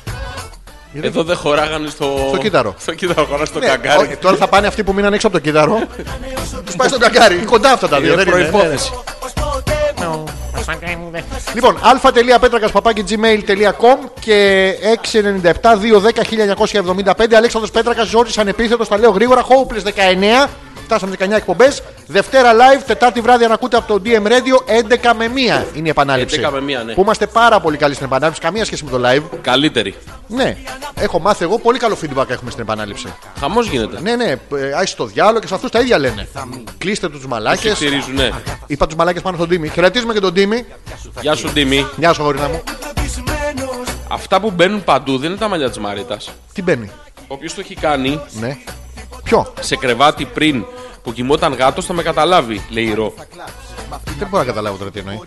A: Εδώ δεν χωράγανε στο.
B: Στο κύτταρο.
A: Στο κύτταρο, χωρά στο
B: Ναι,
A: καγκάρι.
B: όχι, τώρα θα πάνε αυτοί που μείναν έξω από το κύτταρο. Τους πάει στον Καγκάρι. Κοντά αυτά τα δύο.
A: Είναι
B: δεν είναι.
A: προϋπόθεση.
C: Πως ποτέ μου, πως
B: Λοιπόν, α.πέτρακα.gmail.com και 697-210-1975. Αλέξανδρος Πέτρακας, Ζόρι ανεπίθετος, τα λέω γρήγορα. Hopeless 19. Φτάσαμε 19 εκπομπές. Δευτέρα live, Τετάρτη βράδυ αν ακούτε από το DM Radio, 11 με 1 είναι η επανάληψη.
A: 11 με 1, ναι.
B: Που είμαστε πάρα πολύ καλοί στην επανάληψη, καμία σχέση με το live.
A: Καλύτερη.
B: Ναι, έχω μάθει εγώ πολύ καλό feedback έχουμε στην επανάληψη.
A: Χαμός γίνεται.
B: Ναι, ναι, ε, άισε το διάλογο και σε αυτούς τα ίδια λένε. Κλείστε τους μαλάκες.
A: Στηρίζουν, ναι.
B: Είπα τους μαλάκες πάνω στον Τίμη. Χαιρετίζουμε και τον Τίμη.
A: Γεια σου, Ντίμη.
B: Γεια σου, γορίνα μου.
A: Αυτά που μπαίνουν παντού δεν είναι τα μαλλιά της Μαρίτας.
B: Τι μπαίνει.
A: Όποιος το έχει κάνει
B: Ναι. Ποιο.
A: σε κρεβάτι πριν που κοιμόταν γάτος θα με καταλάβει, λέει η Ρο.
B: Δεν μπορώ να καταλάβω τώρα τι εννοεί.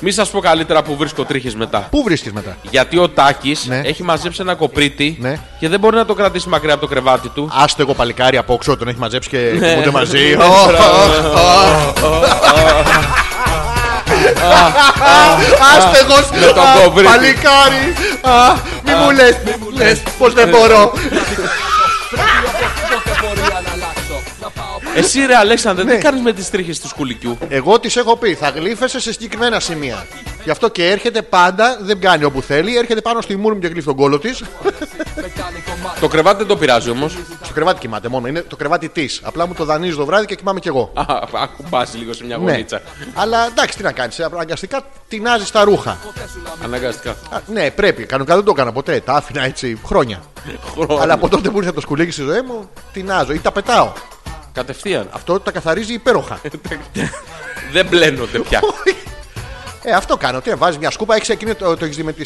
A: Μη σας πω καλύτερα που βρίσκω τρίχες μετά.
B: Πού βρίσκεις μετά.
A: Γιατί ο Τάκης
B: Ναι.
A: έχει μαζέψει ένα κοπρίτι
B: Ναι.
A: και δεν μπορεί να το κρατήσει μακριά από το κρεβάτι του.
B: Άστο εγώ παλικάρι από όξω, τον έχει μαζέψει και
A: Ναι.
B: κουμπούνται μαζί.
A: Ναι,
B: Ω,
A: μπράβο.
B: Άστεγος
A: Με το
B: α,
A: κοβρίτη.
B: Παλικάρι Α, Μη μου λες, μη μου λες Πως δεν
A: Ναι.
B: μπορώ
A: Εσύ ρε Αλέξανδρε,
B: Ναι.
A: τι κάνεις με τις τρίχες του σκουλικιού.
B: Εγώ τις έχω πει, θα γλύφεσαι σε συγκεκριμένα σημεία Γι' αυτό και έρχεται πάντα, δεν κάνει όπου θέλει Έρχεται πάνω στη μούρη μου και γλύφει τον κόλο της
A: Το κρεβάτι δεν το πειράζει όμως.
B: Στο κρεβάτι κοιμάται μόνο, είναι το κρεβάτι της Απλά μου το δανείζει το βράδυ και κοιμάμαι κι εγώ
A: Ακουμπάσει λίγο σε μια
B: Ναι,
A: γονίτσα.
B: αλλά εντάξει τι να κάνεις, ε, αναγκαστικά τεινάζεις τα ρούχα
A: Αναγκαστικά.
B: Α, Ναι, πρέπει. Κανονικά δεν το έκανα ποτέ. Τα άφηνα έτσι χρόνια.
A: Χρόνο.
B: Αλλά από τότε που ήρθε το σκουλίκι στη ζωή μου, τεινάζω ή τα πετάω.
A: Κατευθείαν.
B: Αυτό τα καθαρίζει υπέροχα.
A: Δεν μπλένονται πια.
B: ε, αυτό κάνω. Τι βάζεις μια σκούπα, έχει εκείνη το, το έχεις δει με τις.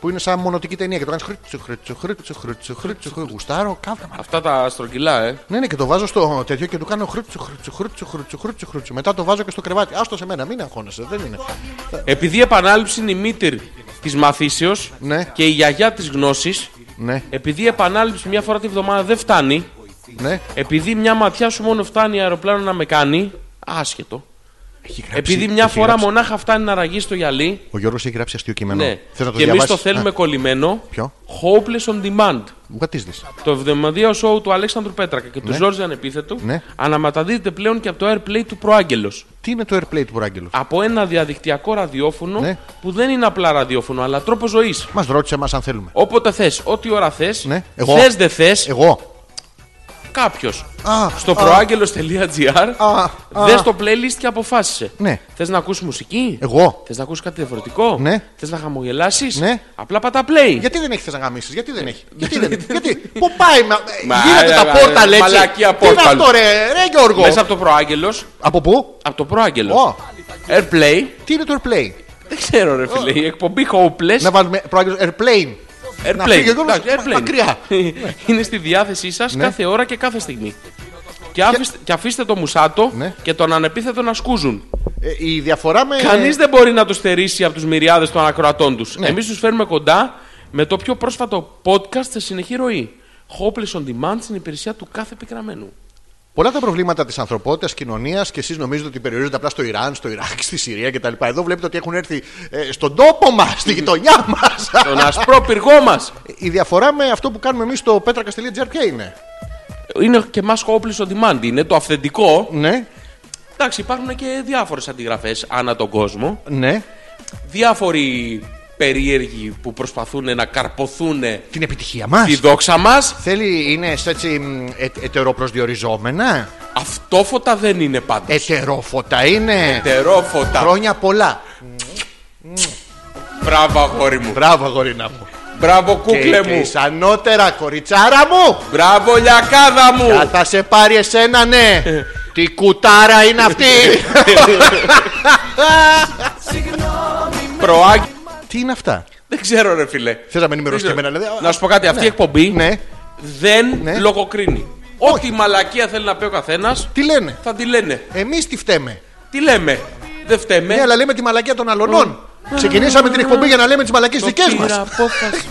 B: που είναι σαν μονοτική ταινία και το κάνεις χρύτσο, χρύτσο, χρύτσο, χρύτσο, χρύτσο, χρύτσο, γουστάρω, κάβρα. μα.
A: Αυτά τα στρογγυλά, ε.
B: Ναι, ναι, και το βάζω στο τέτοιο και του κάνω χρύτσο, χρύτσο, χρύτσο, χρύτσο, χρύτσο, χρύτσο. Μετά το βάζω και στο κρεβάτι. Άστο σε μένα, μην αγχώνεσαι, δεν είναι.
A: Επειδή η επανάληψη είναι η μήτρη της μαθήσεως
B: Ναι.
A: και η γιαγιά της γνώσης,
B: Ναι,
A: επειδή η επανάληψη μια φορά τη βδομάδα δεν φτάνει,
B: ναι.
A: επειδή μια ματιά σου μόνο φτάνει αεροπλάνο να με κάνει, άσχετο.
B: Έχει γράψει-
A: Επειδή μια
B: έχει
A: φορά
B: γράψει-
A: μονάχα φτάνει να ραγεί στο γυαλί,
B: Ο Γιώργος έχει γράψει αστείο κείμενο.
A: ναι.
B: Θες να το
A: και εμείς το
B: διαβάσεις?
A: θέλουμε
B: Α,
A: κολλημένο.
B: Ποιο?
A: Hopeless on demand.
B: What is this?
A: Το εβδομαδιαίο σοου του Αλέξανδρου Πέτρακα και του Ζόρζη Ανεπίθετου
B: Ναι.
A: αναματαδίδεται πλέον και από το Airplay του Προάγγελος.
B: Τι είναι το airplay του Ράγκελου.
A: Από ένα διαδικτυακό ραδιόφωνο
B: Ναι.
A: που δεν είναι απλά ραδιόφωνο, αλλά τρόπο ζωής.
B: Μας ρώτησε εμάς αν θέλουμε.
A: Όποτε θες, ό,τι ώρα θες,
B: Ναι. Εγώ.
A: θες δεν θες,
B: Εγώ.
A: κάποιος.
B: Α,
A: Στο προάγγελο.gr
B: Α, α.
A: δες το playlist και αποφάσισε.
B: Ναι.
A: Θες να ακούσεις μουσική,
B: Εγώ.
A: θες να ακούσεις κάτι διαφορετικό,
B: Ναι.
A: θες να χαμογελάσεις,
B: Ναι.
A: απλά πατά play.
B: Γιατί δεν έχεις θες να γαμίσεις, γιατί δεν έχει. γιατί δεν έχει. γιατί. Πού πάει, μα,
A: Μα,
B: γίνεται
A: ε,
B: τα
A: ε,
B: πόρτα
A: ε,
B: λέξη.
A: μαλακία
B: Τι είναι
A: πόρταλ.
B: αυτό ρε, ρε Γιώργο.
A: Μέσα από το προάγγελος.
B: Από πού?
A: Από το προάγγελος.
B: Ω,
A: Airplay.
B: τι είναι το airplay.
A: Δεν ξέρω, ρε φίλε. Η εκπομπή Hopeless.
B: Να βάλουμε προάγγελο airplane. να
A: Airplane.
B: φύγει ο Γιώργος
A: Εντάξει, airplane.
B: μακριά.
A: Είναι στη διάθεσή σας
B: Ναι.
A: κάθε ώρα και κάθε στιγμή. Και, άφηστε, και αφήστε το μουσάτο
B: Ναι.
A: και τον ανεπίθετο να σκούζουν.
B: Ε, η διαφορά με...
A: Κανείς δεν μπορεί να το στερήσει από τους μυριάδες των ακροατών τους.
B: Ναι.
A: Εμείς τους φέρνουμε κοντά με το πιο πρόσφατο podcast σε συνεχή ροή. Hopeless on demand στην υπηρεσία του κάθε πικραμένου.
B: Πολλά τα προβλήματα της ανθρωπότητας, κοινωνίας και εσείς νομίζετε ότι περιορίζονται απλά στο Ιράν, στο Ιράκ, στη Συρία κτλ. Εδώ βλέπετε ότι έχουν έρθει ε, στον τόπο μας, στη γειτονιά μας.
A: Τον ασπρό πυργό μας
B: Η διαφορά με αυτό που κάνουμε εμείς στο πέτρακα.gr ποια είναι.
A: είναι και μα hopeless on demand. Είναι το αυθεντικό.
B: Ναι,
A: Εντάξει, υπάρχουν και διάφορες αντιγραφές ανά τον κόσμο.
B: ναι.
A: διάφοροι περίεργοι που προσπαθούν να καρποθούν
B: Την επιτυχία μας.
A: τη δόξα μας.
B: Θέλει, είναι σε έτσι μ, ε, ετεροπροσδιοριζόμενα.
A: Αυτόφωτα δεν είναι
B: Ε,
A: πάντα.
B: Ετερόφωτα είναι.
A: Τερόφωτα.
B: Χρόνια πολλά.
A: Μπράβο, αγόρι μου.
B: Μπράβο, αγορίνα μου.
A: Μπράβο, κούκλε
B: Και, και
A: μου.
B: εις ανώτερα, κοριτσάρα μου.
A: Μπράβο, λιακάδα
B: Α,
A: μου.
B: θα σε πάρει εσένα, ναι.
A: Ε.
B: Τι κουτάρα είναι αυτή.
A: Προάγγι.
B: Τι είναι αυτά.
A: Δεν ξέρω, ρε φιλέ.
B: Θες να με ενημερώσεις και
A: Δεν ξέρω.
B: εμένα, δηλαδή.
A: Να σου πω κάτι, αυτή η εκπομπή
B: Ναι.
A: δεν
B: Ναι.
A: λογοκρίνει. Ό,τι μαλακία θέλει να πει ο καθένας,
B: Τι λένε.
A: θα τη λένε.
B: Εμείς τι φταίμε.
A: Τι λέμε. Δεν φταίμε.
B: Ναι, αλλά λέμε τη μαλακία των αλωνών. Ξεκινήσαμε την εκπομπή για να λέμε τις μαλακίες
A: Ε. Το
B: δικές
A: πήρα
B: μα.
A: απόφαση.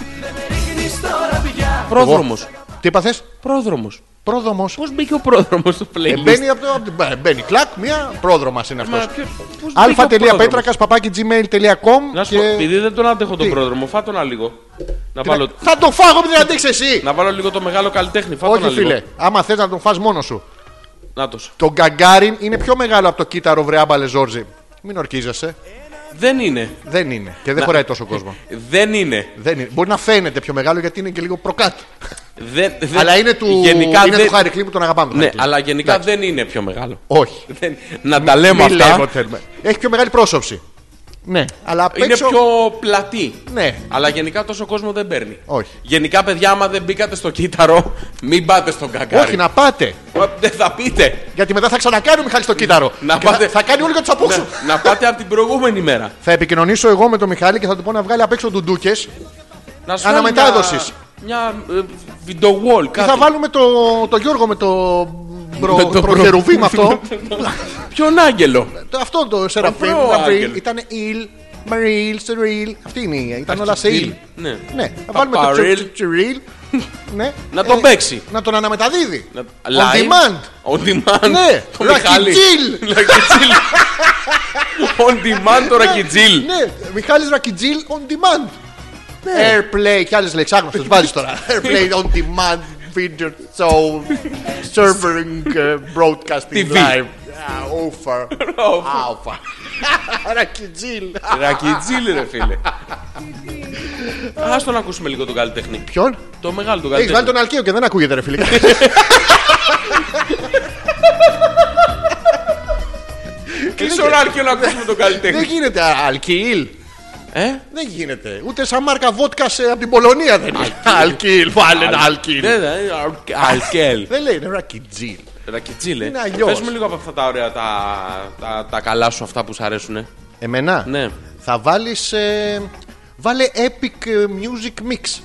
A: Πρόδρομος.
B: Τι είπα θες?
A: Πρόδρομος.
B: Πρόδρομο.
A: Πώς μπήκε ο πρόδρομος στο
B: Ε,
A: playlist.
B: μπαίνει από το. απ' την- μπα- Μπαίνει κλακ, μία πρόδρομα είναι
A: Μα
B: αυτός.
A: ποιο- πώς μπήκε ο πρόδρομος.
B: αλφα.πέτρακα παπάκι
A: Να
B: gmail.com
A: σου πω,
B: και.
A: επειδή δεν τον αντέχω
B: Τι?
A: τον πρόδρομο, φάτω να λίγο. Να
B: Τι να-
A: βάλω,
B: Θα το φάγω, μην αντέξει εσύ!
A: να βάλω λίγο το μεγάλο καλλιτέχνη. Φάτω να
B: Όχι,
A: λίγο.
B: φίλε, άμα θες να τον φας μόνος σου.
A: Νάτος.
B: Το γκαγκάριν είναι πιο μεγάλο από το κύτταρο, βρε άμπαλε Ζόρζι. Μην ορκίζεσαι.
A: Δεν είναι.
B: Δεν είναι. Και δεν χωράει τόσο κόσμο.
A: Δεν είναι.
B: Δεν είναι. Μπορεί να φαίνεται πιο μεγάλο γιατί είναι και λίγο προκάτω.
A: Δεν, δεν-
B: Αλλά είναι του,
A: Ναι. γενικά
B: είναι
A: δεν-
B: του Χάρικλή που τον αγαπάμε. τον
A: Ναι,
B: Χάρικλή.
A: αλλά γενικά δεν είναι πιο μεγάλο.
B: Όχι.
A: Δεν- Να τα λέμε
B: Μη λέμε
A: αυτά.
B: ότι θέλουμε. Έχει πιο μεγάλη πρόσωψη. Ναι. Αλλά απ'
A: Είναι
B: έξω-
A: πιο πλατή.
B: Ναι.
A: Αλλά γενικά τόσο κόσμο δεν παίρνει.
B: Όχι.
A: Γενικά, παιδιά, άμα δεν μπήκατε στο κύτταρο, μην πάτε στον κακάρι.
B: Όχι, να πάτε.
A: Μα, Δεν θα πείτε.
B: Γιατί μετά θα ξανακάνει ο Μιχάλης το κύτταρο.
A: Να
B: Και θα-
A: πάτε- Ναι.
B: Θα κάνει όλοι και τους απόξου.
A: Να, να πάτε από την προηγούμενη μέρα.
B: Θα επικοινωνήσω εγώ με τον Μιχάλη και θα του πω να βγάλει απ' έξω ντουντούκες.
A: Να σου βάλει
B: Αναμετάδοσης.
A: Μια, μια ε, video wall,
B: Και
A: κάτι.
B: θα βάλουμε το, το Γιώργο με το. Προ,
A: Με το
B: προχερουβήμ αυτό.
A: Ποιον άγγελο.
B: Το- αυτό το Σεραφείμ.
A: προ- άγγελο.
B: Ήταν Ιλ, Μαρίλ, Σερίλ. Αυτή είναι η. Ήταν όλα σε Ιλ.
A: Ναι.
B: Ναι, θα
A: Τα
B: βάλουμε το
A: παρέλ.
B: τσου- τσου- τσουρίλ. Ναι.
A: Να τον
B: Ε,
A: παίξει.
B: Να τον αναμεταδίδει.
A: Να-
B: On
A: live.
B: demand.
A: On demand.
B: Ναι.
A: Το
B: Lucky
A: Μιχάλη.
B: Jill.
A: Lucky Jill. On demand το ρακιτζίλ.
B: Ναι, Μιχάλης Ρακιτζίλ on demand. Airplay και άλλες λέξεις άγνωστες βάζεις τώρα. Airplay on demand video show serving uh, broadcasting
A: TV.
B: live. Ah, Offer. Offer. Ρακιτζίλ.
A: Ρακιτζίλ, ρε φίλε. Ας τον ακούσουμε λίγο τον καλλιτέχνη.
B: Ποιον?
A: Το μεγάλο τον
B: Έχεις βάλει
A: καλλιτέχνη.
B: τον Αλκαίο και δεν ακούγεται ρε φίλε.
A: Κλείσε ο Ράλκιο να ακούσουμε τον
B: Δεν
A: καλλιτέχνη.
B: γίνεται α, Αλκιήλ.
A: Ε,
B: Δεν γίνεται. Ούτε σαν μάρκα βότκα σε, από την Πολωνία δεν είναι. Αλκιήλ, βάλε ένα αλκιήλ.
A: ναι, ναι, Αλκ- Αλκέλ.
B: Δεν λέει, είναι ρακιτζίλ.
A: Ρακιτζίλε.
B: Είναι αλλιώς.
A: Πες μου λίγο από αυτά τα ωραία, τα, τα, τα καλά σου αυτά που σ' αρέσουνε.
B: Εμένα
A: Ναι.
B: θα βάλεις ε, βάλε epic ε, music mix.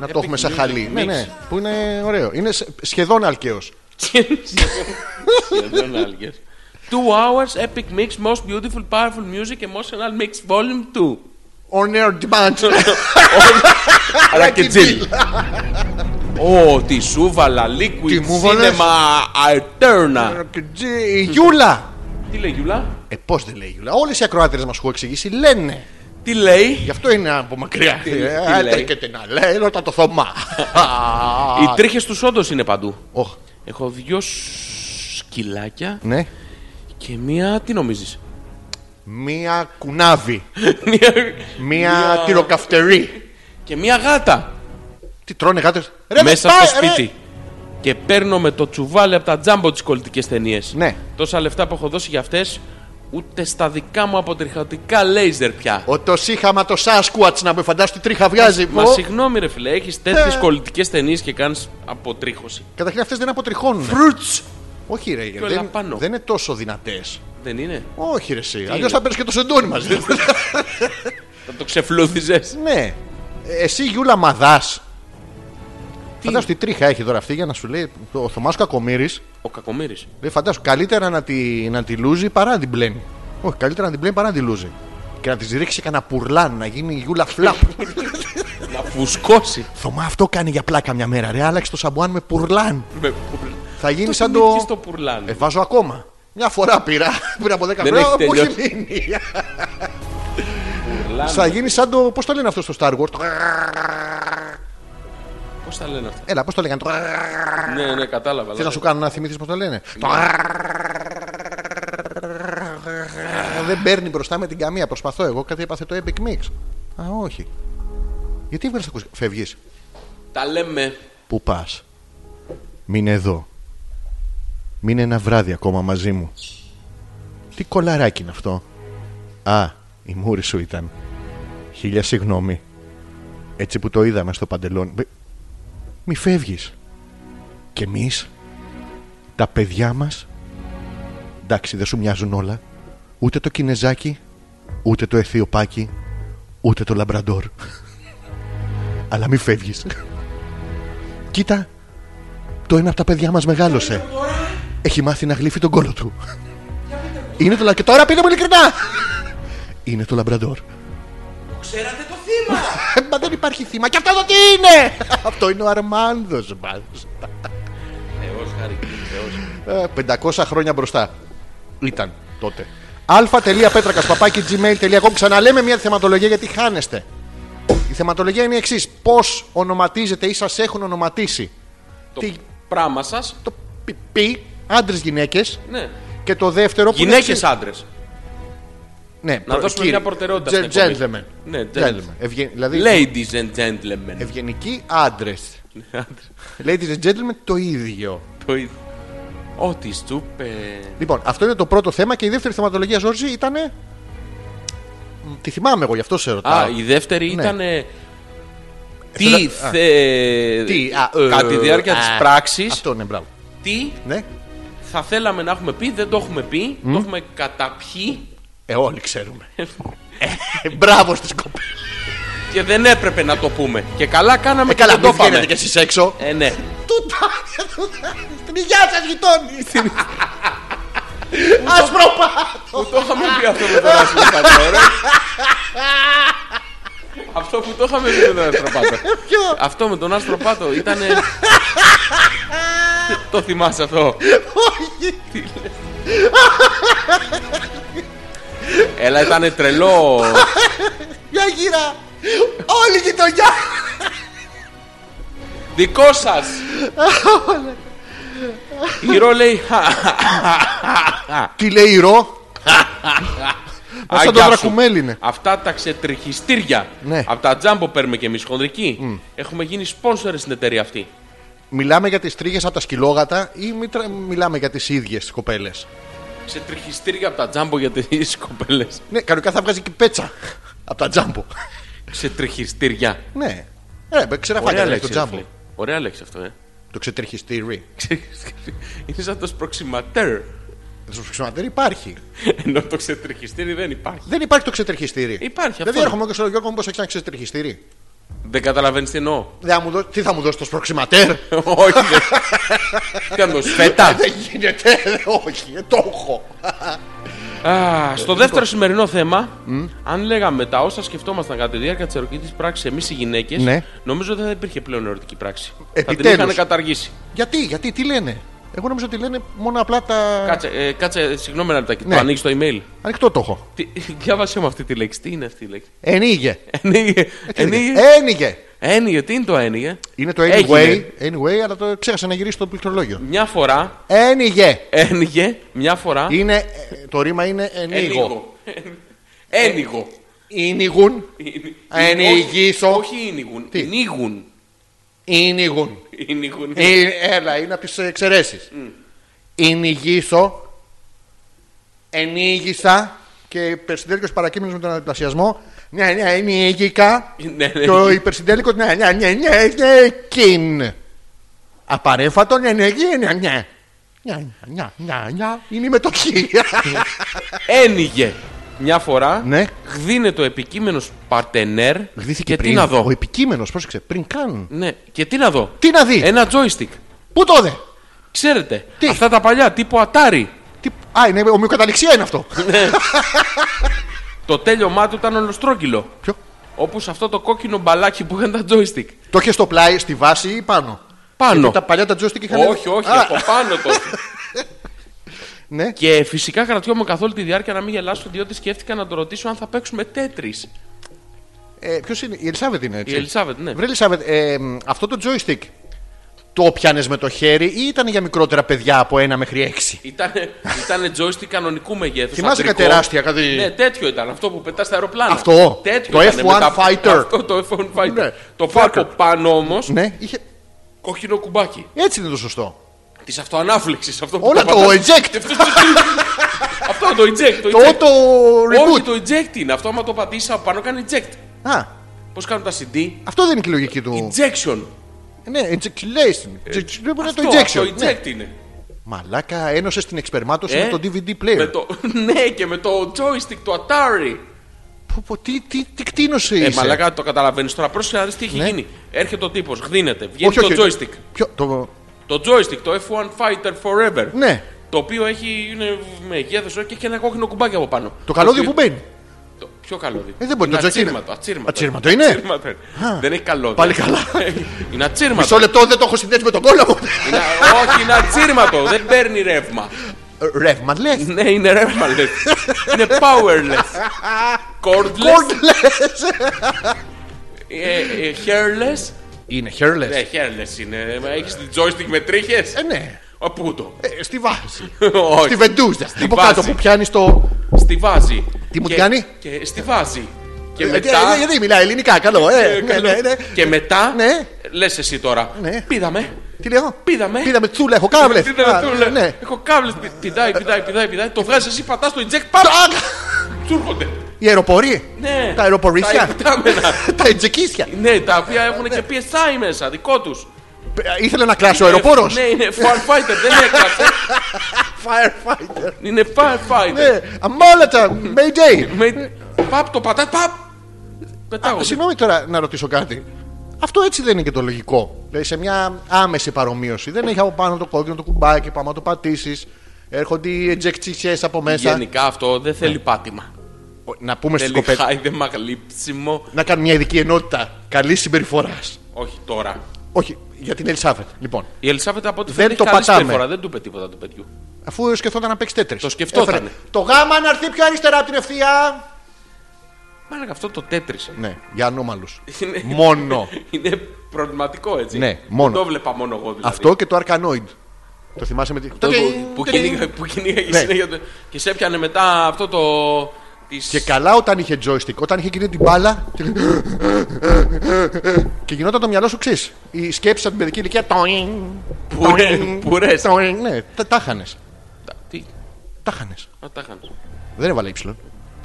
B: Να το έχουμε σαν
A: music
B: χαλί. Ναι,
A: mix.
B: ναι. Που είναι ωραίο. Είναι σε- σχεδόν αλκαίος.
A: Σχεδόν άλγες. Two hours epic mix, most beautiful, powerful music, emotional mix, volume 2.
B: On air demand.
A: Ρακιτζίλ. Ω, τη σούβαλα,
B: Τι
A: liquid,
B: μου βάλες?
A: cinema, eterna.
B: Ρακιτζίλ. Η Γιούλα.
A: Τι λέει Γιούλα,
B: Ε, πώς δεν λέει η Γιούλα. Όλες οι ακροάτερες μας έχω εξηγήσει λένε.
A: τι λέει.
B: Γι' αυτό είναι από μακριά.
A: Τι- τι
B: Ε,
A: λέει?
B: Έτρεκεται να λέει, ρώτα το Θωμά.
A: Οι τρίχες τους όντως είναι παντού.
B: Οχ,
A: Έχω δυο σκυλάκια
B: ναι.
A: και μία, τι νομίζεις.
B: Μία κουνάβι.
A: Μία-
B: Μία τυροκαυτερή.
A: Και μία γάτα.
B: Τι τρώνε γάτες. Ρε,
A: μέσα
B: με
A: στο
B: πάει, ρε.
A: σπίτι. Και παίρνω με το τσουβάλι από τα τζάμπο τις κολλητικές ταινίες.
B: Ναι.
A: Τόσα λεφτά που έχω δώσει για αυτές, ούτε στα δικά μου αποτριχωτικά λέιζερ πια.
B: Ο το σύχαμα το Σάσκουατς να με φαντάσει τι τρίχα βγάζει.
A: Μα
B: Ο-
A: συγγνώμη, ρε φιλέ, έχεις τέτοιες
B: Ε.
A: κολλητικές ταινίες και κάνεις αποτρίχωση.
B: Καταρχήν αυτές δεν αποτριχώνουν.
A: Φρουτς!
B: Όχι ρε,
A: όλα
B: δεν,
A: πάνω.
B: δεν είναι τόσο δυνατές.
A: Δεν είναι.
B: Όχι ρε εσύ,
A: είναι?
B: αλλιώς θα παίρνεις και το σεντόνι μαζί.
A: Θα το ξεφλούδιζες.
B: ναι. Ε, Εσύ Γιούλα Μαδάς. Φαντάσου τι τρίχα έχει τώρα αυτή για να σου λέει ο Θωμάς Κακομύρης.
A: Ο κακομοίρη.
B: Λέει φαντάσου καλύτερα να τη, να τη λούζει παρά να την πλένει. Όχι, καλύτερα να την πλένει παρά να τη λούζει. Και να της ρίξει κανένα πουρλάν, να γίνει η Γιούλα φλαπ.
A: Να φουσκώσει.
B: Θωμά αυτό κάνει για πλάκα μια μέρα. Ρε, άλλαξε το σαμπουάν με πουρλάν.
A: με πουρλ-
B: Θα γίνει
A: Το
B: σαν
A: θυμήθηκες
B: το.
A: στο πουρλάν.
B: Ε, βάζω ακόμα. Μια φορά πήρα πριν από 10
A: Δεν
B: χρόνια
A: έχει
B: που έχει μείνει.
A: Πουρλάν.
B: Θα γίνει σαν το. Πώς το λένε αυτό στο Star Wars. το-
A: Πώς τα λένε αυτά.
B: Έλα, πώς το λέγανε. το-
A: Ναι, ναι, κατάλαβα.
B: Θε να
A: αλλά-
B: σου κάνω να θυμηθεί πώς το λένε. Το- Δεν παίρνει μπροστά με την καμία. Προσπαθώ εγώ. Κάτι έπαθε το Epic Mix. Α, όχι. Γιατί έβγαλε ακουστικά. Φεύγεις.
A: Τα λέμε.
B: Πού πας. Μείνε εδώ. Μείνε ένα βράδυ ακόμα μαζί μου. Τι κολαράκι είναι αυτό. Α, η μούρη σου ήταν. Χίλια συγγνώμη. Έτσι που το είδαμε στο παντελόνι. Μη- Μη φεύγεις. Και εμείς, τα παιδιά μας, εντάξει δεν σου μοιάζουν όλα. Ούτε το κινεζάκι, ούτε το αιθιοπάκι, ούτε το λαμπραντόρ. Αλλά μη φεύγεις. Κοίτα, το ένα από τα παιδιά μας μεγάλωσε. Έχει μάθει να γλύφει τον κόλο του. Είναι το λα... Και τώρα πείτε μου ειλικρινά! Είναι το λαμπραντόρ.
A: Ξέρατε το θύμα.
B: Ε, Μα δεν υπάρχει θύμα. Και αυτό εδώ τι είναι! αυτό είναι ο Αρμάνδος μας.
A: Θεό, χάρη. Θεός.
B: Ε, 500 χρόνια μπροστά. Ήταν τότε. αλφα.πέτρακα παπάκι gmail.com Ξαναλέμε μια θεματολογία γιατί χάνεστε. Η θεματολογία είναι η εξής. Πώς ονοματίζετε ή σας έχουν ονοματίσει
A: Το πράγμα σας.
B: το πι, πι άντρες γυναίκες
A: Ναι.
B: και το δεύτερο που. είναι
A: Γυναίκες
B: εξής.
A: άντρες.
B: Ναι,
A: Να δώσουμε μια προτεραιότητα
B: Gen-
A: στην εκπομπή.
B: gentlemen.
A: Ναι,
B: Gentlemen.
A: gentlemen.
B: Ευγεν- δηλαδή,
A: Ladies and gentlemen.
B: Ευγενικοί άντρες. Ε, Ladies and gentlemen, το ίδιο.
A: Το ίδιο. Ό,τι στούπε.
B: Λοιπόν, αυτό είναι το πρώτο θέμα και η δεύτερη θεματολογία, Ζόρζη, ήταν. Τη θυμάμαι εγώ, γι' αυτό σε ρωτάω.
A: Α, η δεύτερη
B: Ναι.
A: ήταν.
B: Θέλω-
A: Τι θε.
B: Τι, α, ε,
A: Κατά τη διάρκεια
B: α,
A: της πράξης,
B: Αυτό ναι, μπράβο.
A: τι
B: Ναι.
A: θα θέλαμε να έχουμε πει, δεν το έχουμε πει, το έχουμε καταπιεί
B: Ε, όλοι ξέρουμε. ε, μπράβο στις κοπέλες.
A: και δεν έπρεπε να το πούμε. Και καλά κάναμε
B: Ε,
A: και
B: καλά,
A: δεν το
B: μην βγαίνετε
A: πάμε.
B: κι εσείς έξω.
A: Ε, ναι.
B: Τούτα. Την υγειά σας, γειτόνι. Άσπρο
A: Που το είχαμε πει αυτό με τον Αστροπάτο, ωραία. Αυτό που το είχαμε πει με τον Αστροπάτο.
B: Ποιο?
A: Αυτό με τον Αστροπάτο ήταν. Το θυμάσαι αυτό.
B: Όχι.
A: Έλα, ήταν τρελό.
B: Μια γύρα. Όλη η γειτονιά.
A: Δικό σας! Η Ρο λέει. «Χα,
B: Τι λέει η Ρο. Μα σαν
A: αγκιά
B: τον
A: σου».
B: Δρακουμέλη είναι.
A: Αυτά τα ξετριχιστήρια.
B: Ναι.
A: Από τα τζάμπο παίρνουμε και εμείς χονδρική. Έχουμε γίνει sponsor στην εταιρεία αυτή.
B: Μιλάμε για τις τρίχε από τα σκυλόγατα ή μη τρα- μιλάμε για τις ίδιες κοπέλες.
A: Ξετριχιστήρια από τα τζάμπο για τις κοπέλες.
B: Ναι, κανονικά θα βγάζει και πέτσα από τα τζάμπο.
A: Ξετριχιστήρια.
B: ναι. Ε, μπε, ξεραφάκια
A: Ωραία
B: λέει το
A: λέξη. ρε
B: τζάμπο.
A: φίλε. Ωραία λέξη αυτό, ε.
B: Το ξετριχιστήρι.
A: Είναι σαν το σπροξιματέρ.
B: Το ξετριχιστήρι υπάρχει.
A: Ενώ το ξετριχιστήρι δεν υπάρχει.
B: Δεν υπάρχει το ξετριχιστήρι.
A: Υπάρχει αυτό.
B: Δηλαδή έρχομαι και στο Γιώργο μου πω έχει ένα ξετριχιστήρι.
A: Δεν καταλαβαίνεις τι εννοώ.
B: Δεν θα μου δώσει- Τι θα μου δώσει το σπροξιματέρ.
A: Όχι. δεν- Τι κάνω, σφέτα.
B: Δεν γίνεται. ε, Όχι, ε, το έχω.
A: Α, στο δεύτερο σημερινό θέμα, αν λέγαμε τα όσα σκεφτόμασταν κατά τη διάρκεια της ερωτικής πράξης εμείς οι γυναίκες,
B: Ναι.
A: νομίζω δεν θα υπήρχε πλέον ερωτική πράξη. Θα την
B: Επιτέλους.
A: είχαν καταργήσει.
B: Γιατί, γιατί, τι λένε. Εγώ νομίζω ότι λένε μόνο απλά τα.
A: Κάτσε, ε, κάτσε, συγγνώμη ένα λεπτάκι.
B: Ναι.
A: Το ανοίξεις το email.
B: Ανοιχτό το έχω.
A: Τι- Διάβασέ μου αυτή τη λέξη. Τι είναι αυτή η λέξη.
B: Ενίγε.
A: Ένιγε. Ένιγε.
B: Ένιγε.
A: Ένιγε. Τι είναι το ένιγε.
B: Ε. Είναι το
A: Έγινε.
B: anyway, anyway αλλά το ξέχασα να γυρίσει το πληκτρολόγιο.
A: Μια φορά
B: Ένιγε.
A: Ένιγε μια φορά.
B: Είναι, ε, το ρήμα είναι ενίγο.
A: Ένιγο. Ένιγο.
B: Ίνιγουν. Ενηγήσω.
A: Όχι ίνιγουν.
B: Τι?
A: Ίνιγουν.
B: Ίνιγουν.
A: Ίνιγουν.
B: Ε, Έλα, είναι από τις εξαιρέσεις. Ίνιγήσω. Ενίγησα. Και υπερσυντέλικος παρακείμενος με τον αναπλασιασμό. Ναι, ναι, ενίγηκα.
A: Ναι, ναι.
B: Το υπερσυντέλικος, ναι, ναι, ναι, ναι, ναι, κιν. Απαρέφατο, ναι, ναι, ναι, ναι, ναι. Ναι, ναι, ναι, ναι, είναι η μετοχή.
A: Ε, Ένιγε μια φορά.
B: Ναι.
A: Γδίνε το επικείμενο παρτενέρ.
B: Γδύθηκε
A: Και
B: πριν.
A: τι να
B: Ο
A: δω.
B: επικείμενος, πρόσεξε, πριν καν.
A: Ναι, και τι να δω.
B: Τι να δει.
A: Ένα joystick.
B: Πού το δε.
A: Ξέρετε.
B: Τι?
A: Αυτά τα παλιά τύπου Atari.
B: Τι... Α, είναι ομοιοκαταληξία είναι αυτό.
A: Ε, Το τέλειωμά του ήταν ολοστρόγγυλο.
B: Ποιο?
A: Όπω αυτό το κόκκινο μπαλάκι που είχαν τα joystick.
B: Το είχε στο πλάι, στη βάση ή πάνω.
A: Πάνω.
B: Γιατί τα παλιά τα joystick είχαν.
A: Όχι, όχι,
B: Α,
A: από πάνω το.
B: ναι.
A: Και φυσικά κρατιόμουν καθ' όλη τη διάρκεια να μην γελάσω, διότι σκέφτηκα να το ρωτήσω αν θα παίξουμε τέτρι.
B: Ε, Ποιος είναι, η Ελισάβετ είναι έτσι.
A: Η Ελισάβετ, ναι.
B: Βρε, Ελισάβετ, ε, μ, αυτό το joystick το πιάνες με το χέρι ή ήταν για μικρότερα παιδιά από 1 μέχρι 6.
A: Ήτανε, ήτανε joystick κανονικού μεγέθους.
B: Θυμάσαι κάτι τεράστια, κάτι.
A: Ναι, τέτοιο ήταν. Αυτό που πετάς στα αεροπλάνα.
B: Αυτό.
A: Τέτοιο
B: Το
A: ήτανε,
B: F1
A: με τα-
B: fighter.
A: Αυτό το F1 Fighter.
B: Ναι.
A: Το πάκο πάνω όμως,
B: Ναι, είχε...
A: κόκκινο κουμπάκι.
B: έτσι είναι το σωστό.
A: Της αυτοανάφλεξης. Αυτό που
B: Όλα το
A: πατάς.
B: eject.
A: Αυτός το- Αυτό το eject. Το
B: Το
A: eject.
B: auto
A: Όχι,
B: reboot.
A: το eject είναι. Αυτό άμα το πατήσεις από πάνω κάνει eject.
B: Α,
A: Πώς κάνουν τα CD.
B: αυτό δεν είναι και η λογική του.
A: Injection.
B: Ναι, ejaculation. Ejaculation είναι το
A: Ε, Αυτό,
B: injection.
A: Αυτό
B: ναι.
A: eject είναι.
B: Μαλάκα, ένωσες την εξπερμάτωση
A: Ε,
B: με το DVD
A: Με
B: player.
A: το, ναι, και με το joystick του Atari.
B: Πω, πω, τι, τι, τι κτίνωση
A: Ε,
B: είσαι.
A: μαλακά το καταλαβαίνεις τώρα. Πρόσεχε να δεις τι έχει
B: Ναι.
A: γίνει. Έρχεται ο τύπος, γδίνεται, βγαίνει το joystick.
B: Ποιο, το...
A: Το joystick, το F1 Fighter Forever.
B: Ναι,
A: Το οποίο έχει, είναι μεγέθος και έχει ένα κόκκινο κουμπάκι από πάνω.
B: το καλώδιο
A: οποίο-
B: που μπαίνει.
A: Το, ποιο καλώδιο.
B: Ε, δεν μπορεί,
A: είναι
B: το joystick είναι.
A: ατσίρματο, ατσίρματο.
B: Ατσίρματο είναι?
A: Ατσίρματο είναι. Δεν έχει καλώδιο.
B: Πάλι καλά.
A: είναι ατσίρματο.
B: Μισό λεπτό δεν το έχω συνδέσει με τον κόλλο μου.
A: Είναι- όχι, είναι ατσίρματο. δεν παίρνει ρεύμα.
B: Ε, Ρεύμα λες.
A: ναι, είναι ρεύμα, λες. είναι powerless. Cordless. Ε, ε, hairless.
B: Είναι hairless.
A: Ναι, hairless είναι. Έχει joystick με τρίχες.
B: Ε, ναι.
A: Από το.
B: Ε, στη βάση.
A: Όχι.
B: στη βεντούζα. από
A: βάση.
B: κάτω που πιάνεις το.
A: Στη βάζει.
B: Τι μου
A: Και-
B: κάνει?
A: Και στη βάζει. Και
B: Ε,
A: μετά.
B: ε, ε, ε, μιλάει ελληνικά, καλό. Ε,
A: Ε,
B: ναι,
A: καλό.
B: ναι, ναι.
A: Και μετά.
B: Ναι.
A: Λες εσύ τώρα.
B: Ναι.
A: Πήδαμε.
B: Τι λέω?
A: Πήδαμε.
B: Πήδαμε τσούλα, έχω κάβλες.
A: Τι ήταν αυτό, λέω.
B: Ναι.
A: Έχω κάβλες. Πηδάει, πηδάει, πηδάει, πηδάει. Το βγάζεις εσύ, πατάς το eject, παπ.
B: Τάκ!
A: Τσούρχονται.
B: Οι αεροποροί.
A: Ναι.
B: Τα αεροπορίσια.
A: Τα υπτάμενα.
B: Τα ετζεκίσια.
A: Ναι, τα οποία έχουν και PSI μέσα, δικό τους.
B: Ε, Ήθελε να κλάσει ο αεροπόρος.
A: Ναι, είναι firefighter, δεν έκλασε.
B: Firefighter.
A: Είναι firefighter.
B: Ναι, αμόλατα. Mayday.
A: Με- Παπ το πατά, παπ. Πετάγονται.
B: Συγγνώμη τώρα να ρωτήσω κάτι. Αυτό έτσι δεν είναι και το λογικό. Δηλαδή σε μια άμεση παρομοίωση. Δεν έχει από πάνω το κόκκινο το κουμπάκι που άμα το πατήσεις. Έρχονται οι ετζεκτσίσιε από μέσα. Ναι.
A: Γενικά αυτό δεν θέλει πάτημα.
B: Να πούμε στι
A: Θέλει
B: κοπέλε.
A: χάιδεμα, γλύψιμο.
B: Να κάνουμε μια ειδική ενότητα καλής συμπεριφοράς.
A: Όχι τώρα.
B: Όχι, για την Ελισάβετ. Λοιπόν,
A: Η Ελισάβετ από ό,τι
B: Δεν
A: φαίνεται
B: το
A: έχει καλή
B: πατάμε.
A: συμπεριφορά. Δεν του είπε τίποτα του παιδιού.
B: αφού σκεφτόταν να παίξει τέτρι.
A: Το σκεφτότανε.
B: Το γάμα να έρθει πιο αριστερά από την ευθεία.
A: Μάλλον αυτό το τέτρισε.
B: Ναι, για ανώμαλους.
A: Είναι-
B: Μόνο.
A: Είναι προβληματικό έτσι.
B: Ναι, μόνο.
A: Δεν το βλέπα μόνο εγώ δηλαδή.
B: Αυτό και το Arcanoid. Το θυμάσαι με τη.
A: Αυτό που, που, κυνήγα- που κυνήγαγε
B: Ναι.
A: συνέχεια το- και σε έπιανε μετά αυτό το. Της...
B: Και καλά όταν είχε joystick, όταν είχε εκείνη την μπάλα. και- και γινόταν το μυαλό σου ξύ. Η σκέψη από την παιδική ηλικία. τοιν,
A: Πουρέ-
B: τοιν,
A: πουρές.
B: τοιν. Ναι, τα- τα χάνε.
A: Τα- Τι.
B: Τα χάνες.
A: Α, τα χαν.
B: Δεν έβαλε ύψιλον.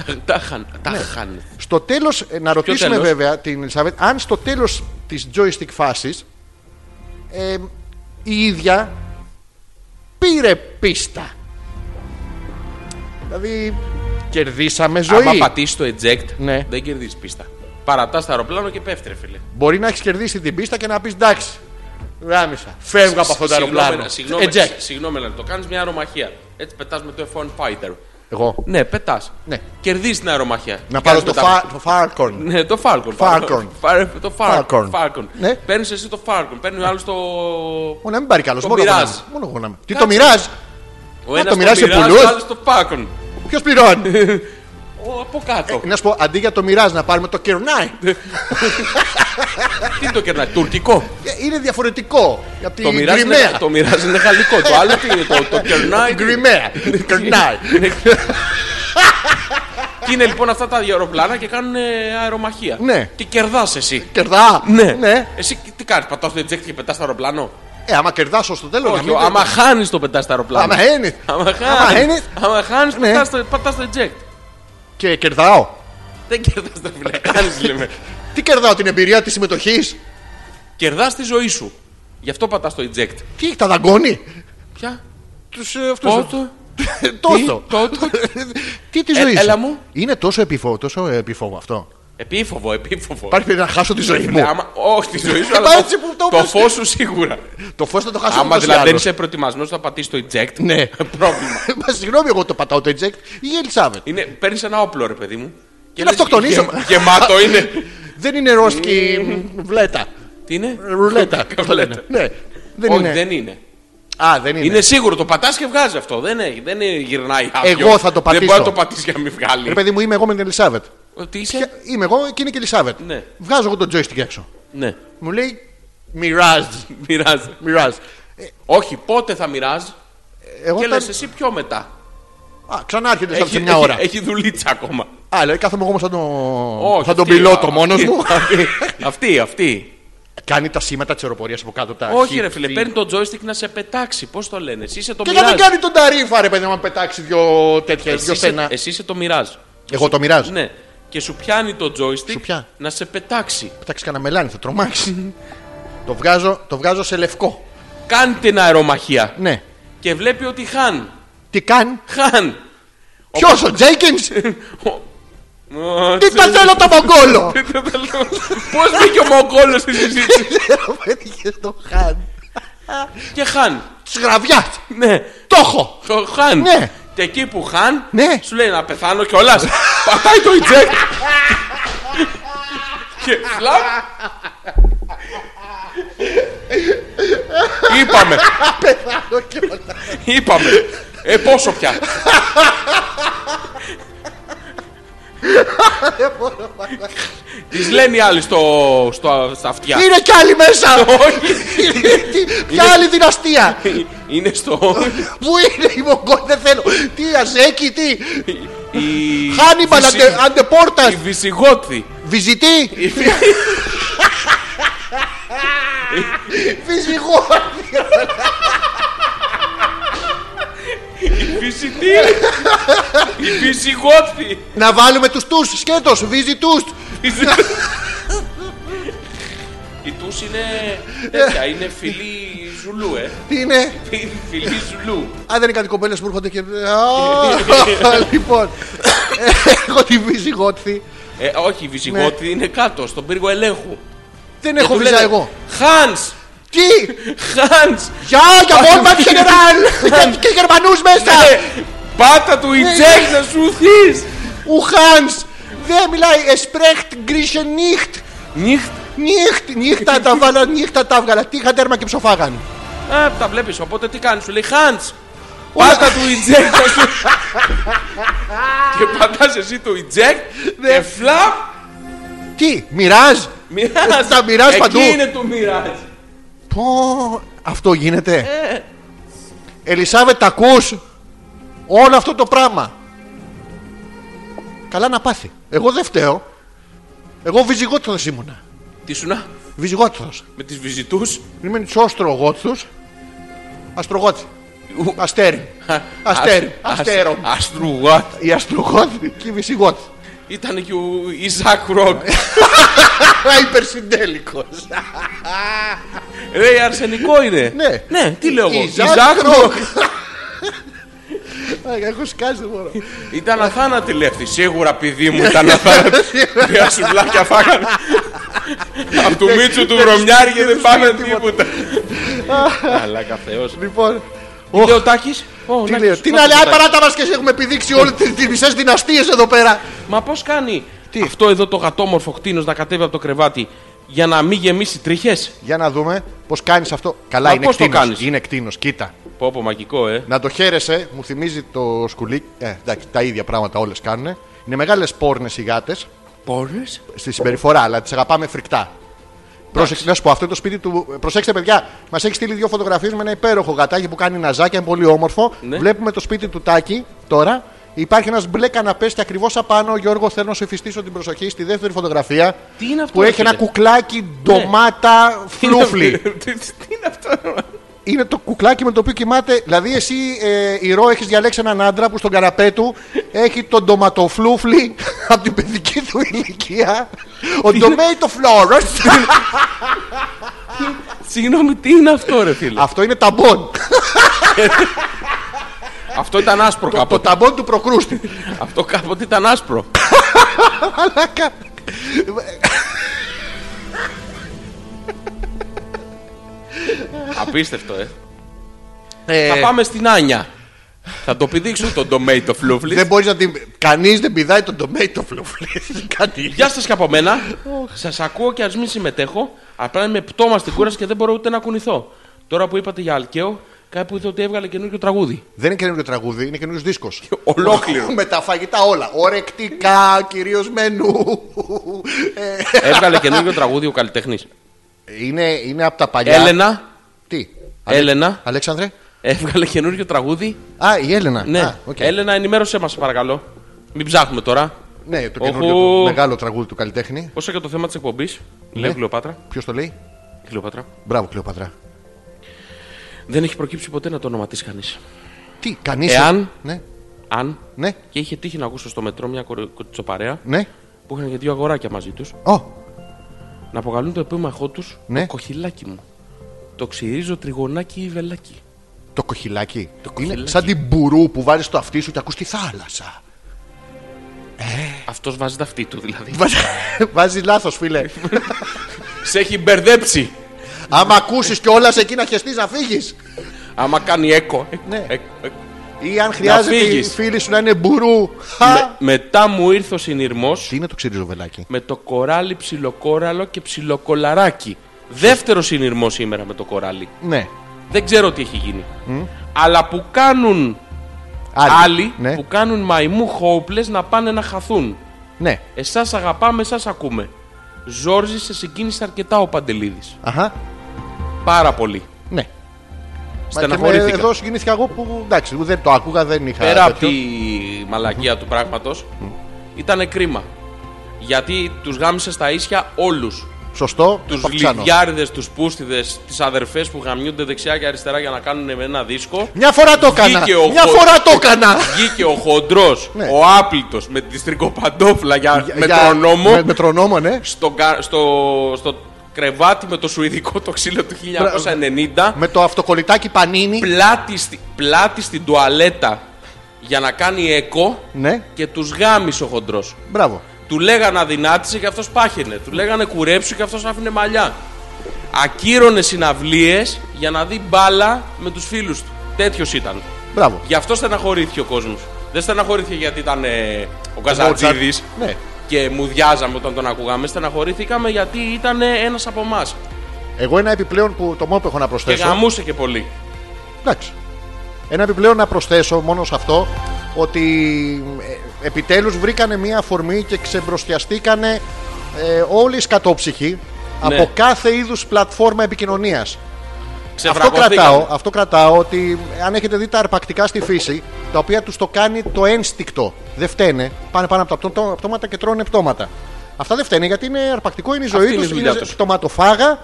A: Τα- Τα χαν.
B: Ναι.
A: Τα χαν.
B: Στο τέλος, να ρωτήσουμε
A: τέλος?
B: βέβαια την Ελισάβετ, αν στο τέλος της joystick φάσης ε, η ίδια πήρε πίστα. Δηλαδή, κερδίσαμε ζωή.
A: Άμα πατήσεις το eject,
B: Ναι.
A: δεν κερδίζεις πίστα. Παρατάς το αεροπλάνο και πέφτει, ρε φίλε.
B: Μπορεί να έχεις κερδίσει την πίστα και να πεις εντάξει. Γάμισα. Φεύγω από αυτό το
A: Συγγνώμη,
B: αεροπλάνο. Ε,
A: Συγγνώμη,
B: Eject.
A: συγγνώμη, αλλά το κάνεις μια αερομαχία. Έτσι πετάς με το F1 Fighter.
B: Εγώ.
A: Ναι, πετάς.
B: Ναι.
A: Κερδίζεις την αερομαχία.
B: Να
A: Κάνεις
B: πάρω το,
A: μετά-
B: φα, το Falcon.
A: Ναι, το Falcon.
B: Falcon.
A: Φα- Το
B: Falcon.
A: Falcon. Falcon.
B: Ναι.
A: Παίρνεις εσύ το Falcon. Παίρνει ο άλλος το.
B: Μόνο να μην πάρει καλό.
A: Το
B: Μόνο εγώ να
A: Mirage.
B: είμαι. Μόνο εγώ να είμαι. Τι το
A: Κάτσε.
B: μοιράζει.
A: Ο ένας
B: το μοιράζει σε πολλούς.
A: Ο άλλος το Falcon.
B: Ποιος πληρώνει.
A: Ο, από κάτω.
B: να σου πω αντί για το μοιράζει να πάρουμε το κερνάι.
A: Τι το κερνάει, τουρκικό.
B: Ε, Είναι διαφορετικό. Από την
A: Το μοιράζει,
B: Κρυμαία.
A: είναι, το μοιράζει είναι γαλλικό. Το άλλο τι είναι, το, το κερνάει.
B: Την Κρυμαία. Κερνάει.
A: Και είναι λοιπόν αυτά τα αεροπλάνα και κάνουν ε, αερομαχία.
B: Ναι.
A: Και κερδάς εσύ.
B: Κερδά.
A: Ναι.
B: Ναι.
A: Εσύ τι κάνεις, πατάς το eject και πετάς το αεροπλάνο.
B: Ε, άμα κερδά στο τέλος.
A: Όχι, άμα χάνεις το πετάς το αεροπλάνο.
B: Άμα ένι.
A: Άμα
B: Άμα
A: χάνεις.
B: ένι.
A: Άμα χάνεις,
B: Ναι.
A: πατά το eject.
B: Και κερδάω.
A: Δεν κερδάς το φίλε. Κάνεις λέμε.
B: Τι κερδάω την εμπειρία της συμμετοχής.
A: Κερδάς τη ζωή σου. Γι' αυτό πατάς το eject.
B: Τι τα δαγκώνει.
A: Ποια?
B: Τους αυτού.
A: Πότο.
B: Τόσο.
A: Τότο.
B: Τι της
A: Ε,
B: ζωής
A: έλα
B: σου.
A: μου.
B: Είναι τόσο επίφοβο, τόσο επίφοβο αυτό.
A: Επίφοβο, επίφοβο.
B: Υπάρχει περίπτωση να χάσω τη ζωή
A: Ναι,
B: μου.
A: άμα- Όχι τη ζωή σου,
B: Ε,
A: αλλά
B: μα
A: το-
B: έτσι που το
A: το
B: είπες.
A: φως σου σίγουρα.
B: Το φως θα το χάσω.
A: Άμα
B: ούτως ή
A: δηλαδή δεν
B: άλλως.
A: είσαι προετοιμασμένος, θα πατήσεις το eject.
B: Ναι.
A: Πρόβλημα.
B: Μα συγγνώμη, εγώ το πατάω το eject ή η Ελισάβετ.
A: Είναι, παίρνεις ένα όπλο, ρε παιδί μου. Και
B: να
A: λες,
B: αυτοκτονίζομαι.
A: γε- Γεμάτο είναι.
B: Δεν είναι ρόσκι βλέτα.
A: Τι είναι?
B: Ρουλέτα. το λένε.
A: Ρουλέτα.
B: Ναι. Δεν
A: Όχι,
B: είναι.
A: δεν είναι.
B: Α, δεν είναι.
A: Είναι σίγουρο, το πατάς και βγάζει αυτό. Δεν, έχει, δεν γυρνάει άδειο.
B: Εγώ θα το πατήσω.
A: Δεν μπορεί να το πατήσεις για να μην βγάλει.
B: Ρε παιδί μου, είμαι εγώ με την Ελισάβετ.
A: Ότι είσαι.
B: Ποια- Είμαι εγώ, εκείνη και η Ελισάβετ.
A: Ε. Ναι.
B: Βγάζω εγώ τον joystick έξω.
A: Ναι,
B: Μου λέει Μοιράζ.
A: μοιράζει.
B: Μοιράζ.
A: Ε, Όχι, πότε θα μοιράζει
B: Εγώ
A: και
B: όταν...
A: λες εσύ πιο μετά.
B: Α, ξανά έρχεται σαν σε μια ώρα.
A: έχει δουλίτσα ακόμα.
B: Α, λέει, κάθομαι εγώ σαν, τον...
A: Όχι,
B: σαν τον
A: αυτή-
B: πιλότο
A: αυτή-
B: μόνος μου.
A: αυτή- Αυτή, αυτή.
B: Κάνει τα σήματα της αεροπορίας από κάτω. Τα
A: Όχι,
B: χ,
A: ρε φίλε,
B: χ.
A: παίρνει το joystick να σε πετάξει. Πώς το λένε, εσύ είσαι το
B: Και να δεν
A: μοιράζει.
B: κάνει τον ταρίφα, ρε παιδί μου, να πετάξει δυο τέτοια,
A: Εσύ
B: Ε, δυο
A: είσαι-
B: στενά.
A: Εσύ είσαι το μοιράζει.
B: Εγώ το μοιράζω.
A: Ναι. Και σου πιάνει το
B: Σου
A: joystick
B: πιάνει.
A: να σε πετάξει.
B: Πετάξεις κανένα μελάνι, θα τρομάξεις. το, βγάζω, το βγάζω σε λευκό.
A: Κάνει την αερομαχία.
B: Ναι.
A: Και βλέπει ότι χάν.
B: Τι κάνει.
A: Χάν.
B: Ποιος ο Τζέικινς
A: Ω,
B: Τι τα θέλω το Μογγόλο.
A: Πώς μπήκε ο Μογγόλος στη συζήτηση.
B: Έτυχε το Χάν.
A: Και χάν.
B: Τη γραβιάς.
A: Ναι.
B: Το έχω.
A: Το χάν.
B: Ναι.
A: Και εκεί που χάν,
B: Ναι.
A: σου λέει να πεθάνω κιόλα. Πατάει το eject. και φλαπ. Είπαμε. Είπαμε. Ε, πόσο πια. Τη λένε οι άλλοι στο, στο, στα αυτιά.
B: Είναι κι άλλοι μέσα!
A: Όχι.
B: Τι- Ποια άλλη δυναστεία!
A: Είναι στο.
B: Πού είναι η Μογγόλ, δεν θέλω! Τι Αζέκη, τι!
A: η-
B: Χάνιμπαλ,
A: Βυση-
B: αντεπόρτα!
A: Η Βυσιγότη.
B: Βυζητή! Φυσικό!
A: Η Βυσιτή. Η Βυσιγότη.
B: Να βάλουμε τους τους σκέτος, βυζητούς!
A: Η Τους είναι τέτοια, είναι φιλή Ζουλού, ε.
B: Τι είναι!
A: Φιλή Ζουλού.
B: Α, δεν είναι κάτι κοπέλες που έρχονται και... Α, Λοιπόν, έχω τη βυζιγότθη.
A: Ε, όχι, η Βυσιγότη είναι κάτω, στον πύργο ελέγχου.
B: Δεν έχω βυζά εγώ.
A: Χάνς!
B: Τι!
A: Χάνς!
B: Γεια, για Βόρμαν Γενεράλ! Και Γερμανούς μέσα!
A: Ναι. Ε, Πάτα του η Τζέκ να σου θείς!
B: Ο Χάνς! Δεν μιλάει, εσπρέχτ γκρίσεν νύχτ!
A: Νύχτα.
B: Νύχτ, νύχτα τα βάλα, νύχτα τα βγαλα. Τι είχα τέρμα και ψοφάγαν.
A: Α, Ε, τα βλέπεις, οπότε τι κάνεις, σου λέει Χάνς! Πάτα του eject να σου... και πατάς εσύ το eject
B: Ναι.
A: και φλαπ
B: Τι, μοιράζ!
A: μοιράζει.
B: Τα μοιράζει παντού.
A: Εκεί είναι το μοιράζει.
B: Πω, αυτό γίνεται. Ελισάβετ, τα ακούς όλο αυτό το πράγμα. Καλά να πάθει. Εγώ δεν φταίω. Εγώ βυζιγότθος ήμουνα.
A: Τι σου να,
B: Βυζιγότθος.
A: με τις βυζιτούς.
B: Είμαι της όστρογότθους. Αστρογότη. Αστέρι. Αστέρι. Αστέρο.
A: Αστρουγά.
B: Η αστρογότη και η βυζιγότη.
A: Ήταν και ο Ισακ Ροκ.
B: Ναι. Υπερσυντέλικος.
A: Ρε, αρσενικό είναι.
B: Ναι.
A: Ναι, τι λέω εγώ.
B: Ισακ
A: Ισακ Ροκ.
B: Α, Έχω σκάσει δεν μπορώ.
A: Ήταν αθάνατη λεύτη. Σίγουρα παιδί μου ήταν αθάνατη. Τρία σουβλάκια φάγανε. Απ' του Μίτσου του Βρωμιάρη και δεν φάγανε τίποτα. Αλλά καφεός.
B: Λοιπόν,
A: Λέω ο Τάκης. Ω,
B: τι
A: Νάκης,
B: λέω, τι
A: να
B: να
A: το
B: λέει,
A: Τάκη.
B: παράτα μας και σε έχουμε επιδείξει όλες τις τις μισές δυναστείες εδώ πέρα.
A: Μα πώς κάνει αυτό εδώ το γατόμορφο κτίνος να κατέβει από το κρεβάτι για να μην γεμίσει τρίχες.
B: Για να δούμε πώς κάνεις αυτό. Καλά,
A: Μα
B: είναι
A: πώς το
B: κτίνος.
A: κάνεις?
B: Είναι κτίνος, κοίτα.
A: Πω πω μαγικό ε.
B: Να το χαίρεσαι, μου θυμίζει το σκουλί. Ε, εντάξει, τα ίδια πράγματα όλες κάνουν. Είναι μεγάλες πόρνες οι γάτες
A: Πόρες.
B: στη συμπεριφορά, αλλά τις αγαπάμε φρικτά. Πρόσεξε, να σου πω, αυτό είναι το σπίτι του. Προσέξτε, παιδιά, μας έχει στείλει δύο φωτογραφίες με ένα υπέροχο γατάκι που κάνει ναζάκια, είναι πολύ όμορφο.
A: Ναι.
B: Βλέπουμε το σπίτι του Τάκη τώρα. Υπάρχει ένας μπλε καναπές και ακριβώς απάνω, Γιώργο, θέλω να σου εφιστήσω την προσοχή στη δεύτερη φωτογραφία.
A: Τι είναι αυτό,
B: που
A: ρε
B: έχει ένα
A: φίλε? Ναι.
B: κουκλάκι ντομάτα φλούφλι.
A: Τι τι είναι αυτό. ρε.
B: είναι το κουκλάκι με το οποίο κοιμάται. Δηλαδή, εσύ, ε, η Ρο, έχεις διαλέξει έναν άντρα που στον καναπέ του έχει τον ντοματοφλούφλι από την παιδική του ηλικία. Ο tomato florist.
A: Συγγνώμη, τι είναι αυτό ρε φίλε.
B: Αυτό είναι ταμπον.
A: Αυτό ήταν άσπρο
B: Το
A: κάποτε.
B: ταμπον του προκρούστη.
A: Αυτό κάποτε ήταν άσπρο.
B: Μαλάκα.
A: Απίστευτο, ε.
B: Ε,
A: Θα πάμε στην Άνια. Θα το πηδήξουν τον tomato
B: Δεν
A: fluflis.
B: μπορείς να την. Κανείς δεν πηδάει τον tomato flufley. Κάτι.
A: Γεια σας και από μένα. Σας ακούω και ας μην συμμετέχω. Απλά με πτώμα στην κούραση και δεν μπορώ ούτε να κουνηθώ. Τώρα που είπατε για Αλκαίο, κάπου είδα ότι έβγαλε καινούργιο τραγούδι.
B: Δεν είναι καινούριο τραγούδι, είναι καινούριος δίσκος.
A: Ολόκληρο.
B: Με τα φαγητά όλα. Ορεκτικά, κυρίως μενού. Ε,
A: έβγαλε καινούργιο τραγούδι ο καλλιτέχνης.
B: Είναι, είναι από τα παλιά.
A: Έλενα.
B: Τι.
A: Έλενα.
B: Αλέξανδρε.
A: Έβγαλε καινούργιο τραγούδι.
B: Α, η Έλενα.
A: Ναι.
B: Α, οκ.
A: Έλενα, ενημέρωσέ μας παρακαλώ. Μην ψάχνουμε τώρα.
B: ναι το
A: Οχου.
B: καινούριο του- μεγάλο τραγούδι του καλλιτέχνη.
A: Όσο και το θέμα της εκπομπής,
B: Ναι.
A: λέει η Κλεοπάτρα.
B: Ποιος το λέει.
A: Η Κλεοπάτρα.
B: Μπράβο, Κλεοπατρά.
A: Δεν έχει προκύψει ποτέ να το ονοματίσει κανείς.
B: Τι, κανείς.
A: Εάν-
B: Ναι,
A: Αν
B: ναι,
A: και είχε τύχει να ακούσω στο μετρό μια κορο- κοτσοπαρέα
B: ναι.
A: που είχαν και δύο αγοράκια μαζί τους
B: Ω,
A: να αποκαλούν το επίμαχό τους
B: Ναι.
A: το κοχυλάκι μου. Το ξυρίζω τριγωνάκι ή βελάκι.
B: Το κοχυλάκι.
A: Το
B: Είναι
A: κοχυλάκι.
B: σαν την μπουρού που βάζεις στο αυτί σου και ακούς τη θάλασσα.
A: Αυτός βάζει τα αυτή του δηλαδή.
B: βάζεις λάθος, φίλε.
A: Σε έχει μπερδέψει.
B: Άμα ακούσεις κιόλας εκεί να χεστείς να φύγεις.
A: Άμα κάνει έκο. Ε,
B: Ναι.
A: έκο, έκο.
B: Ή αν χρειάζεται η
A: φύγεις. Ναι.
B: φίλη σου να είναι μπουρού.
A: Με-
B: Χα!
A: μετά μου ήρθε ο συνειρμός
B: Τι είναι το ξύριζο βελάκι.
A: με το κοράλι ψιλοκόραλο και ψιλοκολαράκι. Δεύτερο συνειρμός σήμερα με το κοράλι.
B: Ναι.
A: Δεν ξέρω τι έχει γίνει. Αλλά που κάνουν
B: Άλλη.
A: άλλοι
B: Ναι.
A: που κάνουν μαϊμού χόουπλες να πάνε να χαθούν.
B: Ναι.
A: Εσάς αγαπάμε, εσάς ακούμε. Ζόρζης, σε συγκίνησε αρκετά ο Παντελίδης.
B: Αχα.
A: Πάρα πολύ.
B: Ναι. Μα και με-
A: Στεναχωρήθηκα.
B: Εδώ συγκινήθηκα εγώ που εντάξει, δεν το άκουγα, δεν είχα.
A: Πέρα από
B: τέτοιο.
A: τη μαλακία του πράγματος, ήταν κρίμα. Γιατί τους γάμισε στα ίσια όλους.
B: Σωστό,
A: Τους
B: επαυξάνω.
A: λιδιάριδες, τους πούστιδες, τις αδερφές που γαμιούνται δεξιά και αριστερά για να κάνουν με ένα δίσκο.
B: Μια φορά το έκανα.
A: Βγήκε ο
B: Μια
A: Χο-
B: φορά το έκανα.
A: Βγήκε ο χοντρός,
B: Ναι.
A: ο άπλητος με τη στρικοπαντόφλα για,
B: Για-
A: μετρονόμο
B: με- Μετρονόμο, ναι.
A: στο, κα- στο, στο κρεβάτι με το σουηδικό το ξύλο του 1990.
B: Με το αυτοκολλητάκι πανίνι.
A: πλάτη, στη- πλάτη στην τουαλέτα για να κάνει εκό
B: Ναι,
A: και τους γάμισε ο χοντρός.
B: μπράβο.
A: Του λέγανε αδυνάτησε και αυτός πάχαινε. Του λέγανε κουρέψου και αυτός άφηνε μαλλιά. Ακύρωνε συναυλίες για να δει μπάλα με τους φίλους του. Τέτοιος ήταν.
B: Μπράβο.
A: Γι' αυτό στεναχωρήθηκε ο κόσμος. Δεν στεναχωρήθηκε γιατί ήταν ε, ο Καζατζίδης
B: Ναι.
A: και μουδιάζαμε όταν τον ακούγαμε. Στεναχωρήθηκαμε γιατί ήταν ε, ένας από εμάς.
B: Εγώ ένα επιπλέον που το μόνο που έχω να
A: Και
B: προσθέσω.
A: γαμούσε και πολύ.
B: Εντάξει. Ένα επιπλέον να προσθέσω μόνο σε αυτό ότι ε, επιτέλους βρήκανε μία αφορμή και ξεμπροστιαστήκανε ε, όλοι οι σκατόψυχοι
A: Ναι.
B: από κάθε είδους πλατφόρμα επικοινωνίας. Αυτό
A: Ξεβρακωθήκαμε.
B: κρατάω, αυτό κρατάω ότι αν έχετε δει τα αρπακτικά στη φύση, τα οποία τους το κάνει το ένστικτο. Δεν φταίνε. Πάνε πάνω από τα πτώ- πτώματα και τρώνε πτώματα. Αυτά δεν φταίνε γιατί είναι αρπακτικό, είναι η ζωή
A: Αυτή είναι
B: τους,
A: η δουλειά
B: είναι
A: τους.
B: πτωματοφάγα,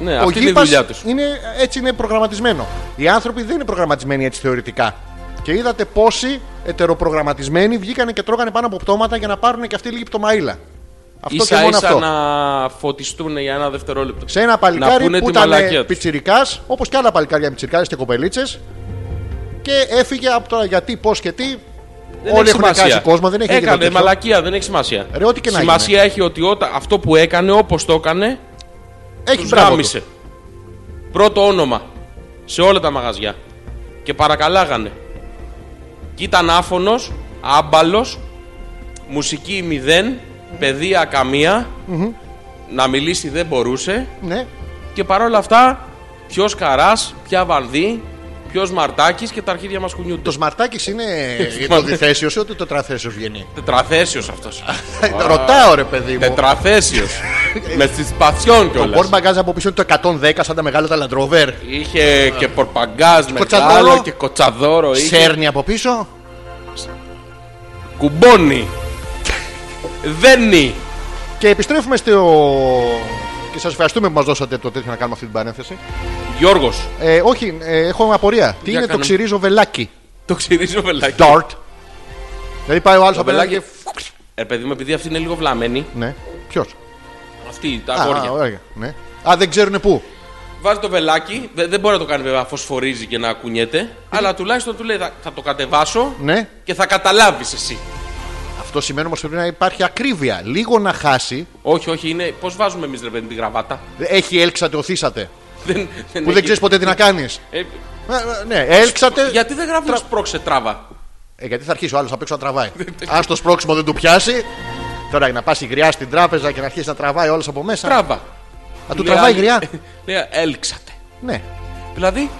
A: Ναι,
B: ο
A: αυτή είναι η
B: γήπας
A: δουλειά τους.
B: είναι, έτσι είναι προγραμματισμένο. Οι άνθρωποι δεν είναι προγραμματισμένοι έτσι θεωρητικά. Και είδατε πόσοι ετεροπρογραμματισμένοι βγήκανε και τρώγανε πάνω από πτώματα για να πάρουν και αυτοί λίγη πτωμαήλα. Αυτό και
A: ίσα
B: μόνο
A: ίσα
B: αυτό.
A: να φωτιστούν για ένα δευτερόλεπτο.
B: Σε ένα
A: να πούνε
B: παλικάρι
A: τη
B: που ήταν
A: μαλακία τους.
B: πιτσιρικάς, όπως και άλλα παλικάρια πιτσιρικάδε και κοπελίτσες, και έφυγε από το γιατί, πώς και τι.
A: Δεν
B: Όλοι
A: έχει
B: έχουν
A: σημασία.
B: κάσει κόσμο, δεν έχει γίνει
A: Έκανε
B: τέτοιο.
A: μαλακία, δεν έχει σημασία.
B: Ρε, ό,τι και να
A: σημασία έχει ότι όταν, αυτό που έκανε, όπως το έκανε,
B: Έχει
A: τους
B: μπράβο. του.
A: γάμισε. Πρώτο όνομα σε όλα τα μαγαζιά. Και παρακαλάγανε. Και ήταν άφωνος, άμπαλος, μουσική μηδέν, παιδεία καμία, να μιλήσει δεν μπορούσε.
B: Ναι,
A: Και παρόλα αυτά, ποιος καράς, ποια βανδί, ποιο μαρτάκι και τα αρχίδια μας κουνιούνται.
B: τος σμαρτάκι είναι τος διθέσιο ή ότι το τραθέσιο βγαίνει.
A: Τετραθέσιος αυτός.
B: Ρωτάω ρε παιδί μου.
A: Τετραθέσιος. Με τη πασιόν
B: Το πόρ
A: κιόλα.
B: μπαγκάζ από πίσω είναι το 110 σαν τα μεγάλα τα λαντρόβερ.
A: Είχε και πορπαγκάζ μεγάλο
B: κοτσαδόρο.
A: και κοτσαδόρο. Είχε
B: Σέρνει από πίσω.
A: κουμπόνι. Δένι.
B: Και επιστρέφουμε στο. Και σας ευχαριστούμε που μας δώσατε το τέτοιο να κάνουμε αυτή την παρένθεση.
A: Γιώργος.
B: Ε, όχι, ε, έχω απορία. Τι είναι το
A: κάνουμε.
B: ξυρίζο βελάκι.
A: Το ξυρίζω βελάκι.
B: Dart. Δηλαδή πάει ο άλλος απέναντι.
A: βελάκι.
B: και-
A: Ε, παιδί μου, επειδή αυτή είναι λίγο βλαμμένη,
B: Ναι. Ποιος.
A: αυτή τα
B: Α,
A: αγόρια.
B: ωραία. Ναι. Α, δεν ξέρουν πού.
A: Βάζει το βελάκι, δε- δεν μπορεί να το κάνει βέβαια, φωσφορίζει και να κουνιέται, αλλά τουλάχιστον του λέει θα, θα το κατεβάσω
B: Ναι.
A: και θα καταλάβεις εσύ.
B: Αυτό σημαίνει όμως πρέπει να υπάρχει ακρίβεια. Λίγο να χάσει.
A: Όχι, όχι, είναι. Πώς βάζουμε εμείς ρε παιδί την γραβάτα.
B: Έχει έλξατε, οθήσατε.
A: Δεν,
B: Που
A: έχει-
B: δεν ξέρεις ποτέ τι να κάνεις.
A: Ε,
B: Ναι, έλξατε.
A: Γιατί δεν γράφουν Τρα... σπρώξε τράβα.
B: Ε, γιατί θα αρχίσει ο άλλος απ' έξω να τραβάει. Αν στο σπρώξιμο δεν του πιάσει. Τώρα να πας η γριά στην τράπεζα και να αρχίσει να τραβάει όλος από μέσα.
A: Τράβα.
B: Να του τραβάει η γριά.
A: Λέει, έλξατε.
B: ναι.
A: Δηλαδή,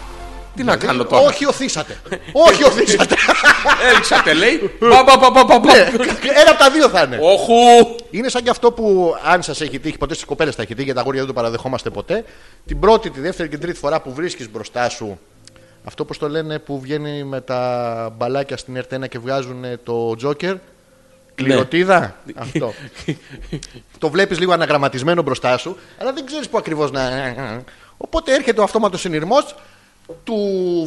A: τι να Ε, κάνω τώρα.
B: Όχι, οθήσατε. Όχι, οθήσατε.
A: Έλξατε, λέει. Πα, πα, πα, πα, πα, πα.
B: Ένα από τα δύο θα είναι.
A: Όχου.
B: Είναι σαν και αυτό που αν σας έχει τύχει, ποτέ στις κοπέλες θα έχει τύχει, γιατί τα αγόρια δεν το παραδεχόμαστε ποτέ. Την πρώτη, τη δεύτερη και την τρίτη φορά που βρίσκεις μπροστά σου αυτό που το λένε που βγαίνει με τα μπαλάκια στην Ερτένα και βγάζουν ε, το Τζόκερ. Κληροτίδα. Αυτό. το βλέπεις λίγο αναγραμματισμένο μπροστά σου, αλλά δεν ξέρεις που ακριβώς να. Οπότε έρχεται ο αυτόματος συνειρμός του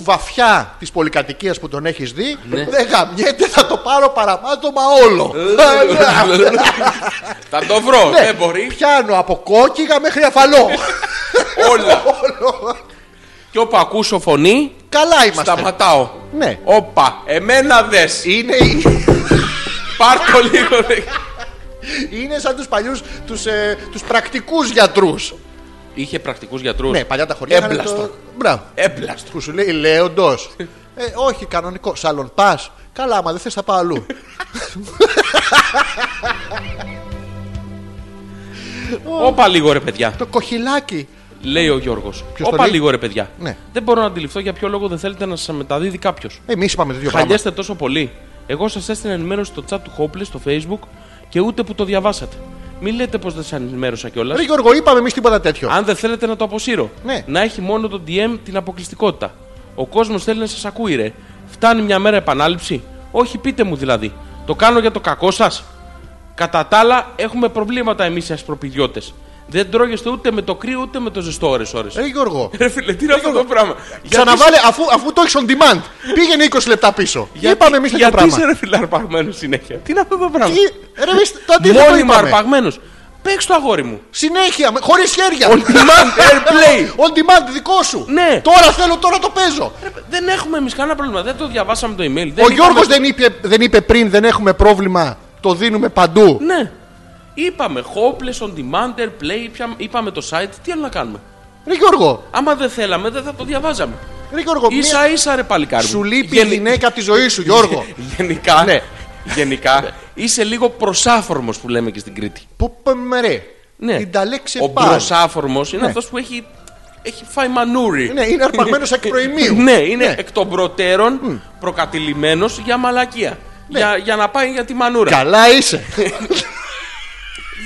B: βαφιά τη πολυκατοικίας που τον έχεις δει. Δεν γαμιέται, θα το πάρω παραμάτωμα όλο.
A: Θα το βρω.
B: Ναι,
A: Δεν Ε, μπορεί.
B: Πιάνω από κόκκιγα μέχρι αφαλό.
A: Όλα. Και όπου ακούσω φωνή,
B: Καλά είμαστε.
A: σταματάω.
B: Ναι.
A: Όπα, εμένα δες.
B: Είναι, η-
A: Πάρ το λίγο. δε.
B: είναι σαν τους παλιούς τους, ε, τους πρακτικούς γιατρούς.
A: Είχε πρακτικούς γιατρούς.
B: Ναι, παλιά τα χωριά είχαν
A: Έμπλαστο.
B: το- Μπράβο.
A: Έμπλαστο.
B: Που σου λέει λέοντος. Ε, όχι, κανονικό. Σαλον πας. Καλά, άμα δεν θες θα πάω αλλού.
A: Όπα λίγο ρε παιδιά.
B: το κοχυλάκι.
A: Λέει ο Γιώργος.
B: Ποιος το
A: Όπα
B: λέει?
A: λίγο ρε παιδιά.
B: Ναι.
A: Δεν μπορώ να αντιληφθώ για ποιο λόγο δεν θέλετε να σας μεταδίδει κάποιος.
B: Ε, Εμείς είπαμε τέτοιο πράγμα.
A: Χαλιέστε τόσο πολύ. Εγώ σας έστειλα ενημέρωση στο chat του Hopeless στο Facebook και ούτε που το διαβάσατε. Μην λέτε πως δεν σα ενημέρωσα κιόλας.
B: Ρε Γιώργο, είπαμε εμείς τίποτα τέτοιο.
A: Αν δεν θέλετε να το αποσύρω.
B: Ναι.
A: Να έχει μόνο το DM την αποκλειστικότητα. Ο κόσμος θέλει να σας ακούει, ρε. Φτάνει μια μέρα επανάληψη. Όχι, πείτε μου δηλαδή. Το κάνω για το κακό σας. Κατά τα άλλα, έχουμε προβλήματα εμείς οι ασπροπηδιώτε. Δεν τρώγεστε ούτε με το κρύο ούτε με το ζεστό ώρε-ώρε.
B: Ρε Γιώργο,
A: Ρε φίλε, τι είναι αυτό
B: ε,
A: το πράγμα. Γιατί
B: ξαναβάλε αφού, αφού το έχεις on demand. Πήγαινε 20 λεπτά πίσω.
A: Γιατί-
B: είπαμε εμείς τέτοιο
A: Γιατί
B: πράγμα.
A: είσαι ρε φίλε αρπαγμένο συνέχεια. Τι είναι αυτό το πράγμα.
B: Τι- Ρε, εμείς Ε, το αντίθετο
A: Μόνιμα
B: είπαμε.
A: αρπαγμένο. Παίξ το αγόρι μου.
B: Συνέχεια, χωρίς χέρια.
A: On demand airplay.
B: On demand, δικό σου.
A: Ναι.
B: Τώρα θέλω, τώρα το παίζω.
A: Ρε, Δεν έχουμε εμείς κανένα πρόβλημα. Δεν το διαβάσαμε το email. δεν
B: Ο Γιώργο
A: είπαμε-
B: δεν είπε, δεν είπε πριν δεν έχουμε πρόβλημα. Το δίνουμε παντού.
A: Ναι. Είπαμε hopeless on demand airplay. πια- Είπαμε το site. Τι άλλο να κάνουμε.
B: Ρε Γιώργο,
A: Άμα δεν θέλαμε, δεν θα το διαβάζαμε.
B: ρε Γιώργο, μία-
A: σα ίσα ρε παλικάρι. μου.
B: σου λείπει η
A: Γενι-
B: γυναίκα από της ζωής σου, Γιώργο.
A: Γενικά,
B: Ναι.
A: γενικά είσαι λίγο προσάφορμος που λέμε και στην Κρήτη.
B: Πού πάμε ρε.
A: Ναι.
B: Την τα λέξη
A: Ο
B: πάλι.
A: προσάφορμος είναι
B: Ναι.
A: αυτός που έχει, έχει φάει μανούρι.
B: Ναι, είναι αρπαγμένος εκ προημίου.
A: Ναι, είναι εκ των προτέρων προκατηλημένος για μαλακία.
B: Ναι.
A: Για, για να πάει για τη μανούρα.
B: Καλά είσαι.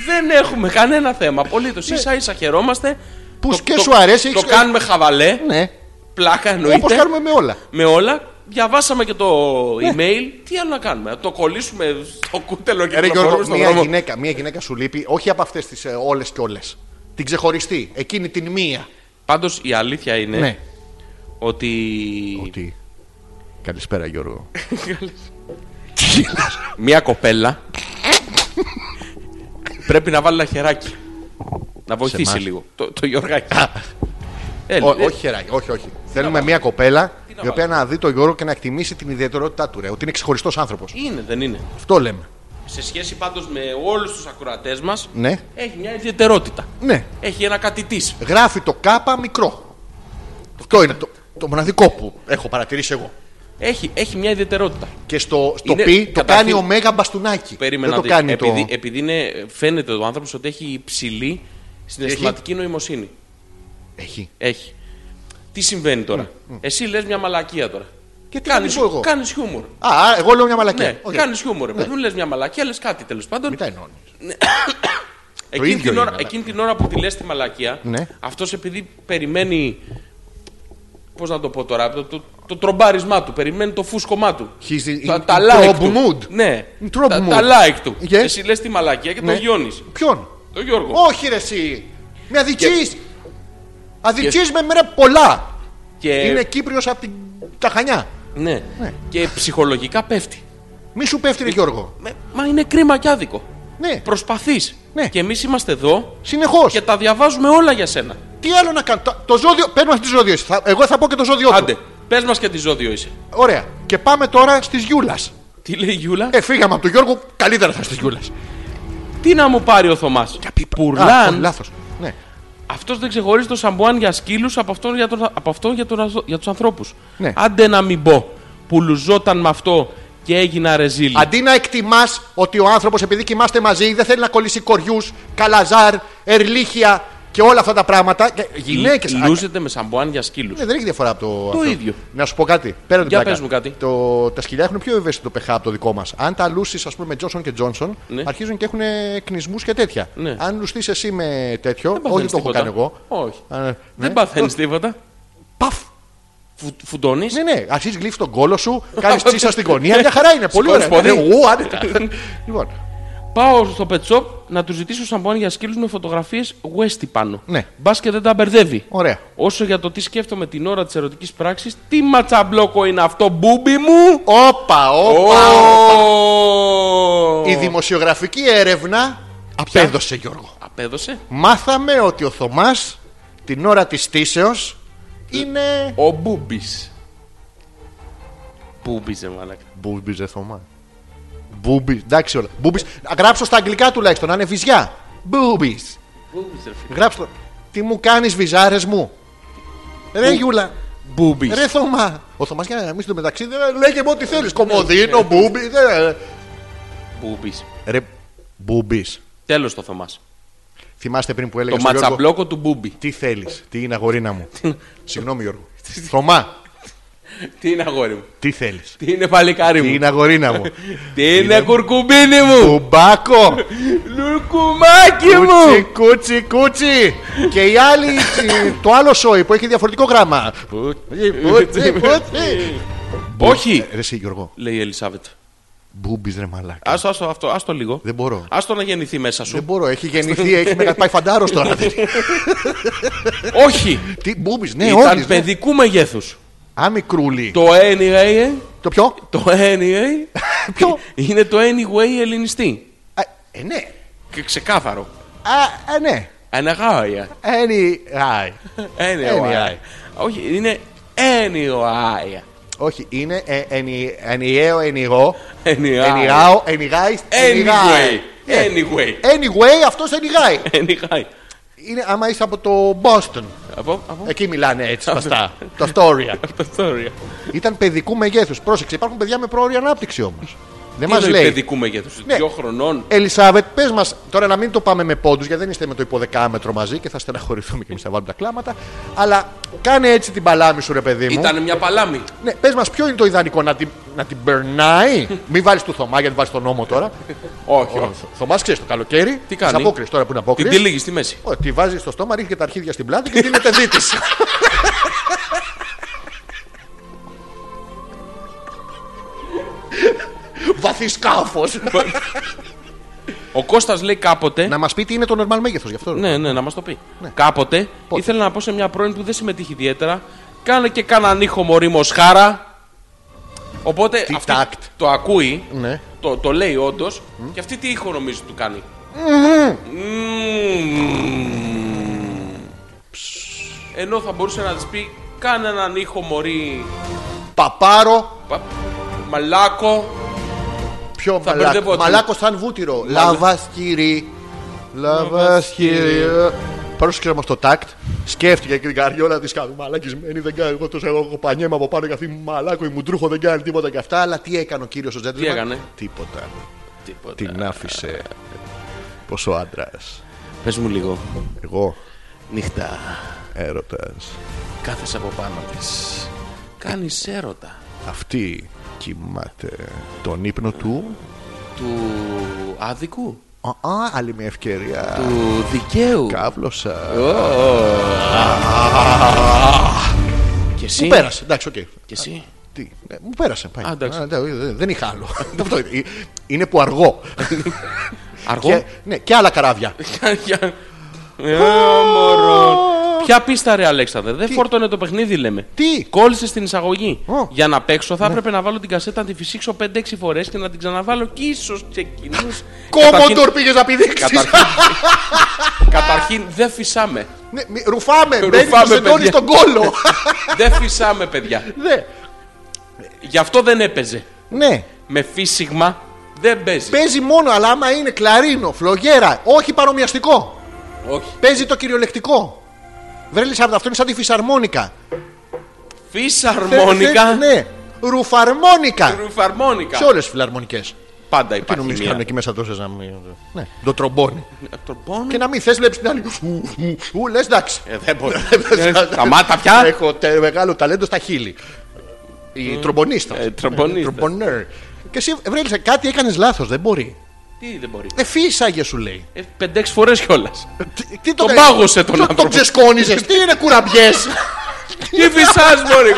A: Δεν έχουμε κανένα θέμα. Απολύτως.
B: Ναι.
A: ίσα ίσα χαιρόμαστε.
B: Που
A: Το-
B: και
A: το-
B: σου αρέσει,
A: Το
B: έχεις-
A: κάνουμε χαβαλέ.
B: ναι.
A: Πλάκα εννοείται.
B: Όπως κάνουμε με όλα.
A: Με όλα. Διαβάσαμε και το email. Τι άλλο να κάνουμε. Να το κολλήσουμε στο κούτελο και
B: Ρε
A: να το
B: Γιώργο,
A: στον
B: μια
A: δρόμο.
B: γυναίκα, μια γυναίκα σου λείπει, όχι από αυτές τις όλες και όλες. Την ξεχωριστή, εκείνη την μία.
A: Πάντως η αλήθεια είναι
B: Ναι.
A: ότι.
B: Ότι. Καλησπέρα Γιώργο.
A: Μια κοπέλα πρέπει να βάλει ένα χεράκι. Να βοηθήσει
B: εμάς.
A: λίγο. Το, το Γιωργάκι. Ε,
B: Ό,
A: ε,
B: όχι χεράκι, όχι, όχι. Θέλουμε μια κοπέλα
A: να
B: η οποία να δει τον Γιώργο και να εκτιμήσει την ιδιαιτερότητά του. Ρε, ότι είναι ξεχωριστός άνθρωπος.
A: Είναι, δεν είναι.
B: Αυτό λέμε.
A: Σε σχέση πάντως με όλους τους ακροατές μας
B: Ναι.
A: έχει μια ιδιαιτερότητα.
B: Ναι.
A: Έχει ένα κατητής.
B: Γράφει το κάπα μικρό. Αυτό είναι το, το μοναδικό που έχω παρατηρήσει εγώ.
A: Έχει, έχει μια ιδιαιτερότητα.
B: Και στο, στο
A: Είναι-
B: πι το
A: καταρχήν-
B: κάνει ο Μέγα Μπαστούνάκη.
A: Περίμενα
B: Δεν το
A: να δεις.
B: κάνει
A: επειδή, ε-
B: το.
A: επειδή είναι, φαίνεται ο άνθρωπος ότι έχει υψηλή συναισθηματική νοημοσύνη.
B: Έχει.
A: Έχει. Τι συμβαίνει τώρα. Εσύ λες μια μαλακία τώρα.
B: Και τι
A: κάνεις,
B: να πω εγώ.
A: κάνεις χιούμορ.
B: Α, εγώ λέω μια μαλακία.
A: Ναι,
B: Οκ.
A: κάνεις χιούμορ. Ναι. Μου λες μια μαλακία, λες κάτι τέλος πάντων.
B: Μην τα ενώνεις.
A: Εκείνη,
B: ίδιο
A: την ώρα,
B: είναι, αλλά.
A: εκείνη την ώρα που τη λες τη μαλακία,
B: Ναι.
A: αυτός επειδή περιμένει, πώς να το πω τώρα, το, το, το τρομπάρισμά του, περιμένει το φούσκωμά του.
B: He's in-
A: τα,
B: in
A: τα like
B: trob
A: του.
B: mood.
A: Ναι,
B: In trob
A: τα,
B: mood.
A: τα like του.
B: Yes.
A: Εσύ λες τη μαλακία και
B: Ναι.
A: τον γιώνεις.
B: Ποιον.
A: Το Γιώργο.
B: Όχι ρε εσύ. Με αδικείς. Αδικείς με μέρα πολλά.
A: Και,
B: Είναι Κύπριος από την τα Χανιά.
A: ναι.
B: Ναι.
A: και ψυχολογικά πέφτει.
B: Μη σου
A: Ε,
B: πέφτει ρε Γιώργο.
A: Με- Μα είναι κρίμα και άδικο.
B: Ναι.
A: Προσπαθείς.
B: Ναι.
A: Και εμείς είμαστε εδώ
B: Συνεχώς.
A: και τα διαβάζουμε όλα για σένα.
B: Τι άλλο να κάνω. Το, το ζώδιο. Παίρνουμε αυτή τη ζώδιο. εσύ. Θα- Εγώ θα πω και το ζώδιο
A: Άντε,
B: του.
A: πες μας και τι ζώδιο είσαι.
B: Ωραία. Και πάμε τώρα στη Γιούλας.
A: Τι λέει η Γιούλα.
B: Ε, φύγαμε από τον Γιώργο. Καλύτερα θα στη Γιούλας.
A: Τι να μου πάρει ο Θωμάς. Πουρλάν.
B: Λάθος. Ναι.
A: Αυτός δεν ξεχωρίζει το σαμπουάν για σκύλους από αυτόν για, τον, από αυτόν για, τον, αζω- για τους ανθρώπους.
B: Ναι.
A: Άντε να μην πω. Πουλουζόταν με αυτό και έγινα ρεζίλη.
B: Αντί να εκτιμάς ότι ο άνθρωπος επειδή κοιμάστε μαζί δεν θέλει να κολλήσει κοριούς, καλαζάρ, ερλίχια και όλα αυτά τα πράγματα. Γυναίκε.
A: Λούζεται με σαμπουάν για σκύλους.
B: Ναι, δεν έχει διαφορά από το. Το
A: ίδιο.
B: Να σου πω κάτι. Πέρα την
A: Για
B: πλάκα.
A: πες μου κάτι.
B: Το... Τα σκυλιά έχουν πιο ευαίσθητο pH από το δικό μας. Αν τα λούσεις, ας πούμε, με Johnson και Johnson,
A: Ναι.
B: αρχίζουν και έχουν κνισμού και τέτοια.
A: Ναι.
B: Αν λουστείς εσύ με τέτοιο, όχι
A: παθαίνεις
B: το έχω
A: τίποτα.
B: κάνει εγώ.
A: Όχι.
B: Α, ναι.
A: Δεν παθαίνεις τίποτα.
B: Παφ!
A: Φου, Φουντώνεις.
B: Ναι, ναι, αρχίζεις γλύφεις τον κόλο σου, κάνεις τσίσα στην γωνία. Μια χαρά είναι. Πολύ ωραία.
A: Σκόνης πόδι.
B: Ναι, ου, άνετα. λοιπόν,
A: Πάω στο pet shop να τους ζητήσω σαμπουάν για σκύλους με φωτογραφίες Westy πάνω.
B: Ναι.
A: Μπας και δεν τα μπερδεύει.
B: ωραία.
A: Όσο για το τι σκέφτομαι την ώρα της ερωτικής πράξης, τι ματσαμπλόκο είναι αυτό, μπούμπι μου!
B: Όπα, όπα.
A: Ω!
B: Η δημοσιογραφική έρευνα απέδωσε, Γιώργο.
A: Απέδωσε.
B: Μάθαμε ότι ο Θωμάς την ώρα της στήσεως είναι...
A: Ο Μπούμπης. Μπούμπης, ρε μαλάκα.
B: Μπούμπις ρε Θωμά. Μπούμπις, εντάξει όλα. Μπούμπις, να γράψω στα αγγλικά τουλάχιστον, να είναι βυζιά. Μπούμπις.
A: Μπούμπης, ρε φίλε.
B: Γράψω. Τι μου κάνεις βυζάρες μου. Ρε Γιούλα.
A: Μπούμπης.
B: Ρε Θωμά. Ο Θωμάς για να μην στο μεταξύ δεν λέγε μου ό,τι θέλεις. Κομοδίνο, μπούμπι. δεν-
A: Μπούμπη.
B: Ρε μπούμπις.
A: Τέλος το Θωμάς.
B: Θυμάστε πριν που έλεγα
A: Το
B: στον Γιώργο,
A: ματσαμπλόκο του Μπούμπη.
B: Τι θέλεις, τι είναι αγορίνα μου. Συγγνώμη Γιώργο. Θωμά.
A: Τι είναι αγόρι μου.
B: Τι θέλεις.
A: Τι είναι παλικάρι
B: Τι
A: μου.
B: είναι αγορίνα μου.
A: Τι είναι κουρκουμπίνι μου.
B: Κουμπάκο.
A: Λουρκουμάκι
B: Κούτσι,
A: μου.
B: κούτσι, κούτσι. Και η άλλη, το άλλο σόι που έχει διαφορετικό γράμμα. Κούτσι, κούτσι, κούτσι.
A: Όχι,
B: Ρε εσύ Γιώργο,
A: λέει η Ελισάβετ.
B: μπούμπις ρε μαλάκα.
A: Άστο, άστο, αυτό, άστο λίγο.
B: Δεν μπορώ.
A: Άστο να γεννηθεί μέσα
B: Δεν
A: σου.
B: μπορώ, έχει γεννηθεί, έχει μεγα- πάει φαντάρος τώρα.
A: Όχι.
B: Τι μπούμπις, ναι,
A: Ήταν
B: όντις. ναι.
A: παιδικού μεγέθους.
B: Α, μικρούλι.
A: Το anyway, ε,
B: Το ποιο,
A: το anyway,
B: ποιο.
A: είναι το anyway ελληνιστή.
B: Α, Ε, ναι.
A: Και ξεκάθαρο.
B: Α, ε, ναι.
A: Αναγάρια.
B: Anyway.
A: Anyway.
B: Anyway.
A: Όχι, είναι anyway.
B: Όχι, είναι ε, ενι- ενιαίο, ενιγό.
A: Anyway.
B: Ενιγάω, ενιγάεις,
A: Anyway.
B: ενιγάει. Ναι.
A: Anyway.
B: Anyway, αυτός ενιγάει.
A: Anyway.
B: Είναι άμα είσαι από το Boston.
A: Από, από.
B: Εκεί μιλάνε έτσι σωστά. το Astoria.
A: από το story.
B: Ήταν παιδικού μεγέθους. Πρόσεξε, υπάρχουν παιδιά με πρόωρη ανάπτυξη όμως. Δεν μα
A: Τι
B: Ε, λέει.
A: λέει. Παιδικού μεγέθους.
B: Ναι.
A: Δύο χρονών.
B: Ελισάβετ, πες μας τώρα να μην το πάμε με πόντους, γιατί δεν είστε με το υποδεκάμετρο μαζί και θα στεναχωρηθούμε και εμείς θα βάλουμε τα κλάματα. Αλλά κάνε έτσι την παλάμη σου, ρε παιδί μου.
A: Ήταν μια παλάμη.
B: Ναι, πες μας, ποιο είναι το ιδανικό να την, να την περνάει. μην βάλεις του Θωμά, γιατί βάζεις τον νόμο τώρα.
A: Όχι,
B: Ο
A: όχι.
B: Θωμάς ξέρεις το καλοκαίρι.
A: Τι κάνει?
B: Τις απόκριες, τώρα που είναι
A: Την
B: απόκριε.
A: τυλίγει στη μέση.
B: Τη βάζει στο στόμα, ρίχνει και τα αρχίδια στην πλάτη και δίνεται δίτης. Βαθύ σκάφος.
A: Ο Κώστας λέει κάποτε.
B: να μας πει τι είναι το normal μέγεθος γι' αυτό. ρε.
A: Ναι, ναι, να μας το πει. Κάποτε ήθελα να πω σε μια πρώην που δεν συμμετείχε ιδιαίτερα. Κάνε και κανέναν ήχο μωρή χάρα. Οπότε αυτή
B: τάκτ.
A: το ακούει,
B: Ναι.
A: το, το λέει όντως, και αυτή τι ήχο νομίζει του κάνει. Μμμ. Ενώ θα μπορούσε να της πει κάνε έναν ήχο μωρή
B: Παπάρο,
A: πα- μαλάκο.
B: πιο
A: Θα μπερδεύω
B: μαλάκο.
A: ότι-
B: Μαλάκος σαν βούτυρο.
A: Μαλα-
B: Λαβασκύρι. Λαβασκύρι. Πρόσεξε όμω το τάκτ. Σκέφτηκα και την καριόλα της κάτω. Μαλακισμένη δεν κάνει. Εγώ τόσο εγώ πανιέμα από πάνω και αυτή μαλάκο. Η μουντρούχο δεν κάνει τίποτα και αυτά. Αλλά τι έκανε ο κύριος ο Τζέντλμαν.
A: έκανε?
B: Τίποτα.
A: Τίποτα.
B: Την άφησε. Πόσο άντρας.
A: Πες μου λίγο.
B: Εγώ
A: Νύχτα.
B: έρωτας.
A: Κάθεσαι από πάνω της. Κάνεις έρωτα.
B: Αυτή κοιμάται τον ύπνο του.
A: Του άδικου.
B: Α, α, άλλη μια ευκαιρία.
A: Του δικαίου.
B: Κάβλωσα.
A: Και εσύ.
B: Μου πέρασε. Εντάξει, οκ.
A: Και εσύ.
B: Τι, ε, μου πέρασε. Πάει.
A: Α, εντάξει.
B: Α, δε- δε- δεν είχα άλλο. Αυτό είναι. Ε, είναι που αργό.
A: Αργό.
B: και, ναι, και άλλα καράβια.
A: Ε, μωρό. Ποια πίστα ρε Αλέξανδρε, δεν φόρτωνε το παιχνίδι λέμε.
B: Τι?
A: Κόλλησε στην εισαγωγή.
B: Ω. Ναι.
A: Για να παίξω θα έπρεπε να βάλω την κασέτα να τη φυσήξω 5-6 φορές και να την ξαναβάλω και ίσως ξεκινήσει.
B: Κόμοντορ πήγες να πηδήξεις.
A: Καταρχήν, καταρχήν δεν φυσάμε.
B: ναι, μη- ρουφάμε. Μπαίνει
A: Ρουφάμε,
B: το σεντόνι
A: παιδιά.
B: στον κόλο.
A: δεν φυσάμε, παιδιά.
B: ναι,
A: Γι' αυτό δεν έπαιζε.
B: ναι.
A: Με φύσιγμα δεν παίζει.
B: Παίζει μόνο, αλλά άμα είναι κλαρίνο, φλογέρα, όχι παρομοιαστικό.
A: Όχι.
B: Παίζει το κυριολεκτικό. Βρέλη από αυτό είναι σαν τη φυσαρμόνικα.
A: Φυσαρμόνικα.
B: Ναι, ρουφαρμόνικα.
A: Ρουφαρμόνικα.
B: Σε όλες τις φιλαρμονικές.
A: Πάντα
B: Τι
A: υπάρχει
B: νομίζει
A: μία.
B: κάνουν εκεί μέσα τόσες να μην. Ναι, το τρομπόνι.
A: Τρομπόν.
B: Και να μην θες, βλέπεις την άλλη. Ου, ου, Ου, λες εντάξει.
A: Ε, δεν μπορεί. Τα μάτα πια.
B: Έχω τε- μεγάλο ταλέντο στα χείλη. Η τρομπονίστας.
A: Ε, τρομπονίστας.
B: Ε, τρομπονέρ. Και εσύ βρέλησε κάτι, έκανες λάθος. Δεν μπορεί.
A: Τι δεν μπορεί.
B: Ε, φύσαγε σου λέει.
A: Ε, Πέντε-έξι φορές κιόλας.
B: Τι- Τι
A: Τον
B: κάνεις?
A: πάγωσε τον
B: Το- Τον
A: άνθρωπο.
B: ξεσκόνιζε. Τι είναι κουραμπιές.
A: Τι φυσάς, Μωρή.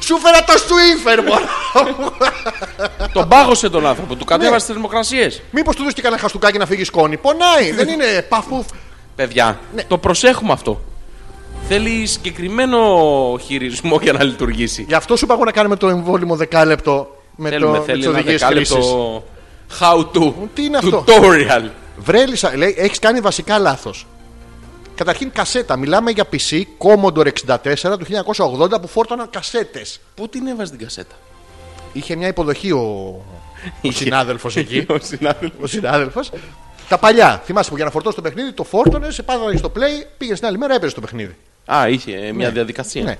B: Σου φέρα το σουίφερ, μωρά.
A: Τον πάγωσε τον άνθρωπο. Του
B: Ναι.
A: κατέβασε τις θερμοκρασίες.
B: Μήπως του δώσει και κανένα χαστούκάκι να φύγει σκόνη. Πονάει. Δεν είναι παφούφ.
A: Παιδιά,
B: Ναι.
A: το προσέχουμε αυτό. Θέλει συγκεκριμένο χειρισμό για να λειτουργήσει.
B: Γι' αυτό σου είπα εγώ να κάνουμε το εμβόλυμο δεκάλεπτο με το-
A: Θέλουμε,
B: με
A: θέλει
B: τις
A: ένα
B: οδηγίες χρήση.
A: δεκάλεπτο how to.
B: Τι είναι αυτό?
A: Tutorial.
B: Βρέλισσα, λέει, έχεις κάνει βασικά λάθος. Καταρχήν κασέτα. Μιλάμε για PC Commodore 64 του 1980 που φόρτωναν κασέτες.
A: Πού την έβαζες την κασέτα.
B: Είχε μια υποδοχή ο, ο συνάδελφος εκεί.
A: Ο συνάδελφος.
B: ο συνάδελφος. Τα παλιά. Θυμάσαι που για να φορτώσει το παιχνίδι το φόρτωνες, σε πάγανε στο play, πήγες την άλλη μέρα, έπαιζε το παιχνίδι.
A: Α, είχε ε, μια διαδικασία.
B: Ναι.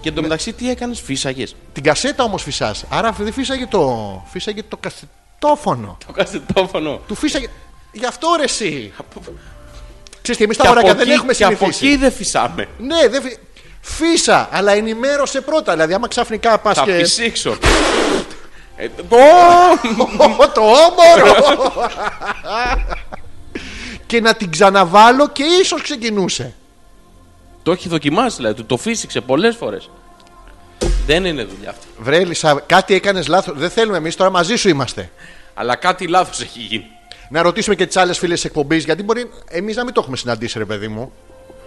A: Και εντωμεταξύ τι έκανες, φύσαγες.
B: Την κασέτα όμως φυσάς. Άρα δεν φύσαγε το, φύσαγε το κασετόφωνο.
A: Το κασετόφωνο.
B: Του φύσαγε. Γι' αυτό ρε εσύ. Ξέρεις τι, εμείς
A: Και
B: τα ωράκια
A: από
B: δεν
A: εκεί-
B: έχουμε
A: Και από
B: συνηθίσει.
A: εκεί δεν φυσάμε.
B: Ναι, δεν φυ- Φύσα, αλλά ενημέρωσε πρώτα. Δηλαδή, άμα ξαφνικά πας
A: Θα
B: και.
A: πησίξω. Ε, το-
B: Ω, το όμορο! και να την ξαναβάλω και ίσως ξεκινούσε.
A: Το έχει δοκιμάσει, δηλαδή. του Το φύσηξε πολλές φορές. Δεν είναι δουλειά αυτή.
B: Βρέλισσα, κάτι έκανες λάθος. Δεν θέλουμε εμείς, τώρα μαζί σου είμαστε.
A: Αλλά κάτι λάθος έχει γίνει.
B: Να ρωτήσουμε και τις άλλες φίλες εκπομπής, γιατί μπορεί εμείς να μην το έχουμε συναντήσει, ρε παιδί μου.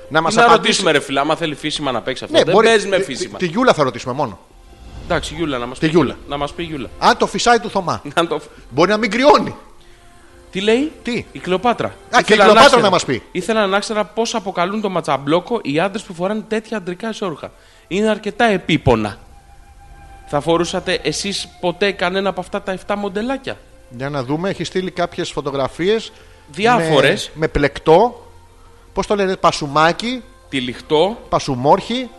B: Να μας
A: να ρωτήσουμε, ρε φιλά, άμα θέλει φύσιμα να παίξει αυτό.
B: Ναι,
A: δεν
B: μπορεί.
A: παίζει με
B: Τη-
A: φύσιμα.
B: Τη, τη Γιούλα θα ρωτήσουμε μόνο.
A: Εντάξει, Γιούλα, να μας
B: Τη
A: πει.
B: Γιούλα.
A: Να μας πει Γιούλα.
B: Αν το φυσάει του Θωμά.
A: Να το...
B: Μπορεί να μην κρυώνει.
A: Τι λέει,
B: Τι?
A: η Κλεοπάτρα.
B: και η
A: Ήθελα
B: Κλεοπάτρα
A: ήξερα-
B: να μας πει.
A: Ήθελα να ξέρω πώς αποκαλούν το ματσαμπλόκο οι άντρες που φοράνε τέτοια αντρικά εσόρουχα. Είναι αρκετά επίπονα. Θα φορούσατε εσείς ποτέ κανένα από αυτά τα 7 μοντελάκια.
B: Για να δούμε, έχει στείλει κάποιες φωτογραφίες.
A: Διάφορες.
B: Με, με πλεκτό. Πώς το λένε, πασουμάκι,
A: Τυλιχτό.
B: πασουμόρχι,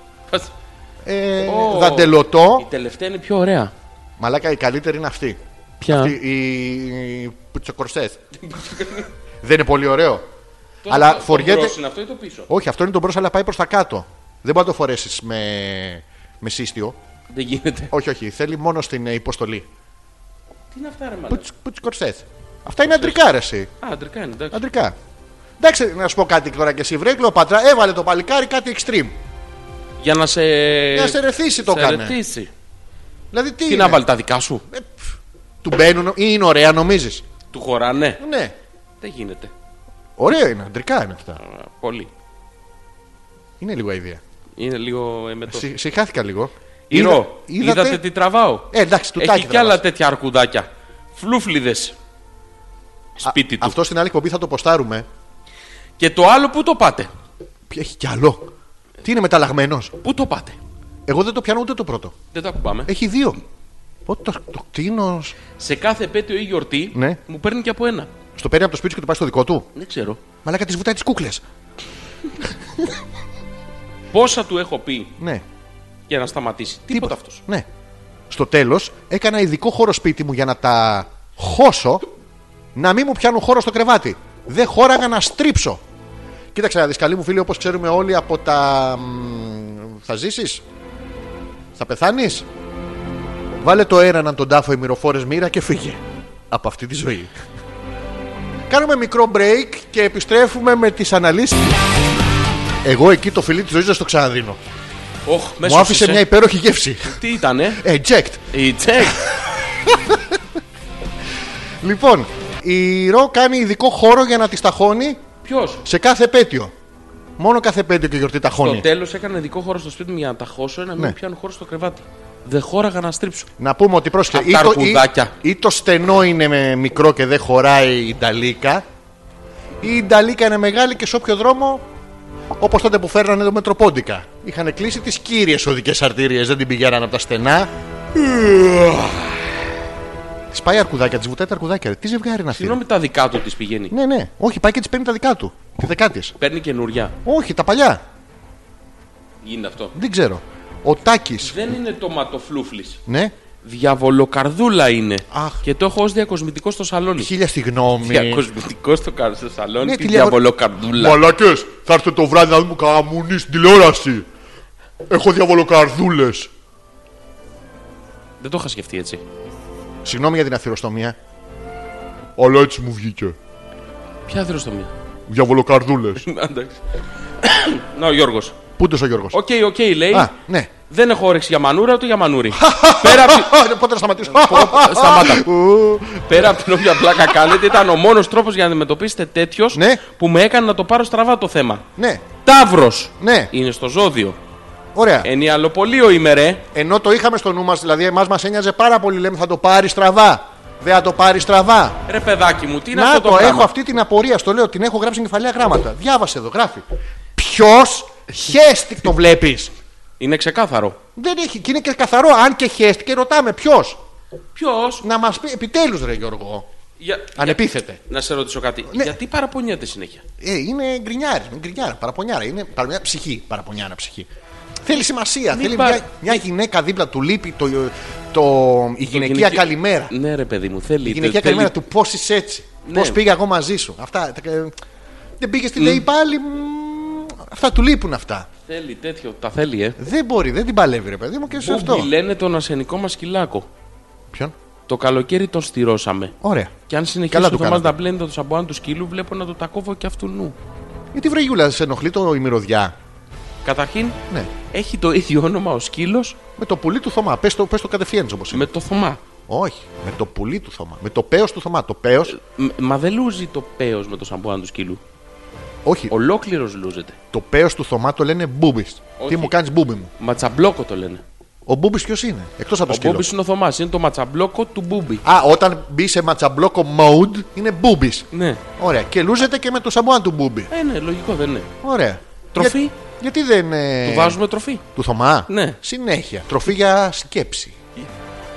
B: ε,
A: Ω. Η
B: δαντελωτό.
A: τελευταία είναι πιο ωραία.
B: Μαλάκα, η καλύτερη είναι αυτή.
A: Ποια?
B: Αυτή, η. η πουτσοκορσές. Δεν είναι πολύ ωραίο. Αλλά φοριέται.
A: είναι αυτό ή το πίσω.
B: Όχι, αυτό είναι το μπρος, αλλά πάει προς τα κάτω. Δεν μπορεί να το φορέσεις με, με σύστιο.
A: Δεν γίνεται.
B: Όχι, όχι. Θέλει μόνο στην ε, υποστολή.
A: Τι είναι αυτά, ρε μάλλον.
B: Πουτς, πουτς κορσέτ. Αυτά είναι αντρικά, ρε, εσύ.
A: Α, αντρικά είναι, εντάξει.
B: Αντρικά. Εντάξει, να σου πω κάτι τώρα και εσύ. Βρε, Κλεοπάτρα, έβαλε το παλικάρι κάτι extreme.
A: Για να σε.
B: Για να σε ρεθίσει το
A: σε
B: κάνε.
A: ρετήσει.
B: Δηλαδή, τι,
A: Τι
B: είναι.
A: να βάλει τα δικά σου.
B: Ε, πφ, του μπαίνουν ή είναι ωραία, νομίζεις.
A: Του χωράνε.
B: Ναι.
A: Δεν γίνεται.
B: Ωραία είναι, αντρικά είναι αυτά.
A: Α, Πολύ.
B: Είναι λίγο αίδια.
A: Είναι λίγο εμετό.
B: Συ, συχάθηκα λίγο.
A: Ηρώ.
B: Είδα- είδατε-
A: Είδατε... τι τραβάω.
B: Ε, εντάξει, του
A: Έχει κι άλλα τέτοια αρκουδάκια. Φλούφλιδες. Σπίτι του.
B: Αυτό στην άλλη εκπομπή θα το ποστάρουμε.
A: Και το άλλο πού το πάτε.
B: Ποιο- Έχει κι άλλο. Τι είναι μεταλλαγμένος.
A: Πού το πάτε.
B: Εγώ δεν το πιάνω ούτε το πρώτο.
A: Δεν τα ακουμπάμε.
B: Έχει δύο. Πότε το, το κτίνος.
A: Σε κάθε επέτειο ή γιορτή
B: Ναι.
A: μου παίρνει και από ένα.
B: Στο παίρνει από το σπίτι σου και το πάει στο δικό του.
A: Δεν ξέρω.
B: Μαλάκα τη βουτάει τις κούκλες.
A: Πόσα του έχω πει
B: Ναι.
A: για να σταματήσει. Τίποτα αυτός.
B: Ναι. Στο τέλος, έκανα ειδικό χώρο σπίτι μου για να τα χώσω να μην μου πιάνουν χώρο στο κρεβάτι. Δεν χώραγα να στρίψω. Κοίταξε να δεις, καλή μου φίλη, όπως ξέρουμε όλοι από τα. μ, Θα ζήσεις. Θα πεθάνεις. Βάλε το έραναν τον τάφο οι μυροφόρες μοίρα και φύγε. Από αυτή τη ζωή. Κάνουμε μικρό break και επιστρέφουμε με τις αναλύσεις. Εγώ εκεί το φιλί της ζωής δεν στο ξαναδίνω.
A: Οχ, μέσα
B: Μου άφησε μια υπέροχη γεύση.
A: Τι ήτανε.
B: Eject.
A: Η τσεκ.
B: Λοιπόν, η Ρο κάνει ειδικό χώρο για να τη ταχώνει
A: Ποιος.
B: σε κάθε επέτειο. Μόνο κάθε επέτειο και γιορτή
A: Στο
B: ταχώνει.
A: τέλος έκανα ειδικό χώρο στο σπίτι μου για να τα χώσω να μην
B: Ναι.
A: πιάνω χώρο στο κρεβάτι. Δεν χώραγα να στρίψω.
B: Να πούμε ότι πρόσχε,
A: Απ'
B: ή
A: τα
B: το, ή,
A: αρκουδάκια.
B: ή το στενό είναι με μικρό και δεν χωράει η Νταλίκα, ή η Νταλίκα είναι μεγάλη και σε όποιο δρόμο, όπως τότε που φέρνανε το Μετροπόντικα. Είχαν κλείσει τις κύριες οδικές αρτήριες, δεν την πηγαίνανε από τα στενά. τη πάει αρκουδάκια, της βουτάει τα αρκουδάκια. ρε. Τι ζευγάρι είναι αυτή. ρε.
A: Συγγνώμη, τα δικά του της πηγαίνει.
B: Ναι, ναι, όχι, πάει και της παίρνει τα δικά του. Τη δεκά της.
A: Παίρνει καινούρια.
B: Όχι, τα παλιά.
A: Γίνεται αυτό.
B: Δεν ξέρω. Ο Τάκης.
A: Δεν είναι τοματοφλούφλη.
B: Ναι.
A: Διαβολοκαρδούλα είναι.
B: Αχ.
A: Και το έχω ως διακοσμητικό στο σαλόνι.
B: Χίλια στη γνώμη.
A: Διακοσμητικό στο, κα- στο σαλόνι.
B: Ναι,
A: τη
B: τη διαβολο-
A: διαβολοκαρδούλα.
B: Μαλακέ, θα έρθετε το βράδυ να δούμε καμουνί στην τηλεόραση. Έχω διαβολοκαρδούλες.
A: Δεν το είχα σκεφτεί έτσι.
B: Συγγνώμη για την αθυροστομία. Αλλά έτσι μου βγήκε.
A: Ποια δραστομία.
B: Διαβολοκαρδούλες.
A: Εντάξει. Να ο Γιώργος.
B: Πού είναι ο Γιώργος.
A: Οκ, οκ, λέει.
B: Α, ναι.
A: Δεν έχω όρεξη για μανούρα ούτε για μανούρι. πέρα, απ' τη-
B: Α, πότε να σταματήσω.
A: Σταμάτα. πέρα από την όποια πλάκα κάνετε, ήταν ο μόνος τρόπος για να αντιμετωπίσετε τέτοιος
B: Ναι.
A: που με έκανε να το πάρω στραβά το θέμα.
B: Ναι,
A: Ταύρος
B: ναι,
A: είναι στο ζώδιο.
B: ωραία.
A: Ε. Ενιαλοπολείο είμαι ρε.
B: Ενώ το είχαμε στο νου μας, δηλαδή εμάς μας ένοιαζε πάρα πολύ, λέμε θα το πάρει στραβά. Δεν θα το πάρει στραβά.
A: Ρε παιδάκι μου, τι είναι
B: Να
A: αυτό
B: το,
A: το πράγμα.
B: έχω αυτή την απορία, στο λέω, την έχω γράψει σε κεφαλαία γράμματα. Διάβασε εδώ, γράφει. Ποιος χέστη το βλέπεις.
A: Είναι ξεκάθαρο.
B: Δεν έχει, και είναι και καθαρό, αν και χέστηκε, ρωτάμε ποιος.
A: Ποιος.
B: Να μας πει, επιτέλους ρε Γιώργο.
A: Για...
B: Ανεπίθετε.
A: Να σε ρωτήσω κάτι.
B: Ναι.
A: Γιατί παραπονιέται συνέχεια.
B: Ε, είναι γκρινιάρης, είναι γκρινιάρα, παραπονιάρα. Είναι παραπονιά, ψυχή, παραπονιάρα ψυχή. Θέλει σημασία.
A: Μην
B: θέλει
A: παρα-
B: μια, μια γυναίκα δίπλα του, λείπει το, το, η γυναικεία
A: γυναικείο-
B: καλημέρα.
A: Ναι, ρε παιδί μου, θέλει.
B: Η γυναικεία
A: θέλει-
B: καλημέρα του πώς είσαι έτσι.
A: Ναι.
B: Πώς πήγα εγώ ε, μαζί σου. Αυτά. τα- Δεν πήγε στη ΔΕΗ πάλι. μ, Αυτά του λείπουν αυτά.
A: Θέλει τέτοιο, τα θέλει, ε.
B: Δεν μπορεί, δεν την παλεύει ρε παιδί μου και σε αυτό.
A: Μπούμπι λένε τον ασενικό μας σκυλάκο.
B: Ποιον?
A: Το καλοκαίρι τον στηρώσαμε.
B: Ωραία.
A: Και αν
B: Καλά
A: συνεχίσει
B: το
A: το μας
B: κάνατε.
A: να πλένει το σαμπουάν του σκύλου, βλέπω να το τακόβω και αυτού νου.
B: Γιατί βρε Γιούλα, σε ενοχλεί το η μυρωδιά.
A: Καταρχήν,
B: Ναι.
A: έχει το ίδιο όνομα ο σκύλος
B: Με το πουλί του Θωμά. Πες το, πες το κατευθείαν όπως είναι.
A: με το Θωμά.
B: Όχι. Με το πουλί του Θωμά. Με το πέος του Θωμά. Το πέος,
A: Μ- Μα δεν λούζει το πέος με το σαμπουάν του σκύλου.
B: όχι.
A: Ολόκληρος λούζεται.
B: Το πέος του Θωμά το λένε μπούμπι. Τι
A: Όχι.
B: μου κάνεις μπούμπι μου.
A: Ματσαμπλόκο το λένε.
B: Ο μπούμπι ποιος είναι. Εκτός από το
A: Ο
B: σκύλο.
A: Μπούμπης είναι ο Θωμάς, είναι το ματσαμπλόκο του Μπούμπι.
B: Α, όταν μπει σε ματσαμπλόκο mode είναι μπούμπι.
A: Ναι.
B: Ωραία. Και λούζεται και με το σαμπουάν του μπούμπι.
A: Ε, ναι, λογικό δεν είναι.
B: Ωραία.
A: Τροφή.
B: Για- γιατί δεν. ε,
A: Του βάζουμε τροφή.
B: Του Θωμά.
A: Ναι.
B: Συνέχεια. Τροφή για σκέψη.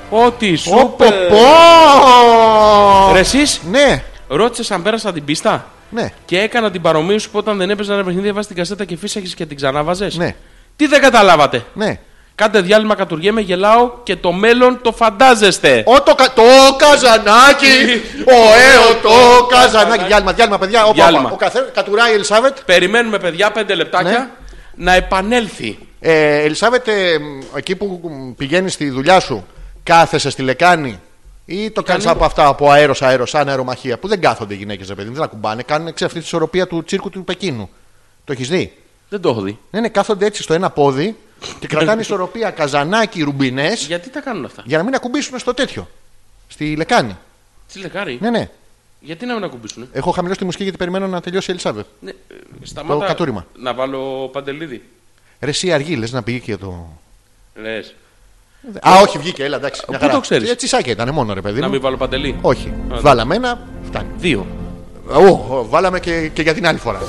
A: Ό,τι
B: Πω,
A: σου
B: πω, πω.
A: Ρε εσείς,
B: Ναι,
A: ρώτησες αν πέρασα την πίστα.
B: ναι.
A: Και έκανα την παρομοίωση που όταν δεν έπαιζα ένα παιχνίδι, έβαζε την κασέτα και φύσαγε και την ξανάβαζες.
B: Ναι.
A: Τι δεν καταλάβατε.
B: Ναι.
A: Κάντε διάλειμμα, κατουργέμαι, γελάω και το μέλλον το φαντάζεστε.
B: Ο το, κα... το καζανάκι! ο έω το καζανάκι! Διάλειμμα, διάλειμμα, παιδιά. Όπα, όπα.
A: Διάλειμμα.
B: Ο καθένα κατουράει η Ελισάβετ.
A: Περιμένουμε, παιδιά, πέντε λεπτάκια
B: Ναι.
A: να επανέλθει.
B: Ε, Ελισάβετ, ε, μ, εκεί που μ, πηγαίνεις στη δουλειά σου, κάθεσαι στη λεκάνη ή το κάνεις
A: Λεκάνη.
B: από αυτά από αέρος αέρος, σαν αερομαχία που δεν κάθονται οι γυναίκες, παιδί, μου, δεν ακουμπάνε. Κάνουν ξέρεις, αυτή τη ισορροπία του τσίρκου του Πεκίνου. Το έχεις δει.
A: Δεν το έχω δει.
B: Ναι, ναι, κάθονται έτσι στο ένα πόδι και κρατάνε ισορροπία καζανάκι, ρουμπινές
A: Γιατί τα κάνουν αυτά.
B: για να μην ακουμπήσουν στο τέτοιο. Στη λεκάνη.
A: Τι λεκάρι,
B: Ναι, ναι.
A: γιατί να μην ακουμπήσουν.
B: Έχω χαμηλώσει τη μουσική γιατί περιμένω να τελειώσει η Ελισάβετ.
A: Ναι, ε, σταμάτα
B: Το κατούριμα.
A: να βάλω παντελίδι.
B: Ρε, εσύ αργή, λες να πήγε και το.
A: Λες,
B: Α, όχι, βγήκε, έλα, εντάξει. μια
A: Πού
B: χαρά.
A: το ξέρεις?
B: Έτσι σάκια ήταν μόνο, ρε παιδί.
A: να
B: μου.
A: μην βάλω παντελή.
B: Όχι.
A: Α, ναι.
B: Βάλαμε ένα, φτάνει.
A: Δύο.
B: Ω, ω, βάλαμε και, και για την άλλη φορά.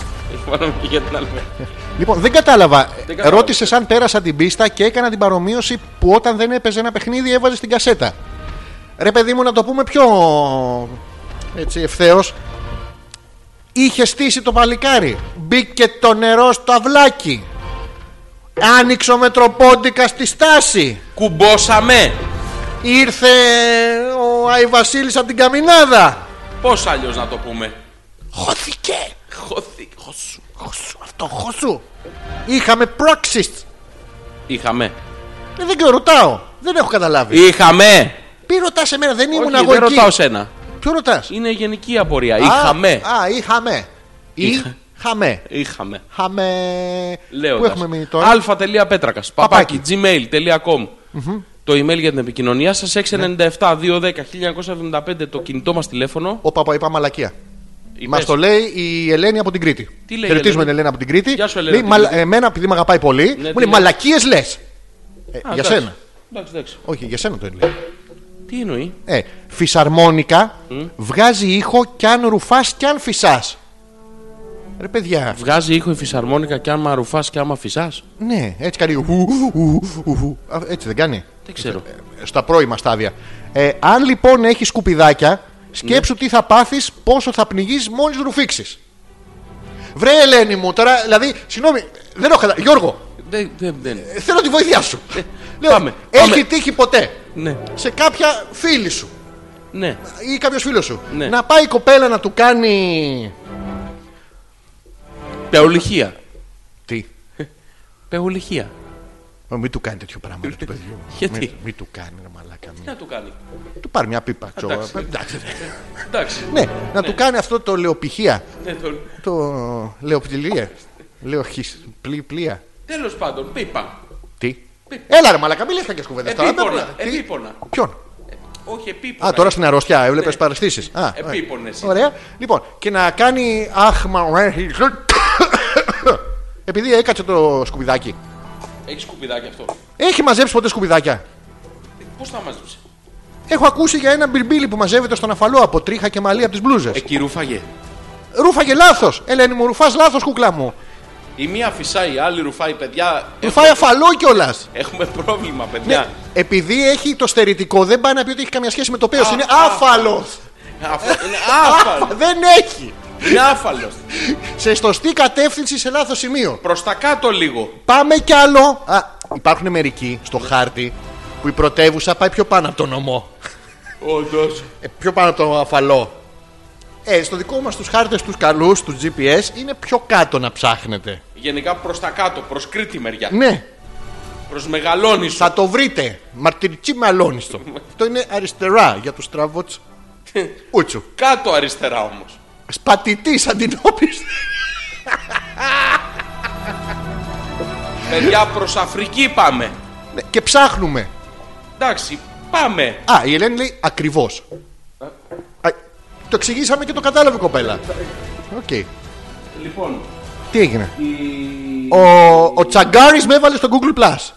A: Βάλαμε και για την άλλη μέρα.
B: Λοιπόν, δεν κατάλαβα.
A: κατάλαβα.
B: Ρώτησες αν πέρασα την πίστα και έκανα την παρομοίωση που όταν δεν έπαιζε ένα παιχνίδι έβαζε στην κασέτα. Ρε παιδί μου, να το πούμε πιο έτσι ευθέως. Είχε στήσει το παλικάρι. Μπήκε το νερό στο αυλάκι. Άνοιξε ο Μετροπόντικα στη στάση.
A: Κουμπώσαμε.
B: Ήρθε ο Αϊβασίλης από την Καμινάδα.
A: Πώς αλλιώς να το πούμε.
B: Χώθηκε.
A: Χωθή- χωσού.
B: Χωσού, αυτό, χωσού. Είχαμε proxies.
A: Είχαμε.
B: Ε, Δεν ξέρω, ρωτάω. Δεν έχω καταλάβει.
A: Είχαμε.
B: Ποι ρωτά σε μένα, δεν ήμουν
A: Όχι,
B: εγώ
A: δεν
B: εκεί.
A: ρωτάω σένα.
B: Ποιο ρωτάς.
A: Είναι γενική απορία. Είχαμε.
B: Α, είχαμε.
A: Είχα-
B: Είχαμε.
A: Είχαμε.
B: Χαμε.
A: Λέω.
B: Πού έχουμε μείνει τώρα.
A: αλφα.πέτρακα. Παπάκι.
B: Παπάκι.
A: gmail.com Το email για την επικοινωνία
B: Ναι.
A: σα 697-210-1975 το κινητό μας τηλέφωνο.
B: Ο παπα, είπα μαλακία. Μα
A: Είπες.
B: το λέει η Ελένη από την Κρήτη.
A: Τι λέει η
B: Χαιρετίζουμε
A: Ελένη?
B: την Ελένη από την Κρήτη.
A: Γεια σου, Ελένη,
B: λέει,
A: από την
B: μαλα...
A: Κρήτη. Ναι,
B: Εμένα, επειδή με αγαπάει πολύ, μου
A: τι
B: λέει
A: λέει.
B: μαλακίες λες. Ε,
A: Α,
B: για
A: εντάξει.
B: σένα.
A: Εντάξει, εντάξει.
B: Όχι, για σένα το λέει.
A: Τι εννοεί.
B: Ε, φυσαρμόνικα βγάζει ήχο κι αν ρουφάς κι αν φυσάς. Ρε παιδιά,
A: Βγάζει ήχο η φυσαρμόνικα και άμα ρουφάς και άμα φυσάς.
B: ναι, έτσι κάνει. ου, ου, ου, ου. Α, Έτσι δεν κάνει. ε,
A: Δεν ξέρω.
B: Στα πρώιμα στάδια. Ε, αν λοιπόν έχεις σκουπιδάκια, σκέψου
A: Ναι.
B: τι θα πάθεις, πόσο θα πνιγείς μόλις ρουφήξεις. Βρε Ελένη μου, τώρα δηλαδή, συγγνώμη, δεν έχω καταλάβει. Γιώργο,
A: Δεν. δεν- δεν-
B: ε, θέλω τη βοήθειά σου. Λέω,
A: πάμε,
B: έχει
A: πάμε.
B: τύχει ποτέ
A: Ναι,
B: σε κάποια φίλη σου
A: ναι.
B: ή κάποιος φίλος σου
A: Ναι.
B: να πάει η κοπέλα να του κάνει.
A: Πεολυχία.
B: Τι. Ε,
A: Πεολυχία.
B: Μην του κάνει τέτοιο πράγμα ρε, του παιδιού.
A: Γιατί?
B: Μην, μην του κάνει, ρε μαλάκα.
A: Τι να του κάνει.
B: Του πάρει μια πίπα. ξέρω.
A: Εντάξει.
B: Εντάξει.
A: Εντάξει.
B: Ναι, να του κάνει αυτό το λεοπηχία.
A: Ναι, τον-
B: Το λεοπτυλία. Λεοχής. Πλή, πλοία.
A: Τέλος πάντων, πίπα.
B: Τι. Έλα ρε μαλακά, μην λες κακές κουβέντες Ε, τώρα.
A: Επίπονα.
B: Τι?
A: Επίπονα.
B: Ποιον.
A: Όχι, επίπονα.
B: Α, τώρα στην αρρωστιά έβλεπες
A: Ναι.
B: παρεστήσει. Α, ωραία.
A: Επίπονες.
B: Ωραία. Λοιπόν, και να κάνει. Αχ, μα. Επειδή έκατσε το σκουπιδάκι.
A: Έχεις σκουπιδάκι αυτό.
B: Έχει μαζέψει ποτέ σκουπιδάκια.
A: Πώς θα μάζεψε.
B: Έχω ακούσει για ένα μπιρμπίλι που μαζεύεται στον αφαλό από τρίχα και μαλλί από τις μπλούζες.
A: Εκεί ρούφαγε.
B: Ρούφαγε λάθος. Ελένη μου, ρουφάς λάθος, κουκλά μου.
A: Η μία φυσάει, η άλλη ρουφάει, παιδιά.
B: Ρουφάει αφαλό κιόλας.
A: Έχουμε πρόβλημα, παιδιά.
B: Ναι, Επειδή έχει το στερητικό, δεν πάει να πει ότι έχει καμία σχέση με το πέος. Είναι άφαλο.
A: Αυτό Ε, είναι άφαλος.
B: Δεν έχει.
A: Είναι άφαλος.
B: Σε σωστή κατεύθυνση σε λάθος σημείο.
A: Προς τα κάτω λίγο.
B: Πάμε κι άλλο. Α, υπάρχουν μερικοί στο χάρτη που η πρωτεύουσα πάει πιο πάνω από τον νομό.
A: Όντως.
B: Ε, πιο πάνω από τον αφαλό. Ε, στο δικό μας τους χάρτες τους καλούς, τους GPS, είναι πιο κάτω να ψάχνετε.
A: γενικά προς τα κάτω, προς Κρήτη μεριά.
B: Ναι,
A: Προς Μεγαλώνη.
B: θα το βρείτε. Μαρτυρική μαλόνιστο. Αυτό είναι αριστερά για τους τραβότς Ε. Ούτσου.
A: Κάτω αριστερά όμως.
B: Σπατητής αντινόπης
A: Παιδιά προς Αφρική πάμε.
B: Ναι, Και ψάχνουμε.
A: Εντάξει, πάμε.
B: Α, η Ελένη λέει ακριβώς. Το εξηγήσαμε και το κατάλαβε η κοπέλα. Οκ.
A: Λοιπόν,
B: Τι έγινε.
A: η...
B: Ο, ο Τσαγκάρης με έβαλε στο Google Plus.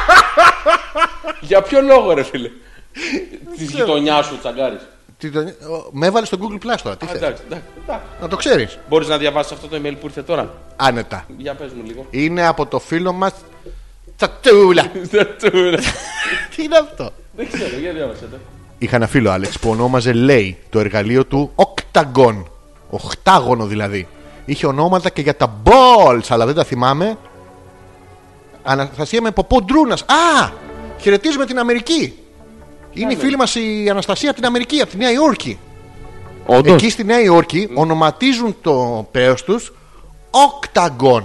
A: για ποιο λόγο ρε φίλε. Της γειτονιάς σου τσαγκάρι.
B: Τι το- ο- Με έβαλες στο Google Plus τώρα. Τι θες.
A: Εντάξει, εντάξει. εντάξει.
B: Να το ξέρεις.
A: Μπορείς να διαβάσεις αυτό το email που ήρθε τώρα.
B: Άνετα.
A: Για πες μου λίγο.
B: Είναι από το φίλο μας Τσατσούλα. Τι είναι αυτό.
A: Δεν ξέρω, για διάβασε το.
B: Είχα ένα φίλο Άλεξ που ονόμαζε Λέι το εργαλείο του Octagon. Οχτάγωνο δηλαδή. Είχε ονόματα και για τα balls, αλλά δεν τα θυμάμαι. Αναστασία με ποπό ντρούνα. Α! Χαιρετίζουμε την Αμερική. Είναι η φίλη μας η Αναστασία από την Αμερική, από τη Νέα Υόρκη.
A: Όντως.
B: Εκεί στη Νέα Υόρκη ονοματίζουν το πέος τους Octagon.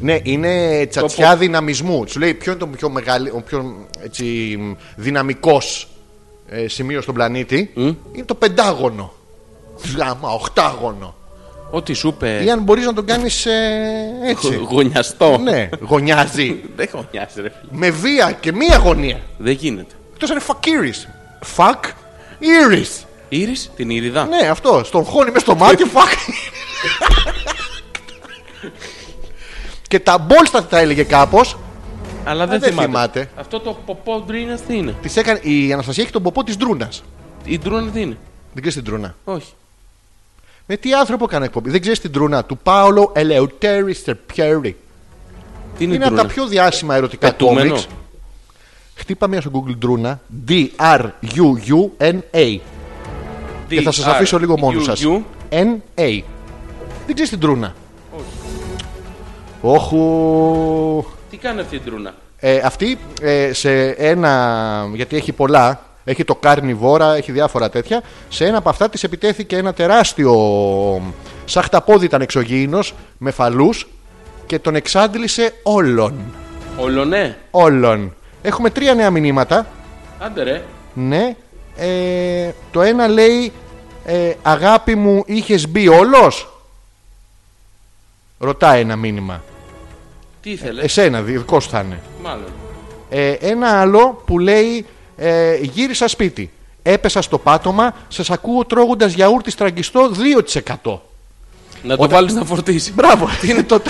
B: Ναι, είναι τσατσιά δυναμισμού. Σου λέει ποιο είναι το πιο, μεγάλο, ο πιο έτσι, δυναμικός ε, σημείο στον πλανήτη. Είναι το πεντάγωνο. Γάμα, οχτάγωνο.
A: Ό,τι σου
B: Ή
A: είπε.
B: αν μπορείς να τον κάνεις ε, έτσι.
A: Γωνιαστό.
B: ναι, γωνιάζει.
A: Δεν γωνιάζει, ρε φίλε.
B: Με βία και μία γωνία.
A: Δεν γίνεται.
B: Εκτός αν είναι φακύρης. Φακ ήρης.
A: Ήρη, την Ήριδα.
B: Ναι, αυτό. Στον χώνει μες στο μάτι, φακ. και τα μπόλστα τα έλεγε κάπως.
A: Αλλά δεν,
B: δεν
A: θυμάται.
B: θυμάται.
A: Αυτό το ποπό ντρίνας τι είναι.
B: Της έκανε, η Αναστασία έχει τον ποπό της Ντρούνας.
A: Η ντρούνα τι είναι.
B: Δεν ξέρεις την Τρούνα.
A: Όχι.
B: Με τι άνθρωπο έκανε εκπομπή. Δεν ξέρεις την Τρούνα. Του Πάολο Ελεουτέρη Στερπιέρη.
A: Τι είναι,
B: Είναι
A: η
B: από τα
A: ντρούνα.
B: πιο διάσημα ερωτικά
A: Πετούμενο.
B: κόμιξ. Χτύπα μία στο Google Ντρούνα. D-R-U-U-N-A. Και θα σας αφήσω λίγο μόνος σας.
A: You, you.
B: N-A. Δεν ξέρεις την Τρούνα. Όχου.
A: Τι κάνει αυτή η ντρούνα.
B: Ε, αυτή ε, σε ένα. Γιατί έχει πολλά. Έχει το καρνιβόρα, έχει διάφορα τέτοια. Σε ένα από αυτά της επιτέθηκε ένα τεράστιο. Σαν χταπόδι ήταν εξωγήινος, με φαλούς και τον εξάντλησε όλον.
A: Ολονέ.
B: Όλον. Έχουμε τρία νέα μηνύματα.
A: ναι. Άντε ρε.
B: Ναι. Ε, το ένα λέει ε, Αγάπη μου, είχες μπει όλος Ρωτάει ένα μήνυμα.
A: Τι ήθελες.
B: Εσένα, δικός σου θα είναι.
A: Μάλλον.
B: Ε, ένα άλλο που λέει ε, γύρισα σπίτι. Έπεσα στο πάτωμα, σας ακούω τρώγοντας γιαούρτι στραγγιστό 2%.
A: Να το βάλεις να φορτίσει.
B: Μπράβο, είναι το,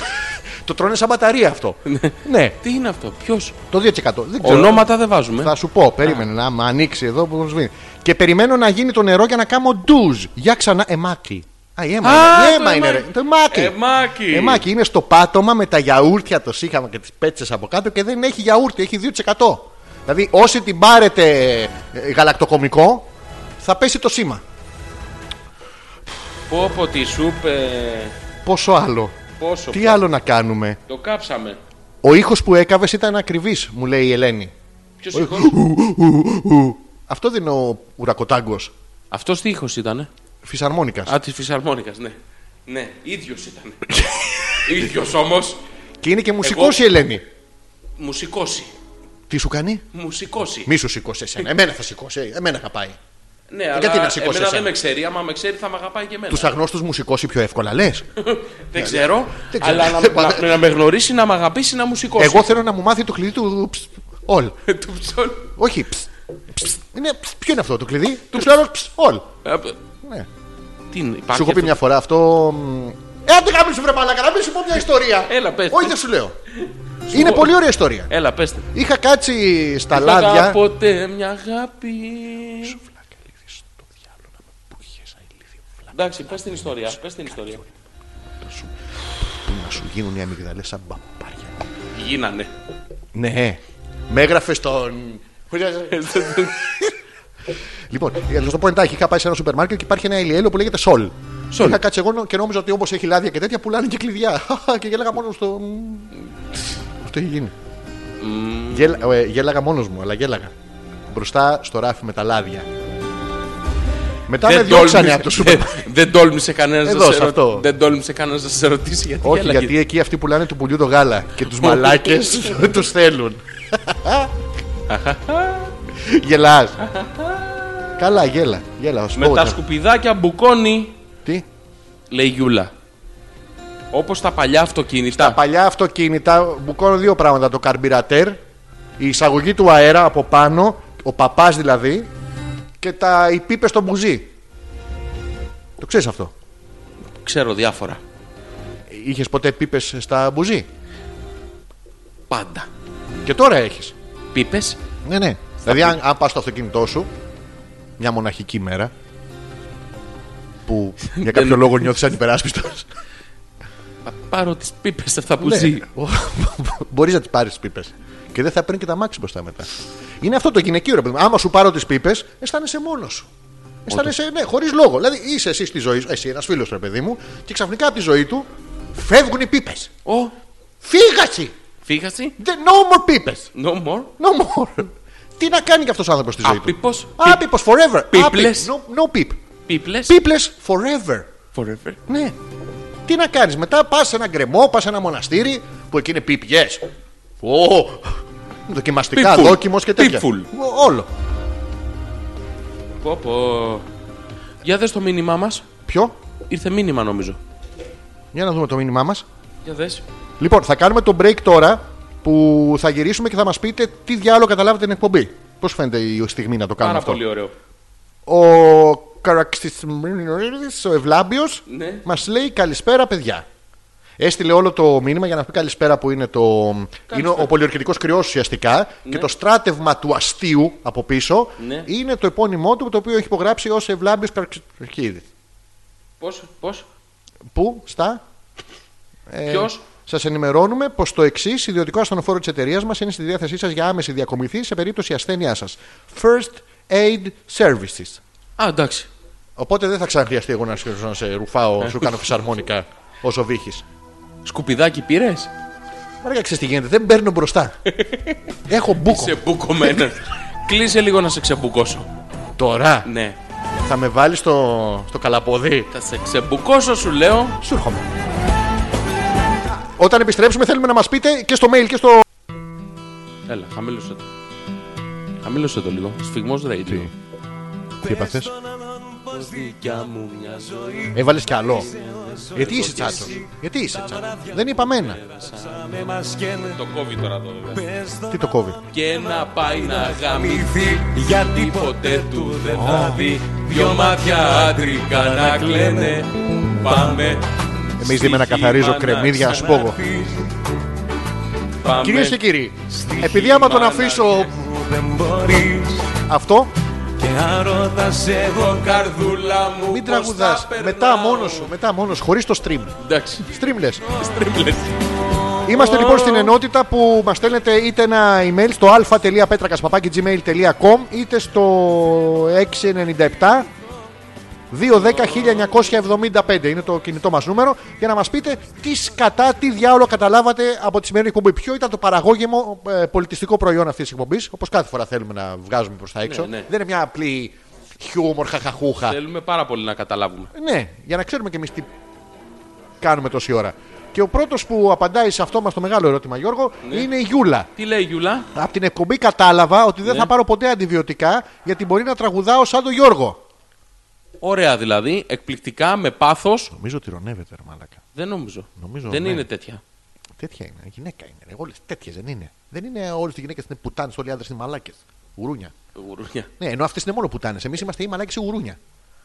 B: το τρώνε σαν μπαταρία αυτό. ναι,
A: Τι είναι αυτό. Ποιος.
B: το 2%. Δεν ξέρω.
A: Ονόματα δεν βάζουμε.
B: Θα σου πω, περίμενε να με ανοίξει εδώ που μου σβήνει. Και περιμένω να γίνει το νερό για να κάνω ντουζ. Για ξανά, εμάκι. Α, η αίμα,
A: Α,
B: είναι. Η
A: το
B: αίμα είναι.
A: αιμάκι.
B: ρε. Το αιμάκι.
A: Εμάκι.
B: Εμάκι είναι στο πάτωμα με τα γιαούρτια, το σύγχαμα και τις πέτσες από κάτω και δεν έχει γιαούρτι, έχει 2%. Δηλαδή, όσοι την πάρετε ε, γαλακτοκομικό, θα πέσει το σήμα.
A: Πω πω τι σου είπε.
B: Πόσο άλλο.
A: Πόσο.
B: Τι άλλο να κάνουμε.
A: Το κάψαμε.
B: Ο ήχος που έκαβες ήταν ακριβής, μου λέει η Ελένη.
A: Ποιος ήχο.
B: Αυτό δεν είναι ο ουρακοτάγκος
A: Αυτός τι ήχος ήταν.
B: φυσαρμόνικας.
A: Α, της φυσαρμόνικας, ναι. Ναι, ίδιος ήταν. ίδιος όμως.
B: Και είναι και μουσικό
A: Εγώ-
B: η Ελένη.
A: Μουσικώσει.
B: Τι σου κάνει.
A: Μουσικώσει.
B: Μη σου σηκώσει εσένα. Εμένα θα σηκώσει. Εμένα θα πάει.
A: Ναι,
B: Γιατί
A: αλλά
B: να σηκώσει
A: εμένα
B: εσένα.
A: δεν με ξέρει. Άμα με ξέρει θα με αγαπάει και εμένα.
B: Τους αγνώστους μου σηκώσει πιο εύκολα, λες.
A: Δεν ξέρω.
B: Ναι, Δεν ξέρω.
A: αλλά να, να, να με γνωρίσει, να με αγαπήσει, να μου σηκώσει.
B: Εγώ θέλω να μου μάθει το κλειδί του. ψ, Όλ.
A: Του ψώνω.
B: Όχι. Ψ, ψ. Είναι, ψ, ποιο είναι αυτό το κλειδί. Του ξέρω. ψ, Όλ. Ναι.
A: Τι είναι,
B: Σου
A: υπάρχει
B: έχω
A: αυτό?
B: πει μια φορά αυτό. μ, Ε, αν δεν σου βρε μαλάκα, να μην σου πω μια ιστορία.
A: Έλα, πες.
B: Όχι, δεν σου λέω. Είναι πολύ ωραία ιστορία.
A: Έλα, πέστε.
B: Είχα κάτσει στα
A: Λάδια.
B: λάδια.
A: Ποτέ μια αγάπη. Εντάξει, πες την ιστορία. Πες την ιστορία.
B: Να σου γίνουν οι αμυγδαλές σαν μπαμπάρια.
A: Γίνανε.
B: Ναι. Με έγραφε στον.
A: Ε,
B: Λοιπόν, για να σας το πω εντάχει, είχα πάει σε ένα σούπερ μάρκετ και υπάρχει ένα ελιέλο που λέγεται Sol.
A: Sol.
B: Είχα κάτσει εγώ και νόμιζα ότι όπως έχει λάδια και τέτοια πουλάνε και κλειδιά. και γέλαγα μόνος στο. Αυτό έχει γίνει. Γέλα- ε, γέλαγα μόνος μου, αλλά γέλαγα. Μπροστά στο ράφι με τα λάδια. Μετά με διώξανε
A: τόλμησε-
B: από το σούπερ.
A: δεν- Δεν τόλμησε κανένας
B: Εδώ,
A: να
B: σε
A: σε
B: αυτό.
A: ρω- Δεν τόλμησε κανένας να σε ρωτήσει γιατί
B: Όχι,
A: γέλαγες.
B: γιατί εκεί αυτοί πουλάνε του πουλιού το γάλα και τους μαλάκες τους θέλουν. Γελάς. Καλά, γέλα. γέλα θα σου
A: Με
B: πω
A: τα
B: ότι-
A: σκουπιδάκια μπουκώνει,
B: Τι?
A: λέει η Γιούλα. Όπως τα παλιά αυτοκίνητα.
B: Παλιά αυτοκίνητα μπουκώνω δύο πράγματα. Το καρμπυρατέρ, η εισαγωγή του αέρα από πάνω, ο παπάς δηλαδή, και τα, οι πίπες στο μπουζί. Το ξέρεις αυτό.
A: Ξέρω διάφορα.
B: Είχες ποτέ πίπες στα μπουζί.
A: Πάντα.
B: Και τώρα έχεις.
A: Πίπες.
B: Ναι, ναι. δηλαδή, αν, αν πας στο αυτοκίνητό σου, μια μοναχική μέρα. Που για κάποιο λόγο νιώθεις ανυπεράσπιστος.
A: Πάρω τις πίπες αυτά
B: Ναι.
A: που ζει.
B: Μπορείς να τις πάρεις τις πίπες. Και δεν θα παίρνει και τα μάξι μπροστά μετά. Είναι αυτό το γυναικείο ρε παιδί μου. Άμα σου πάρω τις πίπες, αισθάνεσαι μόνος σου. Αισθάνεσαι, ναι, χωρίς λόγο. Δηλαδή είσαι εσύ στη ζωή σου, εσύ ένας φίλος ρε παιδί μου, και ξαφνικά από τη ζωή του φεύγουν οι πίπες.
A: Ω,
B: Φύγαση!
A: φύγαση.
B: The no more πίπες.
A: No more.
B: No more. Τι να κάνει και αυτός ο άνθρωπος στη ζωή του.
A: Άπιπος.
B: Άπιπος forever.
A: Πίπλες.
B: Άπι- No, no peep.
A: Πίπλες.
B: Peoples forever.
A: Forever.
B: Ναι. Τι να κάνεις, μετά πας σε ένα γκρεμό, πας σε ένα μοναστήρι που εκεί είναι πίπιε. Ω! Δοκιμαστικά,
A: Peepful.
B: δόκιμος και τέτοια.
A: Peepful.
B: Ό- Όλο.
A: Πω, πω. Για δες το μήνυμά μας.
B: Ποιο?
A: Ήρθε μήνυμα νομίζω.
B: Για να δούμε το μήνυμά μας.
A: Για δες.
B: Λοιπόν, θα κάνουμε το break τώρα που θα γυρίσουμε και θα μας πείτε τι διάλογο καταλάβετε την εκπομπή. Πώς φαίνεται η στιγμή να το
A: Πάρα
B: κάνουμε αυτό.
A: πολύ ωραίο.
B: Ο Καραξισμίνιδης, ο Ευλάμπιος,
A: Ναι.
B: μας λέει καλησπέρα, παιδιά. Έστειλε όλο το μήνυμα για να πει καλησπέρα που είναι το. Είναι ο πολιορκητικός κρυός ουσιαστικά και το στράτευμα του αστείου από πίσω
A: Ναι.
B: είναι το επώνυμό του το οποίο έχει υπογράψει ω Ευλάμπιο Καραξισμίνιδη.
A: Πώς, πώς.
B: Πού, στα. Ε,
A: Ποιος?
B: Σας ενημερώνουμε πως το εξής ιδιωτικό ασθενοφόρο της εταιρείας μας είναι στη διάθεσή σας για άμεση διακομιθή σε περίπτωση ασθένειά σας. First Aid Services.
A: Α, εντάξει.
B: Οπότε δεν θα ξαναχρειαστεί εγώ να σε, να σε ρουφάω, να σου κάνω φυσαρμόνικα όσο βύχει.
A: Σκουπιδάκι πήρες.
B: Μαρία, ξέρεις τι γίνεται, δεν παίρνω μπροστά. Έχω μπούκο.
A: Σε μπουκωμένος. Κλείσε λίγο να σε ξεμπουκώσω.
B: Τώρα
A: Ναι.
B: θα με βάλεις στο, στο καλαπόδι.
A: Θα σε ξεμπουκώσω σου λέω.
B: Σου έρχομαι. Όταν επιστρέψουμε, θέλουμε να μας πείτε και στο mail και στο.
A: Έλα, χαμήλωσε το. Χαμήλωσε το λίγο. Σφιγμός radio.
B: Τι έπαθε.
A: Δικιά μου μια ζωή.
B: Έβαλες κι άλλο. Γιατί είσαι τσάτσο. Γιατί είσαι τσάτσο. Δεν είπα μένα.
A: Το κόβει τώρα εδώ βέβαια.
B: Τι το κόβει.
A: Και να πάει να γαμηθεί Γιατί ποτέ του δεν θα δει Δυο μάτια άντρικα να κλαίνε Πάμε
B: Εμεί δίμε να
A: στη
B: καθαρίζω
A: χήμα να
B: κρεμμύδια, σου πω εγώ.
A: ξαναρθεί. Πάμε
B: Κυρίες και κύριοι,
A: στη
B: επειδή άμα τον
A: χήμα να
B: αφήσω
A: που δεν μπορείς
B: αυτό,
A: Και αν ρωτάς εγώ καρδούλα μου
B: μην
A: πώς
B: τραγουδά.
A: θα περνάω.
B: Μετά μόνος σου, μετά μόνος σου, χωρίς το stream.
A: Εντάξει,
B: Stream λες.
A: στρίμπλες
B: Είμαστε λοιπόν στην ενότητα που μας στέλνετε είτε ένα email στο α.πέτρακα.gmail.com είτε στο 697 210.975 είναι το κινητό μας νούμερο για να μας πείτε τι σκατά, τι διάολο καταλάβατε από τη σημερινή εκπομπή. Ποιο ήταν το παραγώγημο ε, πολιτιστικό προϊόν αυτής της εκπομπής, όπως κάθε φορά θέλουμε να βγάζουμε προς τα έξω.
A: Ναι, ναι.
B: Δεν είναι μια απλή χιούμορ, χαχαχούχα.
A: Θέλουμε πάρα πολύ να καταλάβουμε
B: Ναι, για να ξέρουμε κι εμείς τι κάνουμε τόση ώρα. Και ο πρώτος που απαντάει σε αυτό μας το μεγάλο ερώτημα, Γιώργο, είναι η Γιούλα.
A: Τι λέει η Γιούλα
B: Από την εκπομπή κατάλαβα ότι δεν θα πάρω ποτέ αντιβιωτικά γιατί μπορεί να τραγουδάω σαν τον Γιώργο.
A: Ωραία δηλαδή, εκπληκτικά, με πάθος
B: Νομίζω ότι ρωνεύεται, ρε μαλάκα.
A: Δεν νομίζω.
B: Νομίζω,
A: δεν
B: ναι.
A: είναι τέτοια.
B: Τέτοια είναι. Γυναίκα είναι. Ρε. Όλες τέτοιες δεν είναι. Δεν είναι όλες οι γυναίκες είναι πουτάνες, όλοι οι άντρες είναι μαλάκες. Ουρούνια.
A: Γουρούνια.
B: Ναι, ενώ αυτές είναι μόνο πουτάνες. Εμείς είμαστε ή μαλάκες ή ουρούνια.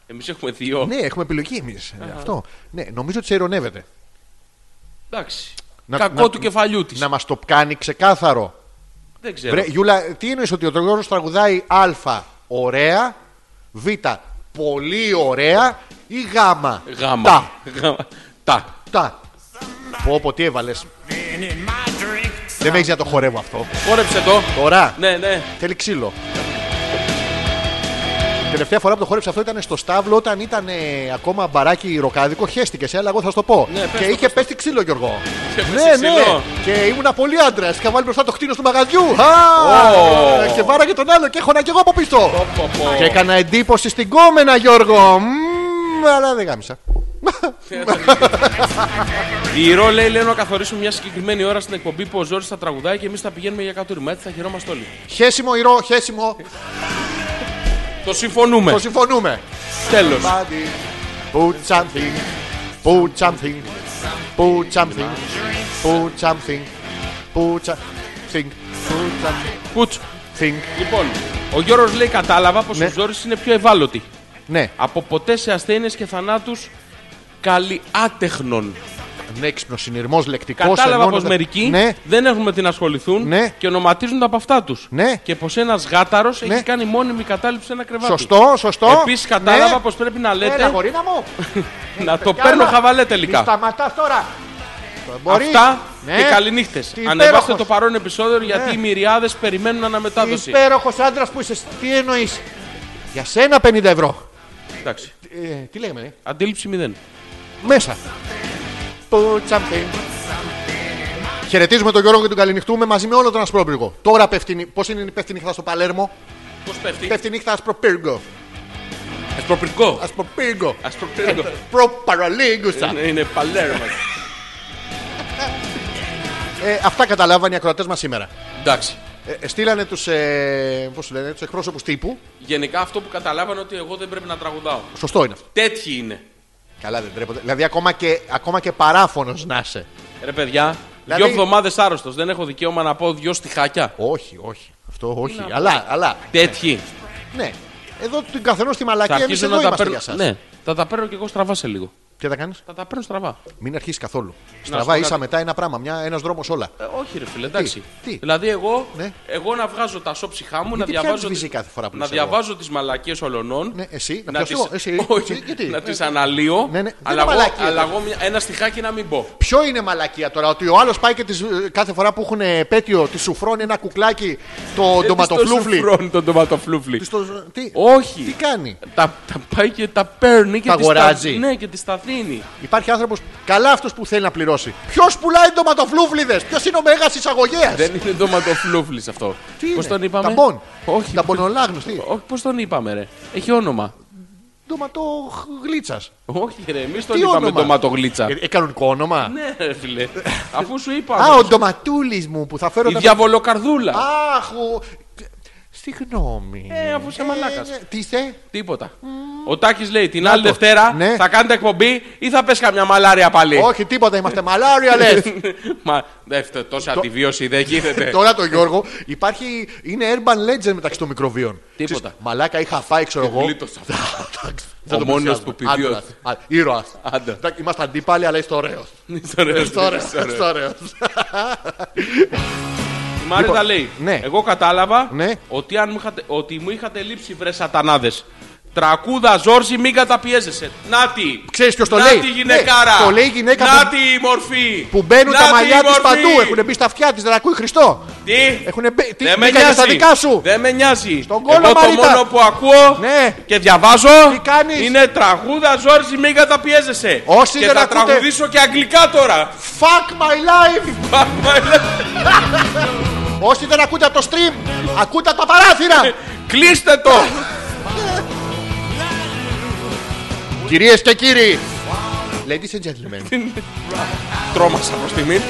A: Εμεί έχουμε δύο.
B: Ναι, έχουμε επιλογή εμείς. Αυτό. Ναι, νομίζω ότι σε ειρωνεύεται.
A: Εντάξει.
B: Να-
A: Κακό
B: να-
A: του κεφαλιού της.
B: Να μας το κάνει ξεκάθαρο.
A: Δεν ξέρω.
B: Βρε, Γιούλα, τι εννοείς ότι ο Γιώργο τραγουδάει Α, ωραία, Β, πολύ ωραία ή Γ.
A: Γάμα.
B: Τα.
A: Γάμα. Τα.
B: τα. Πω, πω, τι έβαλες. Δεν με έχεις να το χορεύω αυτό.
A: Χόρεψε το.
B: Τώρα
A: Ναι, ναι.
B: θέλει ξύλο. Τελευταία φορά που το χόρεψε αυτό ήταν στο Σταύλο όταν ήταν ε, ακόμα μπαράκι ροκάδικο. Χέστηκες, σε αλλά εγώ θα σου το πω.
A: Ναι, πες το,
B: και είχε πέσει ξύλο, Γιώργο. Ναι,
A: πέσει ξύλο.
B: Και ήμουν πολύ άντρας. Είχα βάλει μπροστά το χτίνο του μαγαζιού. Α,
A: Ω.
B: Και βάραγε τον άλλο και έχωνα κι εγώ από πίσω.
A: Πω, πω, πω.
B: Και έκανα εντύπωση στην κόμενα, Γιώργο. Μμμ, αλλά δεν γάμισα.
A: Η Ρο λέει: Λένε να καθορίσουμε μια συγκεκριμένη ώρα στην εκπομπή που ο Ζόρι θα τραγουδάει και εμείς θα πηγαίνουμε για κατούριμα. Έτσι θα χαιρόμαστε όλοι.
B: Χέσιμο ηρώ, χέσιμο.
A: Το συμφωνούμε.
B: Το συμφωνούμε.
A: Τέλος.
B: Somebody put something, put something, put something, put something, put something, put
A: Κουτσ.
B: something.
A: Λοιπόν, ο Γιώργο λέει: Κατάλαβα πως
B: Ναι.
A: ο Ζόρι είναι πιο ευάλωτη.
B: Ναι,
A: Από ποτέ σε ασθένειες και θανάτους καλλιάτεχνων.
B: ανέξυπνο συνειρμός λεκτικός.
A: Κατάλαβα πως μερικοί
B: Ναι,
A: δεν έχουν με τι να ασχοληθούν
B: Ναι.
A: και ονοματίζονται από αυτά τους.
B: Ναι.
A: Και πως ένας γάταρος
B: Ναι.
A: έχει κάνει μόνιμη κατάληψη σε ένα κρεβάτι.
B: σωστό, σωστό.
A: Επίσης, κατάλαβα
B: Ναι.
A: πως πρέπει να λέτε
B: Έλα, γορίνα μου.
A: να το
B: Καλά.
A: παίρνω χαβαλέ
B: Μη
A: τελικά.
B: σταματάς τώρα. Μπορεί.
A: Αυτά
B: Ναι.
A: και καληνύχτες.
B: Τι
A: Ανεβάστε
B: υπέροχος.
A: το παρόν επεισόδιο γιατί
B: Ναι.
A: οι μυριάδες περιμένουν αναμετάδοση.
B: Υπέροχος άντρας που είσαι. Τι εννοείς. Για σένα 50 ευρώ.
A: Εντάξει.
B: Ε, τι λέγαμε, ναι.
A: Αντίληψη μηδέν.
B: Μέσα. Put something. Χαιρετίζουμε τον Γιώργο και τον καληνυχτούμε μαζί με όλο τον Ασπρόπυργο. Τώρα πέφτει. Πώς είναι η πέφτει νύχτα στο Παλέρμο,
A: Πώς πέφτει.
B: Πέφτει νύχτα Ασπροπύργο.
A: Ασπροπυρικό.
B: Ασπροπύργο.
A: Ασπροπυρικό.
B: Προπαραλίγκουσα.
A: Ε, Είναι- Είναι παλέρμα.
B: Ε, αυτά καταλάβανε οι ακροατές μας σήμερα.
A: Εντάξει.
B: Ε, ε, στείλανε τους ε, πώς τους λένε, τους εκπρόσωπους τύπου.
A: Γενικά αυτό που καταλάβανε ότι εγώ δεν πρέπει να τραγουδάω.
B: Σωστό είναι αυτό.
A: Τέτοιοι είναι.
B: Καλά, δεν τρέπονται. Δηλαδή, ακόμα και, ακόμα και παράφωνος να είσαι.
A: Ρε παιδιά,
B: Δηλαδή-
A: δύο εβδομάδες άρρωστος. Δεν έχω δικαίωμα να πω δύο στιχάκια.
B: Όχι, όχι. Αυτό όχι. Αλλά, αλλά.
A: Τέτοιοι.
B: Ναι. Εδώ του καθενός τη
A: Θα
B: μαλακία εμεί
A: αρχίσω
B: εδώ
A: να τα
B: είμαστε
A: παίρνω.
B: για σας.
A: Ναι, θα τα παίρνω και εγώ στραβά σε λίγο.
B: Τι θα κάνει,
A: Θα τα παίρνω στραβά.
B: μην αρχίσεις καθόλου.
A: σου πω
B: Στραβά
A: κάτι.
B: ίσα μετά ένα πράγμα, μια, ένας δρόμος όλα.
A: Ε, όχι, ρε φίλε, εντάξει.
B: τι.
A: Δηλαδή, εγώ,
B: Ναι.
A: εγώ να βγάζω τα σώψιχά μου, να
B: Γιατί
A: διαβάζω.
B: πιάνεις βυζί κάθε φορά που
A: να
B: λες εγώ.
A: διαβάζω τις μαλακίες ολονών.
B: Ναι, εσύ, να
A: να
B: πιάσω
A: τις,
B: εγώ, εσύ,
A: όχι,
B: εσύ, γιατί,
A: να
B: ναι.
A: τις αναλύω.
B: Ναι, ναι. Δεν
A: Αλλά εγώ,
B: είναι μαλακία,
A: αλλά
B: ρε.
A: εγώ μια- ένα στιχάκι να μην πω.
B: Ποιο είναι μαλακία τώρα, ότι ο άλλος πάει και τις, ε, κάθε φορά που έχουν επέτειο τη σουφρώνει ένα κουκλάκι
A: Ε,
B: το ντοματοφλούφλι.
A: Τον τον ντοματοφλούφλι.
B: Της το- Τι,
A: Όχι.
B: τι κάνει.
A: Τα, τα πάει και τα παίρνει και
B: Τα
A: τις τα-
B: αγοράζει.
A: Ναι, και τη σταθύνει.
B: Υπάρχει άνθρωπος, καλά αυτός που θέλει να πληρώσει. Ποιος πουλάει ντοματοφλούφλιδες, ποιος είναι ο μέγας εισαγωγέας.
A: Δεν είναι ντοματοφλούφλι αυτό.
B: Τι είναι,
A: Πώ τον είπαμε.
B: ταμπον.
A: Όχι.
B: Ταμπονολάγνους, τι.
A: Όχι, πώς τον είπαμε, ρε. Έχει όνομα.
B: Ντοματογλίτσας.
A: Όχι, ρε, εμείς τον
B: Τι
A: είπαμε
B: όνομα?
A: ντοματογλίτσα.
B: Ε, ε, κανονικό όνομα.
A: Ναι, ρε, φίλε. Αφού σου είπαμε.
B: Α, ο ντοματούλης μου που θα φέρω
A: Η
B: τα-
A: διαβολοκαρδούλα.
B: Αχ, ο- Συγγνώμη.
A: Ε, αφού είσαι μαλάκας.
B: Ε, Τι είσαι.
A: Τίποτα. Ο Τάκης λέει την άλλη
B: το.
A: Δευτέρα
B: Ναι.
A: θα κάνετε εκπομπή ή θα πες καμιά μαλάρια πάλι.
B: Όχι, τίποτα, είμαστε μαλάρια λες.
A: Μα δεν φταίει τόση αντιβίωση, δεν γίνεται.
B: Τώρα το Γιώργο υπάρχει. Είναι urban legend μεταξύ των μικροβίων.
A: Τίποτα.
B: Ξέρεις, μαλάκα είχα φάει, ξέρω εγώ.
A: γλίτωσα.
B: Εντάξει,
A: Ο
B: το
A: μόνος
B: πλησιάζουμε.
A: που πηδίωσε.
B: Άντρας. Α, ήρωας.
A: Άντρα.
B: Εντάξει, Είμαστε αντίπαλοι, αλλά είσαι ωραίος.
A: Είσαι ωραίος,
B: Είσαι ωραίος,
A: είσαι ωραίος.
B: είσαι ωραίος.
A: Η Μάριτα
B: Λοιπόν,
A: λέει:
B: ναι.
A: Εγώ κατάλαβα
B: Ναι.
A: ότι, αν μου είχατε, ότι μου είχατε λείψει, βρε σατανάδες. Τρακούδα, Ζόρζι, μην καταπιέζεσαι. Να τη!
B: Ξέρεις ποιος το
A: Να
B: λέει.
A: τη γυναικάρα!
B: Ναι, το λέει η γυναίκα
A: Να
B: που-
A: τη η μορφή!
B: Που μπαίνουν
A: Να
B: τα
A: τη η
B: μαλλιά της
A: μορφή.
B: παντού. Έχουν μπει στα αυτιά της, δεν ακούει Χριστό.
A: Τι!
B: Έχουνε μπει. Τι
A: Δεν Ναι, με
B: μπήκανε
A: νοιάζει.
B: στα δικά σου.
A: Δεν με νοιάζει.
B: Στον κόλλο,
A: Εγώ το
B: Μαρίτα.
A: μόνο που ακούω
B: Ναι.
A: και διαβάζω
B: Τι κάνεις?
A: είναι τραγούδα Ζόρζι, μην καταπιέζεσαι.
B: Όσοι
A: και
B: δεν
A: θα
B: ακούτε-
A: τραγουδήσω και αγγλικά τώρα.
B: Fuck my life! Όσοι δεν ακούτε από το stream, ακούτε από τα παράθυρα!
A: Κλείστε το!
B: Κυρίες και κύριοι! Ladies and gentlemen.
A: Τρώμασα προς στιγμή.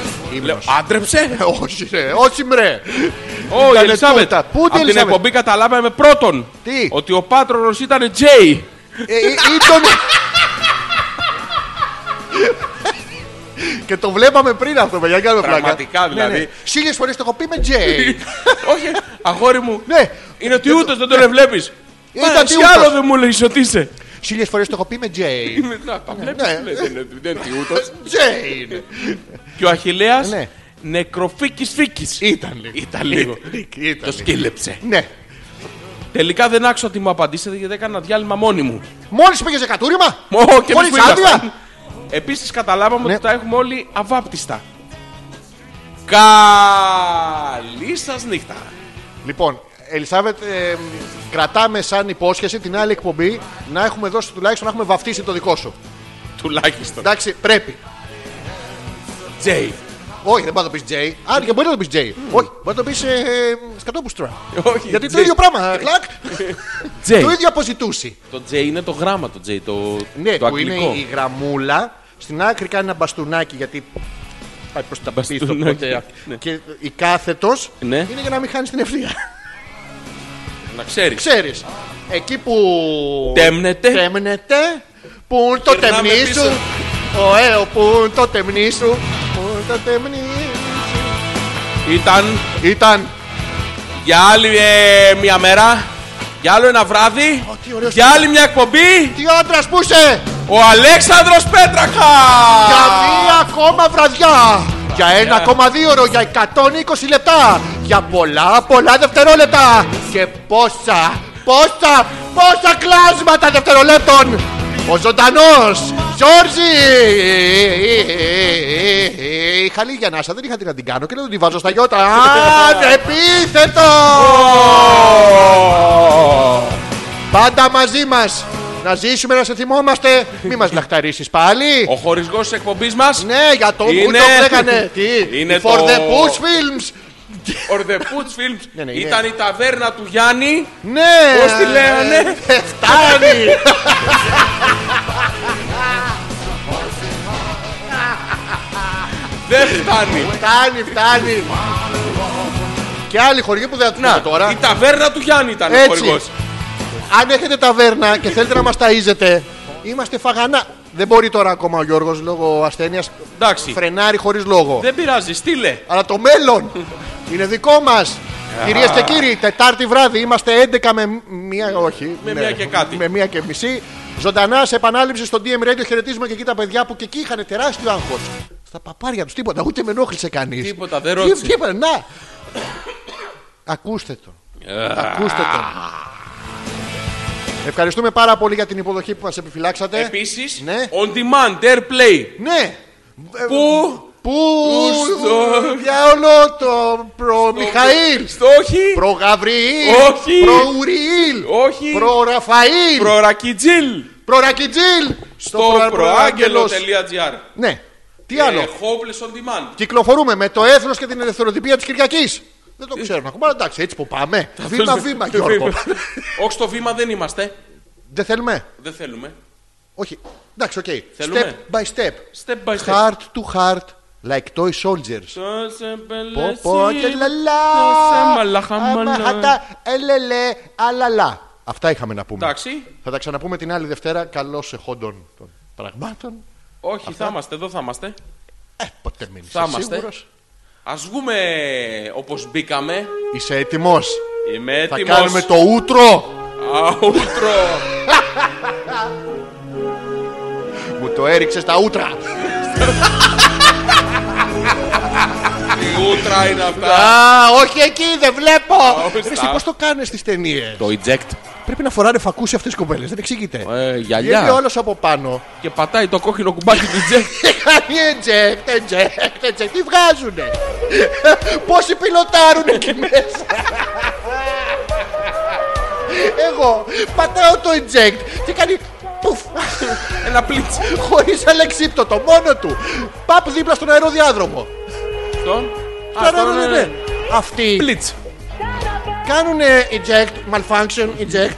A: Λέω, άντρεψε.
B: Όχι ρε, όχι μρε.
A: Ω, η
B: Ήτανε
A: Ελισάβετ.
B: τούτα. Πού την
A: Από την
B: Ελισάβετ?
A: εκπομπή καταλάβαμε πρώτον
B: Τι?
A: ότι ο πάτρονος ήταν Τζέι.
B: Ε, ε, Ήταν... Και το βλέπαμε πριν αυτό, παιδιά, κάνουμε πλάκα. Ναι,
A: Πραγματικά, δηλαδή.
B: Χίλιες φορές το έχω πει με Τζέι.
A: Όχι, αγόρι μου.
B: Ναι.
A: Είναι ότι ούτε δεν τον βλέπει.
B: Ήταν
A: Τι
B: τιούτος.
A: άλλο δεν μου λέει ότι είσαι.
B: Χίλιες φορές το έχω πει με Τζέι.
A: Να, τα
B: ναι.
A: βλέπεις, λέει, δεν είναι- δεν είναι τιούτος.
B: Τζέι είναι.
A: Και ο Αχιλέας
B: Ναι.
A: νεκροφίκης φίκης.
B: Ήταν λίγο.
A: Ήταν λίγο.
B: Ήταν
A: Το σκύλεψε.
B: Ναι.
A: Τελικά δεν άκουσα τι μου απαντήσατε γιατί έκανα διάλειμμα μόνη μου.
B: Μόλις πήγες σε κατούριμα.
A: Ω, και
B: Μόλις
A: εμείς που ήμασταν.
B: άδεια.
A: Επίσης καταλάβαμε
B: Ναι.
A: ότι τα έχουμε όλοι αβάπτιστα. Καλή σας νύχτα.
B: Λοιπόν, Ελισάβετ, ε, κρατάμε σαν υπόσχεση την άλλη εκπομπή να έχουμε δώσει τουλάχιστον να έχουμε βαφτίσει το δικό σου.
A: Τουλάχιστον.
B: Εντάξει, πρέπει.
A: Τζέι.
B: Όχι, δεν μπορεί να το πεις Τζέι. Άρα και μπορεί να το πεις Τζέι. Όχι, μπορεί να το πεις ε, ε, σκατόπουστρα.
A: Όχι,
B: Γιατί το
A: Τζέι.
B: ίδιο πράγμα, κλακ.
A: Τζέι.
B: Το ίδιο αποζητούσε.
A: Το J είναι το γράμμα το J, το,
B: Ναι,
A: το
B: που
A: αγγλικό.
B: είναι η γραμμούλα. Στην άκρη κάνει ένα μπαστούνάκι γιατί πάει προς τα πίσω.
A: Μπαστούνάκι,
B: οπότε-
A: ναι.
B: Και η κάθετος
A: Ναι.
B: είναι για να μην χάνεις την ευθεία.
A: Να ξέρεις.
B: Ξέρεις. Εκεί που.
A: Τέμνεται.
B: Τέμνεται. Πού το
A: Γυρνάμε
B: τεμνί
A: πίσω.
B: σου. Ωέο, πού το τεμνί σου. Πού το τεμνί σου.
A: Ήταν
B: Ήταν.
A: για άλλη ε, μια μέρα, για άλλο ένα βράδυ,
B: Ω, τι ωραίος
A: για άλλη μια εκπομπή,
B: Τι άντρας που είσαι!
A: ο Αλέξανδρος Πέτρακας!
B: Για μία ακόμα βραδιά! Για 1,2 ώρο, για 120 λεπτά! Για πολλά πολλά δευτερόλεπτα! Και πόσα, πόσα, πόσα κλάσματα δευτερολέπτων! Ο ζωντανός Ζόρζι! Είχα λίγη ανάσα, δεν είχα τι να την κάνω και λέω τη βάζω στα γιώτα. Α, επίθετο! Πάντα μαζί μας! Να ζήσουμε, να σε θυμόμαστε! Μη μας λαχταρίσεις πάλι!
A: Ο χορηγός της εκπομπής μας,
B: Ναι, για το που
A: Είναι-
B: το λέγανε. Τι,
A: Είναι
B: For
A: το-
B: the Push Films.
A: ο The Poots Films,
B: Ναι, ναι, είναι.
A: ήταν η ταβέρνα του Γιάννη,
B: Ναι.
A: Πώς τη λέγανε?
B: ε, Δεν φτάνει.
A: δεν φτάνει.
B: φτάνει, φτάνει. Και άλλοι χωριοί που δεν θα τους πούμε τώρα.
A: η ταβέρνα του Γιάννη ήταν ο
B: Έτσι.
A: χορηγός.
B: Αν έχετε ταβέρνα και θέλετε να μας ταΐζετε, είμαστε φαγανά. Δεν μπορεί τώρα ακόμα ο Γιώργος λόγω ασθένειας.
A: Εντάξει.
B: Φρενάρει χωρίς λόγο.
A: Δεν πειράζει, στείλε.
B: Αλλά το μέλλον είναι δικό μας. Κυρίες και κύριοι, Τετάρτη βράδυ είμαστε 11 με μία, όχι.
A: Με
B: ναι,
A: μία και κάτι.
B: Με μία και μισή. Ζωντανά σε επανάληψη στο DM Radio χαιρετίζουμε και εκεί τα παιδιά που και εκεί είχαν τεράστιο άγχος. Στα παπάρια τους τίποτα, ούτε με ενόχλησε κανείς.
A: Τίποτα, δεν
B: Τι-
A: ρώτησε.
B: Τίποτα, να. Ακούστε το. Ακούστε το. Ευχαριστούμε πάρα πολύ για την υποδοχή που μας επιφυλάξατε.
A: Επίσης,
B: Ναι.
A: on demand, airplay,
B: Ναι. Ε,
A: που
B: Πού
A: στο-
B: διάολο το προ Μιχαήλ.
A: στο όχι,
B: Προ Γαβριήλ.
A: Όχι.
B: Προ Ουριήλ.
A: Όχι.
B: Προ Ραφαήλ. Προ,
A: προ Ρακιτζίλ.
B: Ρακιτζήλ.
A: στο
B: Προάγγελος.
A: προάγγελο.gr.
B: Ναι. Τι άλλο.
A: Ε, Hopeless on demand.
B: Κυκλοφορούμε με το έθνος και την ελευθεροτυπία της Κυριακής. Δεν
A: Ε,
B: το ξέρουμε ακόμα. Εντάξει, έτσι που πάμε. Βήμα-βήμα, Γιώργο.
A: Όχι, στο βήμα δεν είμαστε.
B: Δεν θέλουμε.
A: Δεν θέλουμε.
B: Όχι. Εντάξει, οκ. Step
A: Θέλουμε.
B: by step.
A: Step by step.
B: Heart to heart. Like toy soldiers. Πω πω και λαλά.
A: σε μαλαχαμαλά.
B: Άμα χατά, ελελε, αλαλά. Αυτά είχαμε να πούμε.
A: Εντάξει.
B: Θα τα ξαναπούμε την άλλη Δευτέρα. Καλώς εχόντων των πραγμάτων.
A: Όχι, θα είμαστε, εδώ θα είμαστε.
B: Ε, ποτέ μην
A: Θα
B: είσαι
A: είμαστε.
B: σίγουρος.
A: Ας βγούμε όπως μπήκαμε.
B: Είσαι έτοιμος.
A: Είμαι
B: Θα
A: έτοιμος.
B: κάνουμε το ούτρο. Μου το έριξες στα ούτρα.
A: Τι ούτρα είναι αυτά.
B: Α, όχι εκεί, δεν βλέπω.
A: όχι στα-
B: Εσύ πώ το κάνεις στι ταινίες.
A: Το eject.
B: Πρέπει να φοράνε φακούσι αυτέ οι κοπέλες. Δεν εξηγείται.
A: Ε,
B: Βγαίνει
A: γυαλιά.
B: όλος από πάνω.
A: Και πατάει το κόκκινο κουμπάκι του eject.
B: Και κάνει eject, eject, eject. Τι βγάζουνε. Πόσοι πιλοτάρουν εκεί μέσα. Εγώ πατάω το eject και κάνει πουφ.
A: Ένα πλίτς.
B: Χωρίς αλεξίπτωτο, μόνο του. Παπ δίπλα στον αεροδιάδρομο.
A: Αυτόν. Α,
B: Τώρα,
A: αυτόν,
B: ναι,
A: ε,
B: ναι. Αυτοί
A: Πλίτς.
B: κάνουν eject, malfunction, eject.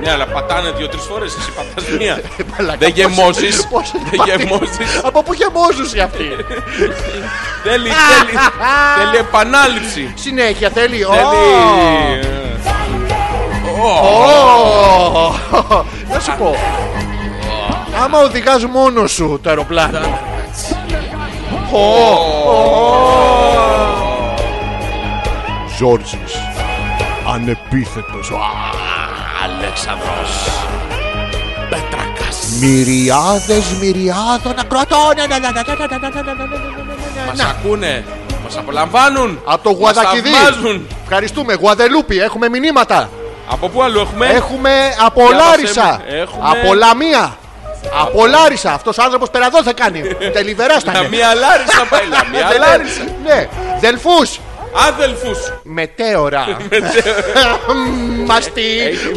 A: Ναι, αλλά πατάνε δύο-τρει φορέ. Εσύ πατά μία.
B: Μαλάκα,
A: Δεν
B: πώς-
A: γεμώσεις.
B: πώς
A: Δεν
B: πατή-
A: γεμώσεις.
B: Από πού γεμόζουν αυτοί.
A: Θέλει, θέλει, θέλει επανάληψη.
B: Συνέχεια θέλει. Ω,
A: Θέλει. ε,
B: Ω! Να σου πω. Άμα οδηγάς μόνος σου το αεροπλάνο. Ω! Ζόρζης. Ανεπίθετος. Ο Αλέξανδρος. Πέτρακας. Μυριάδες μυριάδων ακροατών.
A: Μας ακούνε, μας απολαμβάνουν.
B: Από το Γουαδακιδί.
A: Μας θαυμάζουν.
B: Ευχαριστούμε. Γουαδελούπη. Έχουμε μηνύματα.
A: Από πού άλλο έχουμε.
B: Έχουμε από
A: Ε. Για να
B: Λάρισα.
A: σε- έχουμε-
B: Από Λαμία. Από Λάρισα. Αυτό ο άνθρωπο πέρα εδώ θα κάνει. Τελειβερά στα
A: Λαμία Λάρισα πάει. Λαμία Λάρισα.
B: Ναι. Δελφού.
A: Άδελφου!
B: Μετέωρα. Μαστί.
A: Έχει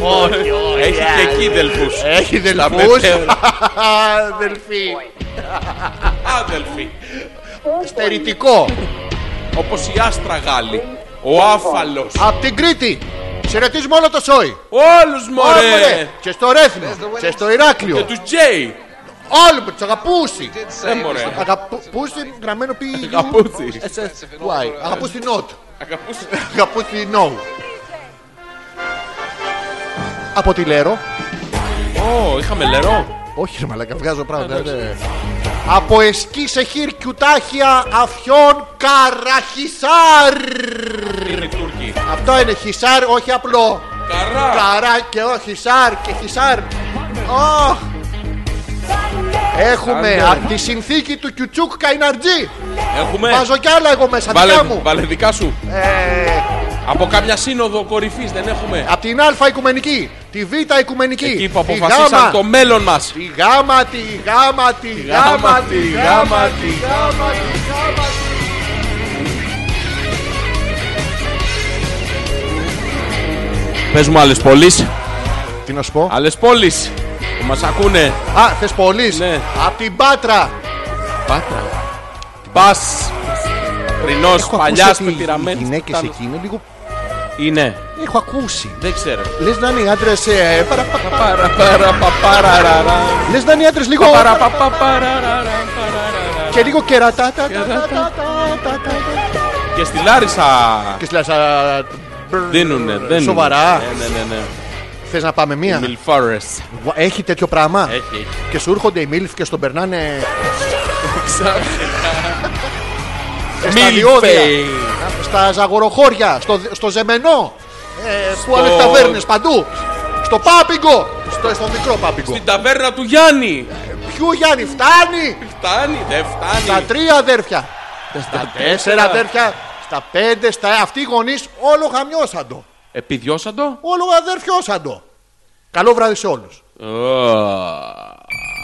A: Έχει και εκεί δελφούς.
B: Έχει δελφούς. Αδελφοί.
A: Άδελφοι.
B: Στερητικό.
A: Όπως η άστρα Γάλλη. Ο άφαλος.
B: Απ' την Κρήτη. Χαιρετίζουμε όλο το σόι.
A: Όλους
B: Ωραία.
A: μωρέ.
B: Και στο Ρέθμο. Και στο Ηράκλειο.
A: Του Τζέι.
B: Όλοι που τους αγαπούσι.
A: Ε, μωρέ.
B: Αγαπούσι γραμμένο πι.
A: Αγαπούσι.
B: SSY. Αγαπούσι νότ.
A: Αγαπούσε.
B: Αγαπούσι νόου. Από τη Λέρο.
A: Ω, είχαμε λερό.
B: Όχι, ρε μαλακά, βγάζω πράγματα. ρε. Από εσκή σε χείρ κιουτάχια αφιών καραχισάρ.
A: Είναι Τούρκοι.
B: Αυτό είναι χισάρ, όχι απλό.
A: Καρά.
B: Καρά και όχι σάρ και χισάρ. Ωχ. Έχουμε
A: Άντε.
B: απ' τη συνθήκη του Κιουτσούκ Καϊναρτζή.
A: Έχουμε.
B: Βάζω κι άλλα εγώ μέσα,
A: Ναι. Βάλε,
B: δικά μου.
A: βάλε δικά σου.
B: Ε,
A: Από καμιά σύνοδο κορυφής δεν έχουμε.
B: Απ' την Α Οικουμενική, τη Β Οικουμενική,
A: Εκεί που
B: τη
A: αποφασίσαν
B: Γ,
A: το μέλλον μας.
B: τη Γ, τη Γ, τη Γ, τη Γ, τη Γ, τη Γ.
A: Πες μου άλλε πόλει.
B: Τι να σου πω.
A: Άλλε πόλει. Που μας ακούνε.
B: Α, θες πολλής.
A: Ναι.
B: Απ' την Πάτρα.
A: Πάτρα. Πα. Πρινό παλιά πεπειραμένη.
B: γυναίκες εκεί είναι λίγο...
A: Είναι.
B: Έχω ακούσει.
A: Δεν ξέρω.
B: Λες να είναι οι άντρες... Ε, παρα- πα-
A: Παρα, παρα, πα, παραραρα.
B: Λες να είναι οι άντρες λίγο...
A: Παρα, πα, πα, παραραρα, παραραρα.
B: Και λίγο κερατάτα.
A: Και στη Λάρισα
B: Και στη Λάρισα...
A: δίνουνε. δίνουνε.
B: Σοβαρά.
A: Ναι, ναι, ναι. ναι.
B: Θες να πάμε μία.
A: Μιλφόρες.
B: Έχει τέτοιο πράγμα.
A: Έχει, έχει.
B: Και σου έρχονται οι Μίλφ και στον περνάνε... στα διόδια.
A: Μιλφέι.
B: Στα ζαγοροχώρια. Στο, στο ζεμενό. Ε, Που άλλες ταβέρνες παντού. Στο πάπιγκο. Στο, στο μικρό πάπιγκο.
A: Στην ταβέρνα του Γιάννη.
B: Ποιου Γιάννη φτάνει.
A: Φτάνει, δεν
B: Στα
A: φτάνει.
B: τρία αδέρφια. Στα τέσσερα αδέρφια. Στα πέντε, στα αυτοί οι γονείς, όλο χαμιώσαντο.
A: Επιδιώσαν το.
B: Όλο αδερφιώσαντο. Καλό βράδυ σε όλους.
A: Ω.